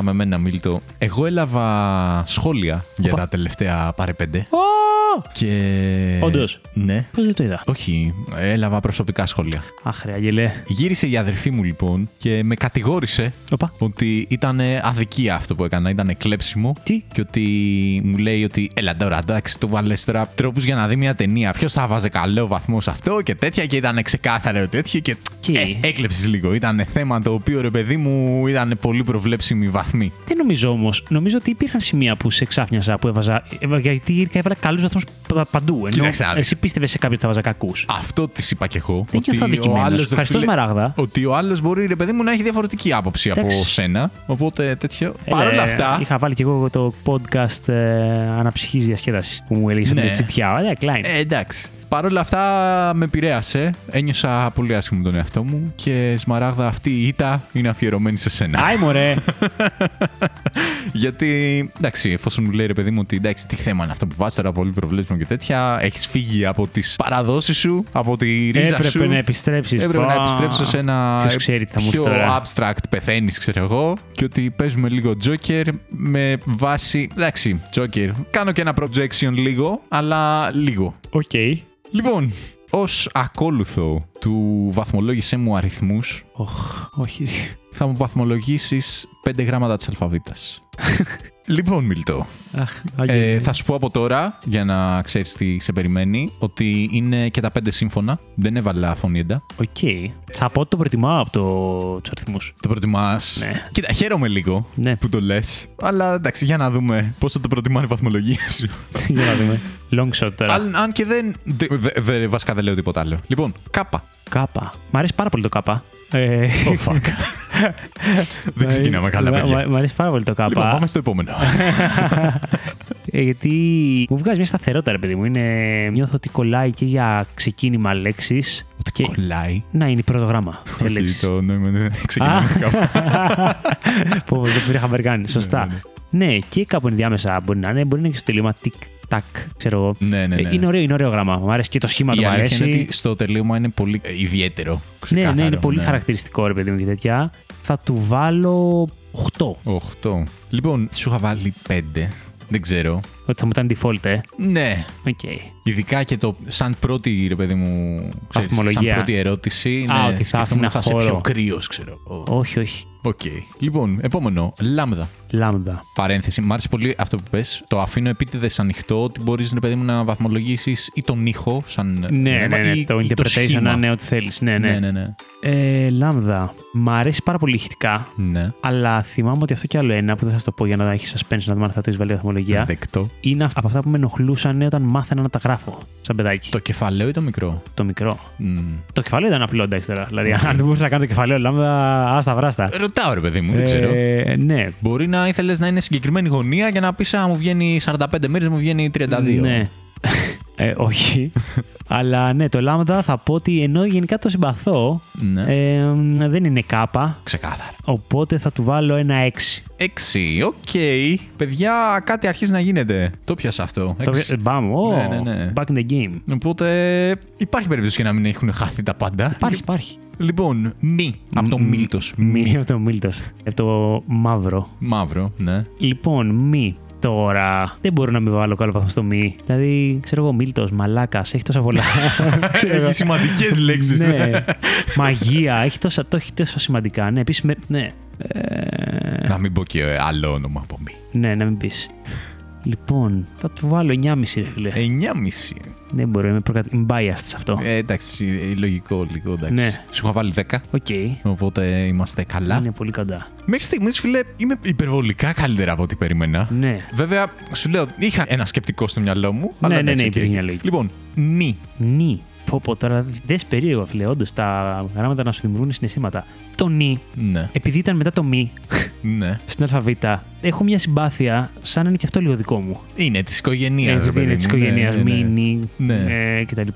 [SPEAKER 2] με μένα, Μίλτο. Εγώ έλαβα σχόλια για τα τελευταία παρεπέντε και...
[SPEAKER 1] Όντως.
[SPEAKER 2] Ναι.
[SPEAKER 1] Πώς δεν το είδα.
[SPEAKER 2] Όχι, έλαβα προσωπικά σχόλια.
[SPEAKER 1] Αχ, ρε, Άγγελε.
[SPEAKER 2] Γύρισε η αδερφή μου λοιπόν και με κατηγόρησε
[SPEAKER 1] Οπα.
[SPEAKER 2] ότι ήταν αδικία αυτό που έκανα, ήταν κλέψιμο.
[SPEAKER 1] Τι?
[SPEAKER 2] Και ότι μου λέει ότι έλα τώρα, εντάξει, του βάλες τώρα τρόπους για να δει μια ταινία. Ποιος θα βάζε καλό βαθμό σε αυτό και τέτοια. Και ήταν ξεκάθαρο τέτοιο. Και
[SPEAKER 1] Τι?
[SPEAKER 2] ε, έκλεψες λίγο. Ήταν θέμα το οποίο ρε παιδί μου ήταν πολύ προβλέψιμη βαθμή.
[SPEAKER 1] Δεν νομίζω όμως. Νομίζω ότι υπήρχαν σημεία που σε ξάφνιαζα, που έβαζα. έβα- Γιατί γενικά έβαλα καλούς βαθμούς παντού. Ενώ
[SPEAKER 2] Κοίταξε να δεις.
[SPEAKER 1] εσύ πίστευες σε κάποιον ότι θα βάζα κακούς.
[SPEAKER 2] Αυτό τη είπα και εγώ.
[SPEAKER 1] Δεν νιώθω αδικημένος.
[SPEAKER 2] άλλος, ρε
[SPEAKER 1] Ευχαριστώ,
[SPEAKER 2] φίλε,
[SPEAKER 1] Σμαράγδα.
[SPEAKER 2] Ότι ο άλλος μπορεί, ρε παιδί μου, να έχει διαφορετική άποψη από
[SPEAKER 1] Εντάξει.
[SPEAKER 2] σένα. Οπότε τέτοιο.
[SPEAKER 1] Έλα,
[SPEAKER 2] Παρ' όλα
[SPEAKER 1] ε,
[SPEAKER 2] αυτά.
[SPEAKER 1] Είχα βάλει και εγώ το podcast ε, αναψυχής διασκέδασης που μου έλεγε ότι
[SPEAKER 2] Ναι.
[SPEAKER 1] είναι τσιτιά. Ωραία, Klein.
[SPEAKER 2] Ε, εντάξει. Παρ' όλα αυτά με επηρέασε. Ένιωσα πολύ άσχημο τον εαυτό μου και Σμαράγδα αυτή η ήττα είναι αφιερωμένη σε σένα.
[SPEAKER 1] Άι, μωρέ.
[SPEAKER 2] Γιατί, εντάξει, εφόσον μου λέει ρε παιδί μου ότι εντάξει, τι θέμα είναι αυτό που βάζεις τώρα, πολύ προβλέψιμο και τέτοια, έχεις φύγει από τις παραδόσεις σου, από τη ρίζα σου.
[SPEAKER 1] Έπρεπε να επιστρέψεις.
[SPEAKER 2] Έπρεπε να επιστρέψω σε ένα
[SPEAKER 1] Ποιος ξέρει τι θα μου έρθει
[SPEAKER 2] πιο
[SPEAKER 1] τώρα.
[SPEAKER 2] abstract πεθαίνεις, ξέρω εγώ. Και ότι παίζουμε λίγο Joker με βάση. Εντάξει, Joker. Κάνω και ένα projection λίγο, αλλά λίγο.
[SPEAKER 1] Οκ.
[SPEAKER 2] Λοιπόν, ως ακόλουθο του βαθμολόγησέ μου αριθμούς,
[SPEAKER 1] Οχ, όχι. ρε.
[SPEAKER 2] θα μου βαθμολογήσεις 5 γράμματα της αλφαβήτας. λοιπόν, Μιλτό,
[SPEAKER 1] Αχ,
[SPEAKER 2] ε,
[SPEAKER 1] Άγγελε.
[SPEAKER 2] θα σου πω από τώρα, για να ξέρεις τι σε περιμένει, ότι είναι και τα 5 σύμφωνα. Δεν έβαλα φωνήεντα.
[SPEAKER 1] Οκ. Θα πω ότι το προτιμάω από το... τους αριθμούς.
[SPEAKER 2] Το προτιμάς.
[SPEAKER 1] Ναι.
[SPEAKER 2] Κοίτα, χαίρομαι λίγο
[SPEAKER 1] Ναι.
[SPEAKER 2] που το λες. Αλλά εντάξει, για να δούμε πόσο το προτιμάνε η βαθμολογία σου.
[SPEAKER 1] Για να δούμε. Long shot τώρα.
[SPEAKER 2] αν, αν και δεν... Δε, δε- δε- βασικά δεν λέω τίποτα άλλο. Λοιπόν, κάπα.
[SPEAKER 1] Κάπα. Μ' αρέσει πάρα πολύ το κάπα. Ε,
[SPEAKER 2] Oh, fuck. δεν ξεκινάμε καλά,
[SPEAKER 1] μ' α-
[SPEAKER 2] παιδιά.
[SPEAKER 1] μ' α- Μ' αρέσει πάρα πολύ το
[SPEAKER 2] Λοιπόν,
[SPEAKER 1] κάπα.
[SPEAKER 2] πάμε στο επόμενο.
[SPEAKER 1] Ε, γιατί μου βγάζει μια σταθερότητα, ρε παιδί μου. Είναι... Νιώθω ότι κολλάει και για ξεκίνημα λέξη. Και...
[SPEAKER 2] Κολλάει.
[SPEAKER 1] Να είναι η πρώτο γράμμα. ε,
[SPEAKER 2] Όχι,
[SPEAKER 1] λέξης.
[SPEAKER 2] το νόημα δεν ξεκινάμε
[SPEAKER 1] ε,
[SPEAKER 2] κάπου.
[SPEAKER 1] Πω, πω, δεν πήρε χαμπαργάνη.
[SPEAKER 2] ναι,
[SPEAKER 1] Σωστά. Ναι, και κάπου ενδιάμεσα μπορεί να είναι. Μπορεί να είναι και στο τελείωμα τικ, τακ, ξέρω εγώ.
[SPEAKER 2] Ναι, ναι,
[SPEAKER 1] Ε,
[SPEAKER 2] ναι.
[SPEAKER 1] Είναι ωραίο, είναι ωραίο γράμμα. Μου αρέσει και το σχήμα του.
[SPEAKER 2] Η
[SPEAKER 1] Μου
[SPEAKER 2] αλήθεια είναι
[SPEAKER 1] αρέσει.
[SPEAKER 2] ότι στο τελείωμα είναι πολύ ε, ιδιαίτερο.
[SPEAKER 1] Ναι, ναι,
[SPEAKER 2] Ξεκάθαρο,
[SPEAKER 1] είναι πολύ
[SPEAKER 2] ναι.
[SPEAKER 1] χαρακτηριστικό ρε παιδί μου και τέτοια. Θα του βάλω 8.
[SPEAKER 2] Οχτώ. Λοιπόν, σου είχα βάλει πέντε. Δεν ξέρω.
[SPEAKER 1] Ότι θα μου ήταν default, ε.
[SPEAKER 2] Ναι.
[SPEAKER 1] Οκ.
[SPEAKER 2] Ειδικά και το σαν πρώτη, ρε παιδί μου, ξέρεις, σαν
[SPEAKER 1] Βαθμολογία.
[SPEAKER 2] πρώτη ερώτηση.
[SPEAKER 1] Α,
[SPEAKER 2] ναι,
[SPEAKER 1] ότι θα
[SPEAKER 2] σκεφτόμουν
[SPEAKER 1] άφηνα
[SPEAKER 2] θα είσαι
[SPEAKER 1] χώρο.
[SPEAKER 2] πιο κρύος, ξέρω. εγώ.
[SPEAKER 1] Όχι, όχι.
[SPEAKER 2] Οκ. Λοιπόν, επόμενο. Λάμδα.
[SPEAKER 1] Λάμδα.
[SPEAKER 2] Παρένθεση. Μ' άρεσε πολύ αυτό που πες. Το αφήνω επίτηδες ανοιχτό ότι μπορείς ρε παιδί μου να βαθμολογήσεις ή τον ήχο σαν.
[SPEAKER 1] Ναι, ναι, ναι.
[SPEAKER 2] ή-
[SPEAKER 1] Το
[SPEAKER 2] ή
[SPEAKER 1] interpretation
[SPEAKER 2] σχήμα.
[SPEAKER 1] να είναι ό,τι θέλεις. Ναι,
[SPEAKER 2] Ναι,
[SPEAKER 1] ναι.
[SPEAKER 2] ναι, ναι.
[SPEAKER 1] Ε, λάμδα. Μ' αρέσει πάρα πολύ ηχητικά.
[SPEAKER 2] Ναι.
[SPEAKER 1] Αλλά θυμάμαι ότι αυτό κι άλλο ένα που δεν θα σου το πω για να έχει suspense να δούμε αν θα το εισβάλλει η
[SPEAKER 2] Ναι,
[SPEAKER 1] βαθμολογία.
[SPEAKER 2] Δεκτό.
[SPEAKER 1] Είναι αυ- από αυτά που με ενοχλούσαν όταν μάθαινα να τα γράφω. Σαν παιδάκι.
[SPEAKER 2] Το κεφαλαίο ή το μικρό.
[SPEAKER 1] το μικρό.
[SPEAKER 2] Μμμ.
[SPEAKER 1] Το κεφάλαιο ήταν απλό, εντάξει τώρα. Δηλαδή, αν δεν μπορούσα να κάνω το κεφάλαιο, λάμδα, άστα βράστα.
[SPEAKER 2] Ρωτάω, ρε παιδί μου, Ε, δεν ξέρω.
[SPEAKER 1] Ε, ναι.
[SPEAKER 2] Μπορεί να ήθελες να είναι συγκεκριμένη γωνία για να πεις Α, μου βγαίνει 45 μέρε, μου βγαίνει 32.
[SPEAKER 1] Ναι. Ε, όχι. Αλλά ναι, το λάμδα θα πω ότι ενώ γενικά το συμπαθώ,
[SPEAKER 2] Ναι.
[SPEAKER 1] ε, μ, δεν είναι κάπα,
[SPEAKER 2] Ξεκάθαρα.
[SPEAKER 1] οπότε θα του βάλω ένα 6.
[SPEAKER 2] 6. Οκ. Παιδιά, κάτι αρχίζει να γίνεται. Το πιάσα αυτό.
[SPEAKER 1] Το,
[SPEAKER 2] Έξι.
[SPEAKER 1] ε, μπαμ, ω,
[SPEAKER 2] Ναι, ναι, ναι.
[SPEAKER 1] back in the game.
[SPEAKER 2] Οπότε υπάρχει περίπτωση και να μην έχουν χάθει τα πάντα.
[SPEAKER 1] Υπάρχει, υπάρχει.
[SPEAKER 2] Λοιπόν, μη. Από το Μίλτος.
[SPEAKER 1] Μη από το Μίλτος, από το μαύρο.
[SPEAKER 2] Μαύρο, ναι.
[SPEAKER 1] Λοιπόν, μη τώρα. Δεν μπορώ να μην βάλω καλό βαθμό στο μη. Δηλαδή, ξέρω εγώ, Μίλτο, μαλάκας, έχει τόσα πολλά. Ξέρω εγώ.
[SPEAKER 2] Έχει σημαντικές λέξεις.
[SPEAKER 1] ναι. Μαγεία, έχει τόσα, το έχει τόσα σημαντικά. Ναι, επίσης. Ναι. Ε,
[SPEAKER 2] Να μην πω και ε, άλλο όνομα από μη.
[SPEAKER 1] ναι, να μην πεις. Λοιπόν, θα του βάλω 9,5 ρε φίλε.
[SPEAKER 2] 9,5.
[SPEAKER 1] Δεν μπορώ, είμαι, προκατ... είμαι biased σε αυτό.
[SPEAKER 2] Ε, εντάξει, ε, λογικό λίγο. Εντάξει.
[SPEAKER 1] Ναι.
[SPEAKER 2] Σου είχα βάλει 10.
[SPEAKER 1] Οκ.
[SPEAKER 2] Οπότε είμαστε καλά.
[SPEAKER 1] Είναι πολύ κοντά.
[SPEAKER 2] Μέχρι στιγμής, φίλε, είμαι υπερβολικά καλύτερα από ό,τι περίμενα.
[SPEAKER 1] Ναι.
[SPEAKER 2] Βέβαια, σου λέω, είχα ένα σκεπτικό στο μυαλό μου.
[SPEAKER 1] Ναι,
[SPEAKER 2] αλλά
[SPEAKER 1] ναι, ναι,
[SPEAKER 2] εντάξει, οκ.
[SPEAKER 1] υπήρχε μια λογική.
[SPEAKER 2] Λοιπόν, νη.
[SPEAKER 1] Νι. Πω πω τώρα, δες περίεργο φίλε, όντως τα γράμματα να σου δημιουργούν συναισθήματα. Το νι,
[SPEAKER 2] Ναι,
[SPEAKER 1] επειδή ήταν μετά το μη,
[SPEAKER 2] ναι.
[SPEAKER 1] στην ΑΒ, έχω μια συμπάθεια, σαν να είναι και αυτό λίγο δικό μου.
[SPEAKER 2] Είναι της οικογένειας.
[SPEAKER 1] Ε, επειδή είναι τη οικογένεια, μήνυ
[SPEAKER 2] Ναι.
[SPEAKER 1] ε, κτλ.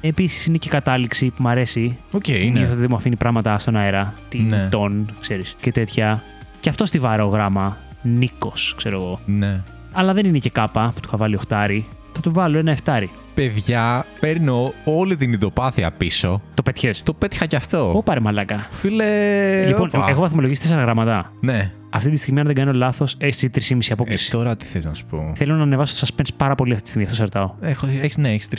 [SPEAKER 1] Επίση είναι και η κατάληξη που μου αρέσει.
[SPEAKER 2] Οκ,
[SPEAKER 1] Νιώθω ότι
[SPEAKER 2] ναι.
[SPEAKER 1] δεν μου αφήνει πράγματα στον αέρα. Την
[SPEAKER 2] Ναι.
[SPEAKER 1] τον, ξέρεις και τέτοια. Και αυτό στιβαρό γράμμα. Νίκος, ξέρω εγώ.
[SPEAKER 2] ναι.
[SPEAKER 1] Αλλά δεν είναι και κάπα που του είχα βάλει οχτάρι. Θα του βάλω ένα εφτάρι.
[SPEAKER 2] Παιδιά, παίρνω όλη την ειδοπάθεια πίσω.
[SPEAKER 1] Το πετιές.
[SPEAKER 2] Το πέτυχα κι αυτό.
[SPEAKER 1] Ω πάρε μαλάκα.
[SPEAKER 2] Φίλε.
[SPEAKER 1] λοιπόν,
[SPEAKER 2] όπα.
[SPEAKER 1] εγώ βαθμολογήσει 4 γραμματά.
[SPEAKER 2] Ναι.
[SPEAKER 1] Αυτή τη στιγμή, αν δεν κάνω λάθος, έχει 3,5
[SPEAKER 2] Ε,
[SPEAKER 1] απόκληση.
[SPEAKER 2] τώρα τι θες να σου πω.
[SPEAKER 1] Θέλω να ανεβάσω το suspense πάρα πολύ αυτή τη στιγμή, αυτό σε ρωτάω.
[SPEAKER 2] Έχω, έχεις, ναι, έχεις 3,5.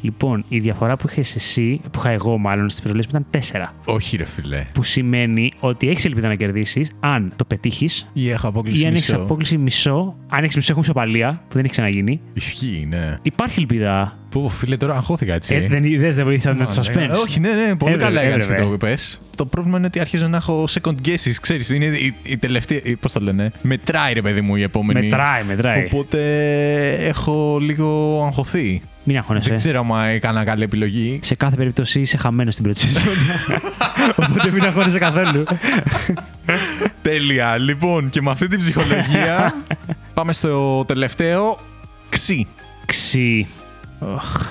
[SPEAKER 1] Λοιπόν, η διαφορά που είχες εσύ, που είχα εγώ μάλλον στις περιπτώσει μου ήταν 4.
[SPEAKER 2] Όχι, ρε φιλέ.
[SPEAKER 1] Που σημαίνει ότι έχεις ελπίδα να κερδίσεις αν το πετύχεις
[SPEAKER 2] Ή έχω
[SPEAKER 1] ή
[SPEAKER 2] απόκληση.
[SPEAKER 1] αν έχεις
[SPEAKER 2] μισό.
[SPEAKER 1] απόκληση μισό. Αν έχεις μισό, έχουμε ισοπαλία, που δεν έχει ξαναγίνει.
[SPEAKER 2] Ισχύει, ναι.
[SPEAKER 1] Υπάρχει ελπίδα.
[SPEAKER 2] Πω, φίλε, τώρα αγχώθηκα έτσι.
[SPEAKER 1] Ε, δεν είδες, δεν βοήθησα να το
[SPEAKER 2] Μα, λέγα-
[SPEAKER 1] suspense.
[SPEAKER 2] Όχι, ναι, ναι, πολύ
[SPEAKER 1] Έβρεπε,
[SPEAKER 2] καλά έκανε και
[SPEAKER 1] έβρεπε.
[SPEAKER 2] το είπες. Το πρόβλημα είναι ότι αρχίζω να έχω second guesses. Ξέρεις, είναι η, η τελευταία. η- Πώς το λένε. Μετράει, ρε παιδί μου, η επόμενη.
[SPEAKER 1] Μετράει, μετράει.
[SPEAKER 2] Οπότε έχω λίγο αγχωθεί.
[SPEAKER 1] Μην
[SPEAKER 2] Δεν
[SPEAKER 1] αγχώνεσαι.
[SPEAKER 2] ξέρω αν έκανα καλή επιλογή.
[SPEAKER 1] Σε κάθε περίπτωση είσαι χαμένος στην πρώτη σεζόν. Οπότε μην αγχώνεσαι καθόλου.
[SPEAKER 2] Τέλεια. Λοιπόν, και με αυτή την ψυχολογία πάμε στο τελευταίο. Ξύ.
[SPEAKER 1] Ξύ. Οχ.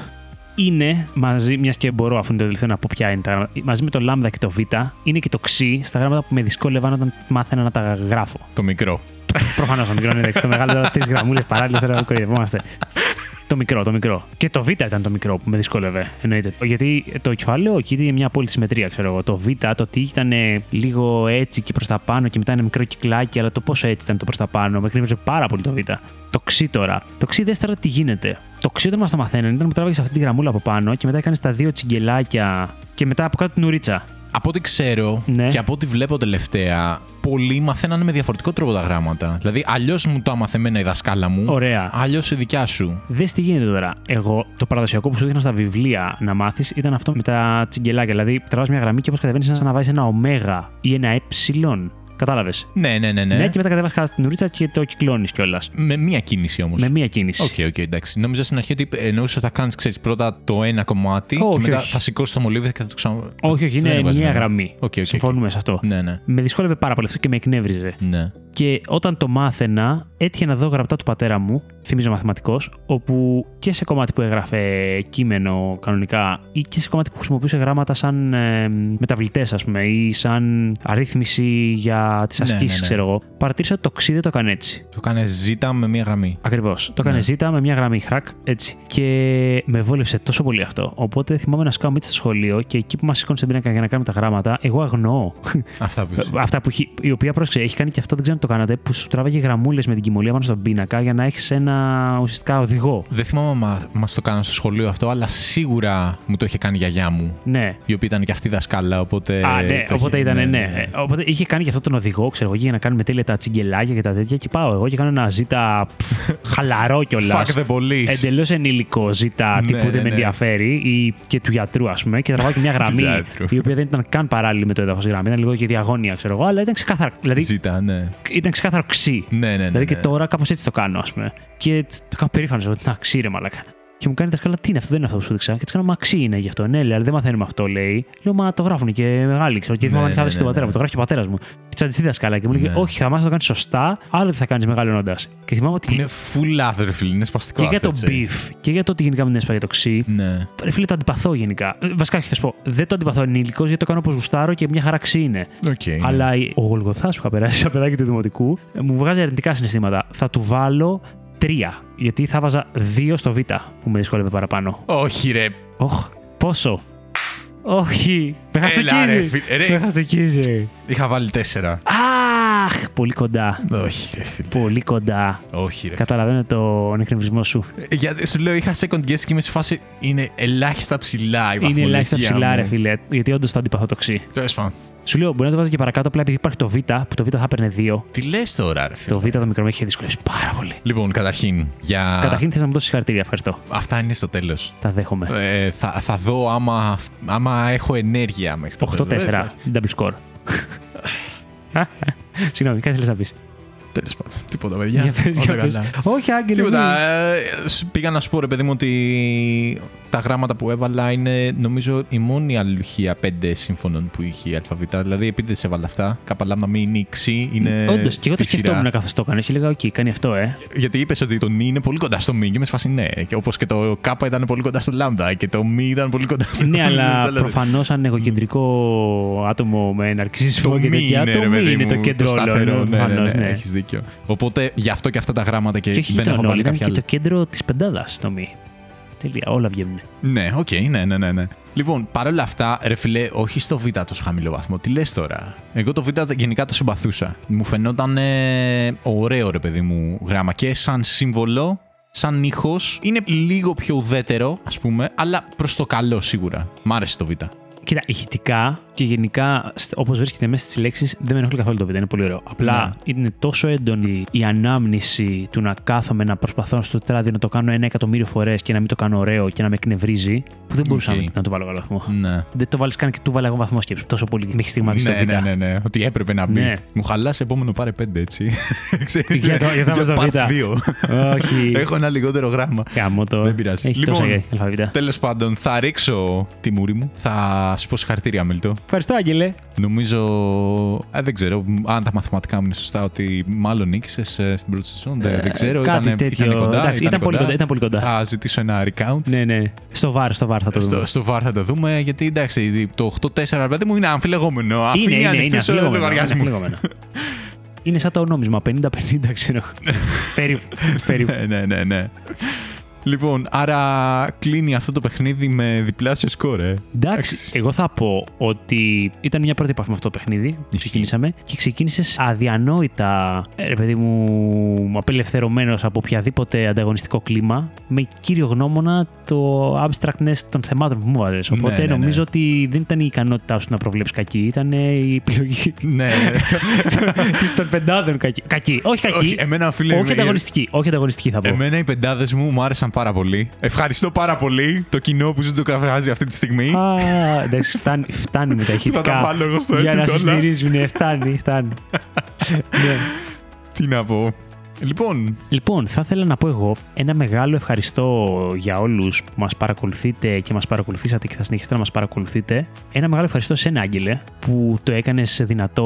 [SPEAKER 1] Είναι μαζί, μιας και μπορώ, αφού είναι το τελευταίο να πω ποια είναι, τα, μαζί με το λάμδα και το β, είναι και το ξύ στα γράμματα που με δυσκόλευαν όταν μάθαινα να τα γράφω.
[SPEAKER 2] Το μικρό.
[SPEAKER 1] Προφανώς το μικρό είναι εντάξει, το μεγάλο τώρα τρεις γραμμούλες παράλληλες τώρα κορυδευόμαστε. Το μικρό, το μικρό. Και το Β ήταν το μικρό που με δυσκόλευε. Εννοείται. Γιατί το κεφάλαιο εκεί είναι μια απόλυτη συμμετρία, ξέρω εγώ. Το Β, το ότι ήταν ε, λίγο έτσι και προς τα πάνω και μετά ένα μικρό κυκλάκι, αλλά το πόσο έτσι ήταν το προς τα πάνω. Με κρύβεται πάρα πολύ το Β. Το Ξ τώρα. Το Ξ δεν τώρα τι γίνεται. Το Ξ όταν μας τα μαθαίνανε ήταν που τράβηγε αυτή τη γραμμούλα από πάνω και μετά έκανες τα δύο τσιγκελάκια και μετά από κάτω την ουρίτσα.
[SPEAKER 2] Από ό,τι ξέρω
[SPEAKER 1] Ναι.
[SPEAKER 2] και από ό,τι βλέπω τελευταία, πολλοί μαθαίνανε με διαφορετικό τρόπο τα γράμματα. Δηλαδή, αλλιώς μου τα μαθαίνε η δασκάλα μου.
[SPEAKER 1] Ωραία.
[SPEAKER 2] Αλλιώς η δικιά σου.
[SPEAKER 1] Δες τι γίνεται τώρα. Εγώ, το παραδοσιακό που σου δείχνα στα βιβλία να μάθεις ήταν αυτό με τα τσιγκελάκια. Δηλαδή, τραβάς μια γραμμή και όπως κατεβαίνεις, σαν να βάζεις ένα ωμέγα ή ένα ε. Κατάλαβες.
[SPEAKER 2] Ναι, ναι, ναι. ναι.
[SPEAKER 1] Ναι. και μετά κατεβάζει κάτω την ουρίτσα και το κυκλώνεις κιόλας.
[SPEAKER 2] Με μία κίνηση όμως.
[SPEAKER 1] Με μία κίνηση.
[SPEAKER 2] Οκ, οκ, εντάξει. Νόμιζα στην αρχή ότι εννοούσες ότι θα κάνεις πρώτα το ένα κομμάτι
[SPEAKER 1] Όχι,
[SPEAKER 2] και μετά
[SPEAKER 1] όχι.
[SPEAKER 2] θα σηκώσεις το μολύβι και θα το ξανα.
[SPEAKER 1] Όχι, όχι,
[SPEAKER 2] Δεν
[SPEAKER 1] είναι μία
[SPEAKER 2] βάζουμε.
[SPEAKER 1] γραμμή.
[SPEAKER 2] Οκ, οκ, οκ.
[SPEAKER 1] Συμφωνούμε σε αυτό.
[SPEAKER 2] Ναι, ναι.
[SPEAKER 1] Με δυσκόλευε πάρα πολύ αυτό και με εκνεύριζε.
[SPEAKER 2] ναι.
[SPEAKER 1] Και όταν το μάθαινα, έτυχε να δω γραπτά του πατέρα μου, θυμίζω μαθηματικός, όπου και σε κομμάτι που έγραφε κείμενο κανονικά ή και σε κομμάτι που χρησιμοποιούσε γράμματα σαν ε, μεταβλητές, ας πούμε, ή σαν αρρύθμιση για τα, τις
[SPEAKER 2] Ναι,
[SPEAKER 1] ασκήσεις,
[SPEAKER 2] ναι, ναι.
[SPEAKER 1] ξέρω εγώ, παρατήρησα ότι το ξύδι το έκανε έτσι.
[SPEAKER 2] Το κάνε ζήτα με μία γραμμή.
[SPEAKER 1] Ακριβώς. Το έκανε
[SPEAKER 2] Ναι.
[SPEAKER 1] ζήτα με μια γραμμή χρακ, έτσι. Και με βόλεψε τόσο πολύ αυτό. Οπότε θυμάμαι να σκάω μύτη στο σχολείο και εκεί που μας σήκωνε στην πίνακα για να κάνουμε τα γράμματα, εγώ αγνοώ.
[SPEAKER 2] Αυτά
[SPEAKER 1] Ε,
[SPEAKER 2] που είσαι.
[SPEAKER 1] Αυτά που έχει, η οποία πρόσεξε, έχει κάνει και αυτό, δεν ξέρω αν το κάνατε, που σου τράβαγε γραμμούλες με την κοιμωλία πάνω στον πίνακα για να έχεις ένα ουσιαστικά οδηγό.
[SPEAKER 2] Δεν θυμάμαι μα μας το κάνανε στο σχολείο αυτό, αλλά σίγουρα μου το είχε κάνει η γιαγιά μου.
[SPEAKER 1] Ναι.
[SPEAKER 2] Η οποία ήταν και αυτή δασκάλα, οπότε.
[SPEAKER 1] Α, ναι,
[SPEAKER 2] Ε, το
[SPEAKER 1] οπότε
[SPEAKER 2] είχε-
[SPEAKER 1] ήταν, ναι. Ε, Οπότε είχε κάνει και αυτό τον οδηγό, ξέρω εγώ, για να κάνουμε τέλεια τα τσιγκελάκια και τα τέτοια. Και πάω εγώ και κάνω ένα ζήτα πφ, χαλαρό κιόλας.
[SPEAKER 2] Fuck the police.
[SPEAKER 1] Εντελώς ενήλικο ζήτα
[SPEAKER 2] Ναι,
[SPEAKER 1] τύπου
[SPEAKER 2] ναι,
[SPEAKER 1] δεν με
[SPEAKER 2] ναι.
[SPEAKER 1] ενδιαφέρει ή και του γιατρού, ας πούμε, και τραβάω και μια γραμμή
[SPEAKER 2] Του γιατρού.
[SPEAKER 1] η οποία δεν ήταν καν παράλληλη με το έδαφος γραμμή, ήταν λίγο και διαγώνια, ξέρω εγώ, αλλά ήταν ξεκάθαρο, δηλαδή,
[SPEAKER 2] Ζήτα, ναι.
[SPEAKER 1] ήταν ξεκάθαρο ξύ.
[SPEAKER 2] Ναι, ναι, ναι.
[SPEAKER 1] δηλαδή και
[SPEAKER 2] ναι.
[SPEAKER 1] τώρα κάπως έτσι το κάνω, ας πούμε. Και τσ- το κάνω περήφανος, ότι να ξύ ρε μαλακά. Και μου κάνει τα σκάλα, τι είναι αυτό, δεν είναι αυτό που σου δείξα. Και της κάνω, μα ξύ είναι γι' αυτό. Ναι, λέει, αλλά δεν μαθαίνουμε αυτό, λέει. Λέω, μα το γράφουν και μεγάλοι, ξέρω. Και
[SPEAKER 2] Ναι,
[SPEAKER 1] θυμάμαι αν είχα
[SPEAKER 2] ναι,
[SPEAKER 1] δώσει
[SPEAKER 2] ναι,
[SPEAKER 1] τον πατέρα
[SPEAKER 2] ναι.
[SPEAKER 1] μου, το γράφει και ο πατέρας μου. Και τσαντιστή δασκάλα και μου λέει,
[SPEAKER 2] Ναι.
[SPEAKER 1] Όχι, θα μάθει να το κάνεις σωστά, άλλο τι θα κάνεις μεγάλωνοντα. Και θυμάμαι ότι.
[SPEAKER 2] Είναι full other, φίλε. Είναι σπαστικό.
[SPEAKER 1] Και για
[SPEAKER 2] αυτό,
[SPEAKER 1] το
[SPEAKER 2] έτσι.
[SPEAKER 1] beef και για το ότι γενικά με την έσπαγε για το ξύ,
[SPEAKER 2] Ναι.
[SPEAKER 1] Ρε φίλε, το αντιπαθώ γενικά. Ε, Βασικά, όχι, θα σου πω. Δεν το αντιπαθώ ενήλικο γιατί το κάνω όπως γουστάρω και μια χαρά ξύ είναι.
[SPEAKER 2] Οκ. ναι.
[SPEAKER 1] Αλλά η- ο Γολγοθάς που είχα περάσει σαν παιδάκι του Δημοτικού ε, μου βγάζει αρνητικά συναισθήματα. Θα του βάλω τρία. Γιατί θα βάζα δύο στο Β που με δυσκόλευε παραπάνω.
[SPEAKER 2] Όχι, ρε.
[SPEAKER 1] Οχ, πόσο. Όχι. Με
[SPEAKER 2] Έλα, ρε,
[SPEAKER 1] χαστοκίζει.
[SPEAKER 2] φίλε.
[SPEAKER 1] Με
[SPEAKER 2] Ρε,
[SPEAKER 1] χαστοκίζει.
[SPEAKER 2] Είχα βάλει τέσσερα.
[SPEAKER 1] Αχ, πολύ κοντά.
[SPEAKER 2] Όχι, ρε, φίλε.
[SPEAKER 1] Πολύ κοντά.
[SPEAKER 2] Όχι, ρε.
[SPEAKER 1] Καταλαβαίνω τον εκνευρισμό σου.
[SPEAKER 2] Ε, Γιατί σου λέω, είχα second guess και είμαι σε φάση. Είναι ελάχιστα ψηλά
[SPEAKER 1] Είναι
[SPEAKER 2] η βαθμολογία
[SPEAKER 1] ελάχιστα ψηλά,
[SPEAKER 2] μου.
[SPEAKER 1] ρε φίλε. Γιατί όντως το αντιπαθώ το ξύ.
[SPEAKER 2] Τέλος πάντων.
[SPEAKER 1] Σου λέω, μπορεί να το βάζεις και παρακάτω απλά επειδή υπάρχει το Β, που το Β θα έπαιρνε 2.
[SPEAKER 2] Τι λες τώρα, ρε φίλε.
[SPEAKER 1] Το Β το μικρό με είχε δυσκολεύσει πάρα πολύ.
[SPEAKER 2] Λοιπόν, καταρχήν, για.
[SPEAKER 1] Καταρχήν θες να μου δώσεις συγχαρητήρια, ευχαριστώ.
[SPEAKER 2] Αυτά είναι στο τέλος.
[SPEAKER 1] Τα δέχομαι.
[SPEAKER 2] Ε, θα, θα δω άμα, αυ- άμα έχω ενέργεια μέχρι το Ε,
[SPEAKER 1] 8-4. Double score. ε, Συγγνώμη, κάτι θέλει να πεις.
[SPEAKER 2] Τέλος πάντων. Τίποτα, παιδιά. Όλα καλά.
[SPEAKER 1] Όχι, Άγγελε.
[SPEAKER 2] Τίποτα. ε, σ- πήγα να σου πω, ρε παιδί μου, ότι τα γράμματα που έβαλα είναι νομίζω η μόνη αλληλουχία πέντε σύμφωνων που είχε η ΑΒ. Δηλαδή, επίτηδε έβαλα αυτά. Καπαλάμνα μη είναι η ξύ, ε, είναι.
[SPEAKER 1] Όντως, και εγώ το
[SPEAKER 2] στη σειρά.
[SPEAKER 1] σκεφτόμουν καθώ το έκανε. Και λέγα, Οκ, κάνει αυτό, ε.
[SPEAKER 2] Γιατί είπες ότι το νι είναι πολύ κοντά στο μη και με σφασί ναι. Και όπως και το κάπα ήταν πολύ κοντά στο λάμδα και το μη ήταν πολύ κοντά στο
[SPEAKER 1] ναι, αλλά
[SPEAKER 2] δηλαδή,
[SPEAKER 1] προφανώς αν εγωκεντρικό άτομο με
[SPEAKER 2] Το
[SPEAKER 1] ναρκισισμό και
[SPEAKER 2] μη
[SPEAKER 1] τέτοια.
[SPEAKER 2] είναι,
[SPEAKER 1] Το
[SPEAKER 2] ρε,
[SPEAKER 1] μη
[SPEAKER 2] παιδί
[SPEAKER 1] είναι
[SPEAKER 2] μου,
[SPEAKER 1] το κέντρο όλων.
[SPEAKER 2] σταθερό, ναι, ναι,
[SPEAKER 1] προφανώς,
[SPEAKER 2] ναι,
[SPEAKER 1] ναι.
[SPEAKER 2] έχεις δίκιο. Οπότε γι' αυτό και αυτά τα γράμματα και,
[SPEAKER 1] Και όχι
[SPEAKER 2] δεν έχω
[SPEAKER 1] ήταν όλοι,
[SPEAKER 2] βάλει
[SPEAKER 1] ήταν
[SPEAKER 2] κάποια
[SPEAKER 1] και το
[SPEAKER 2] άλλα.
[SPEAKER 1] κέντρο της πεντάδας το μη. Τελεία, όλα βγαίνουν.
[SPEAKER 2] Ναι, οκ, ναι, ναι, ναι, ναι. Λοιπόν, παρόλα αυτά, ρε φιλέ, όχι στο Β τόσο χαμηλό βαθμό. Τι λες τώρα. Εγώ το Β γενικά το συμπαθούσα. Μου φαινόταν ε, ωραίο, ρε παιδί μου, γράμμα. Και σαν σύμβολο, σαν ήχος, είναι λίγο πιο ουδέτερο, ας πούμε, αλλά προς το καλό σίγουρα. Μ' άρεσε το Β.
[SPEAKER 1] Κοίτα, ηχητικά και γενικά, όπως βρίσκεται μέσα στις λέξεις, δεν με ενοχλεί καθόλου το βίντεο. Είναι πολύ ωραίο.
[SPEAKER 2] Ναι.
[SPEAKER 1] Απλά είναι τόσο έντονη η ανάμνηση του να κάθομαι να προσπαθώ στο τετράδιο να το κάνω ένα εκατομμύριο φορές και να μην το κάνω ωραίο και να με εκνευρίζει, που δεν μπορούσα
[SPEAKER 2] Οκ.
[SPEAKER 1] να- να το βάλω καλό βαθμό.
[SPEAKER 2] Ναι.
[SPEAKER 1] Δεν το βάλεις καν και του βάλα εγώ βαθμό σκέψη. Τόσο πολύ με έχει στιγματίσει το
[SPEAKER 2] Ναι,
[SPEAKER 1] βίντεο.
[SPEAKER 2] ναι, ναι, ναι, ότι έπρεπε να μπει.
[SPEAKER 1] Ναι.
[SPEAKER 2] Μου χαλάς επόμενο πάρε πέντε, έτσι. Ξέρεις,
[SPEAKER 1] Για το- για το μας το
[SPEAKER 2] part
[SPEAKER 1] β.
[SPEAKER 2] δύο.
[SPEAKER 1] Όχι.
[SPEAKER 2] ναι. Έχω ένα λιγότερο γράμμα.
[SPEAKER 1] Κάμω το.
[SPEAKER 2] Δεν πειράζει.
[SPEAKER 1] Έχει
[SPEAKER 2] Λοιπόν,
[SPEAKER 1] τόσα για αλφαβήτα.
[SPEAKER 2] Τέλος πάντων, θα ρίξω τη μούρη μου. Θα σου πω συγχαρητήρια, Μίλτο.
[SPEAKER 1] Ευχαριστώ, Άγγελε.
[SPEAKER 2] Νομίζω. Α, δεν ξέρω αν τα μαθηματικά μου είναι σωστά, ότι μάλλον νίκησε στην πρώτη σεζόν. Δεν, δεν ξέρω.
[SPEAKER 1] Ε, κάτι
[SPEAKER 2] Ήτανε-
[SPEAKER 1] τέτοιο.
[SPEAKER 2] Ήταν κοντά.
[SPEAKER 1] Εντάξει, ήταν πολύ κοντά, ήταν πολύ κοντά.
[SPEAKER 2] Θα ζητήσω ένα recount.
[SPEAKER 1] Ναι, ναι. Στο βαρ, στο βαρ θα το δούμε.
[SPEAKER 2] Στο, στο VAR θα το δούμε, γιατί εντάξει, το 8-4 παιδί μου είναι αμφιλεγόμενο.
[SPEAKER 1] Είναι,
[SPEAKER 2] Αφήνει
[SPEAKER 1] είναι, είναι,
[SPEAKER 2] ανοιχτούς ε, όλο το
[SPEAKER 1] αφιλεγόμενο, είναι
[SPEAKER 2] λογαριασμό.
[SPEAKER 1] αφιλεγόμενο. Είναι σαν το νόμισμα 50-50, ξέρω. περίπου. περίπου.
[SPEAKER 2] ναι, ναι, ναι, ναι. Λοιπόν, άρα κλείνει αυτό το παιχνίδι με διπλάσιο σκορ, ε.
[SPEAKER 1] Εντάξει, εγώ θα πω ότι ήταν μια πρώτη επαφή με αυτό το παιχνίδι.
[SPEAKER 2] Ισχύει.
[SPEAKER 1] Ξεκινήσαμε και ξεκίνησες αδιανόητα, ε, ρε παιδί μου, απελευθερωμένος από οποιαδήποτε ανταγωνιστικό κλίμα, με κύριο γνώμονα το abstractness των θεμάτων που μου βάζες.
[SPEAKER 2] Ναι,
[SPEAKER 1] Οπότε
[SPEAKER 2] ναι, ναι.
[SPEAKER 1] νομίζω ότι δεν ήταν η ικανότητά σου να προβλέψεις κακή, ήταν ε, η επιλογή
[SPEAKER 2] Ναι, ναι.
[SPEAKER 1] των πεντάδων κακή. Κακή, όχι κακή.
[SPEAKER 2] Όχι, εμένα, φίλε,
[SPEAKER 1] Ε, όχι
[SPEAKER 2] με-
[SPEAKER 1] ανταγωνιστική, όχι ανταγωνιστική θα πω.
[SPEAKER 2] Εμένα οι πεντάδες μου μου άρεσαν πάρα πολύ. Ευχαριστώ πάρα πολύ το κοινό που ζει το καφράζει αυτή τη στιγμή.
[SPEAKER 1] Α, εντάξει, φτάνει, φτάνει με τα ηχητικά.
[SPEAKER 2] τα βάλω εγώ στο
[SPEAKER 1] Για να
[SPEAKER 2] edit όλα.
[SPEAKER 1] συστηρίζουν, φτάνει, φτάνει. ναι.
[SPEAKER 2] Τι να πω. Λοιπόν,
[SPEAKER 1] Λοιπόν, θα ήθελα να πω εγώ ένα μεγάλο ευχαριστώ για όλους που μας παρακολουθείτε και μας παρακολουθήσατε και θα συνεχίσετε να μας παρακολουθείτε. Ένα μεγάλο ευχαριστώ σε ένα Άγγελε που το έκανε δυνατό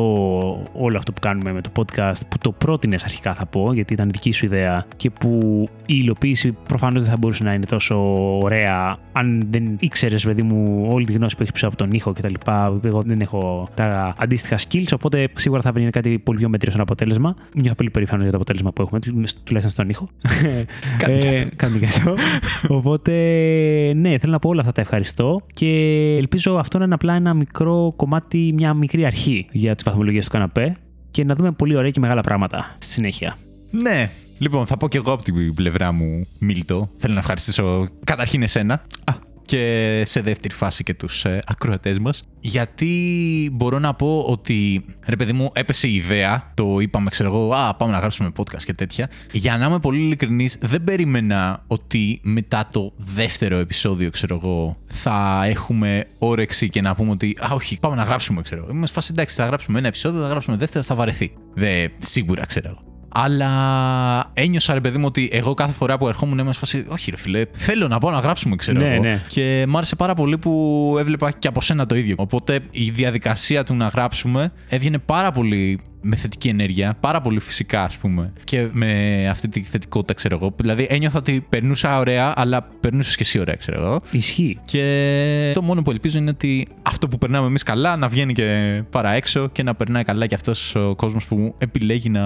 [SPEAKER 1] όλο αυτό που κάνουμε με το podcast, που το πρότεινε αρχικά θα πω, γιατί ήταν δική σου ιδέα και που η υλοποίηση προφανώς δεν θα μπορούσε να είναι τόσο ωραία αν δεν ήξερες, παιδί μου, όλη τη γνώση που έχεις πίσω από τον ήχο κτλ. Εγώ δεν έχω τα αντίστοιχα skills, οπότε σίγουρα θα βγαίνει κάτι πολύ πιο μέτριο σαν αποτέλεσμα. Νιώθω πολύ περήφανος για το αποτέλεσμα που έχουμε, τουλ- τουλάχιστον στον ήχο.
[SPEAKER 2] Κάτι
[SPEAKER 1] Ε,
[SPEAKER 2] κι αυτό.
[SPEAKER 1] κάτι κι αυτό. Οπότε, ναι, θέλω να πω όλα αυτά τα ευχαριστώ και ελπίζω αυτό να είναι απλά ένα μικρό κομμάτι, μια μικρή αρχή για τις βαθμολογίες του καναπέ και να δούμε πολύ ωραία και μεγάλα πράγματα στη συνέχεια.
[SPEAKER 2] ναι. Λοιπόν, θα πω και εγώ από την πλευρά μου, Μίλτο. Θέλω να ευχαριστήσω καταρχήν εσένα
[SPEAKER 1] Α.
[SPEAKER 2] και σε δεύτερη φάση και τους ε, ακροατές μας. Γιατί μπορώ να πω ότι, ρε παιδί μου, έπεσε η ιδέα, το είπαμε, ξέρω εγώ, α, πάμε να γράψουμε podcast και τέτοια. Για να είμαι πολύ ειλικρινής, δεν περίμενα ότι μετά το δεύτερο επεισόδιο, ξέρω εγώ, θα έχουμε όρεξη και να πούμε ότι, α, όχι, πάμε να γράψουμε, ξέρω εγώ. Είμαστε σε φάση, εντάξει, θα γράψουμε ένα επεισόδιο, θα γράψουμε δεύτερο, θα βαρεθεί. Δε, σίγουρα, ξέρω εγώ. Αλλά ένιωσα, ρε παιδί μου, ότι εγώ κάθε φορά που ερχόμουν έμενα φάση, όχι ρε φίλε, θέλω να πάω να γράψουμε, ξέρω
[SPEAKER 1] Ναι,
[SPEAKER 2] εγώ.
[SPEAKER 1] ναι.
[SPEAKER 2] Και μ' άρεσε πάρα πολύ που έβλεπα και από σένα το ίδιο. Οπότε η διαδικασία του να γράψουμε έβγαινε πάρα πολύ με θετική ενέργεια, πάρα πολύ φυσικά, ας πούμε. Και με αυτή τη θετικότητα, ξέρω εγώ. Δηλαδή ένιωθα ότι περνούσα ωραία, αλλά περνούσες και εσύ ωραία, ξέρω εγώ.
[SPEAKER 1] Ισχύει.
[SPEAKER 2] Και το μόνο που ελπίζω είναι ότι αυτό που περνάμε εμείς καλά να βγαίνει και παρά έξω και να περνάει καλά και αυτός ο κόσμος που επιλέγει να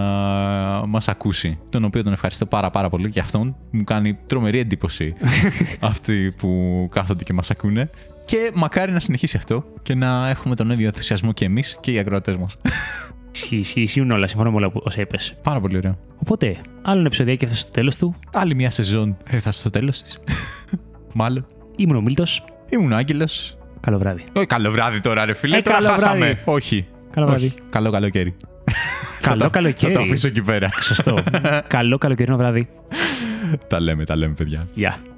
[SPEAKER 2] μας ακούσει. Τον οποίο τον ευχαριστώ πάρα πάρα πολύ και αυτόν. Μου κάνει τρομερή εντύπωση αυτοί που κάθονται και μας ακούνε. Και μακάρι να συνεχίσει αυτό και να έχουμε τον ίδιο ενθουσιασμό και εμείς και οι ακροατές μας.
[SPEAKER 1] Ισχύει, ισχύει, ισχύουν όλα. Συμφωνώ με όλα που- όσα είπες.
[SPEAKER 2] πάρα πολύ ωραίο.
[SPEAKER 1] Οπότε, άλλο ένα επεισοδιάκι έφτασε στο τέλος του.
[SPEAKER 2] Άλλη μια σεζόν έφτασε στο τέλος της. Μάλλον.
[SPEAKER 1] Ήμουν ο Μίλτος.
[SPEAKER 2] Ήμουν Άγγελος.
[SPEAKER 1] Καλό βράδυ.
[SPEAKER 2] Όχι, καλό βράδυ τώρα, ρε φίλε.
[SPEAKER 1] Ε,
[SPEAKER 2] τώρα
[SPEAKER 1] καλό
[SPEAKER 2] χάσαμε.
[SPEAKER 1] βράδυ.
[SPEAKER 2] Όχι.
[SPEAKER 1] Καλό βράδυ.
[SPEAKER 2] Όχι. Καλό καλοκαίρι.
[SPEAKER 1] Καλό
[SPEAKER 2] θα, το-
[SPEAKER 1] καλοκαίρι.
[SPEAKER 2] Θα το αφήσω εκεί πέρα.
[SPEAKER 1] Σωστό. Καλό καλοκαιρινό βράδυ.
[SPEAKER 2] τα λέμε, τα λέμε, παιδιά.
[SPEAKER 1] Γεια.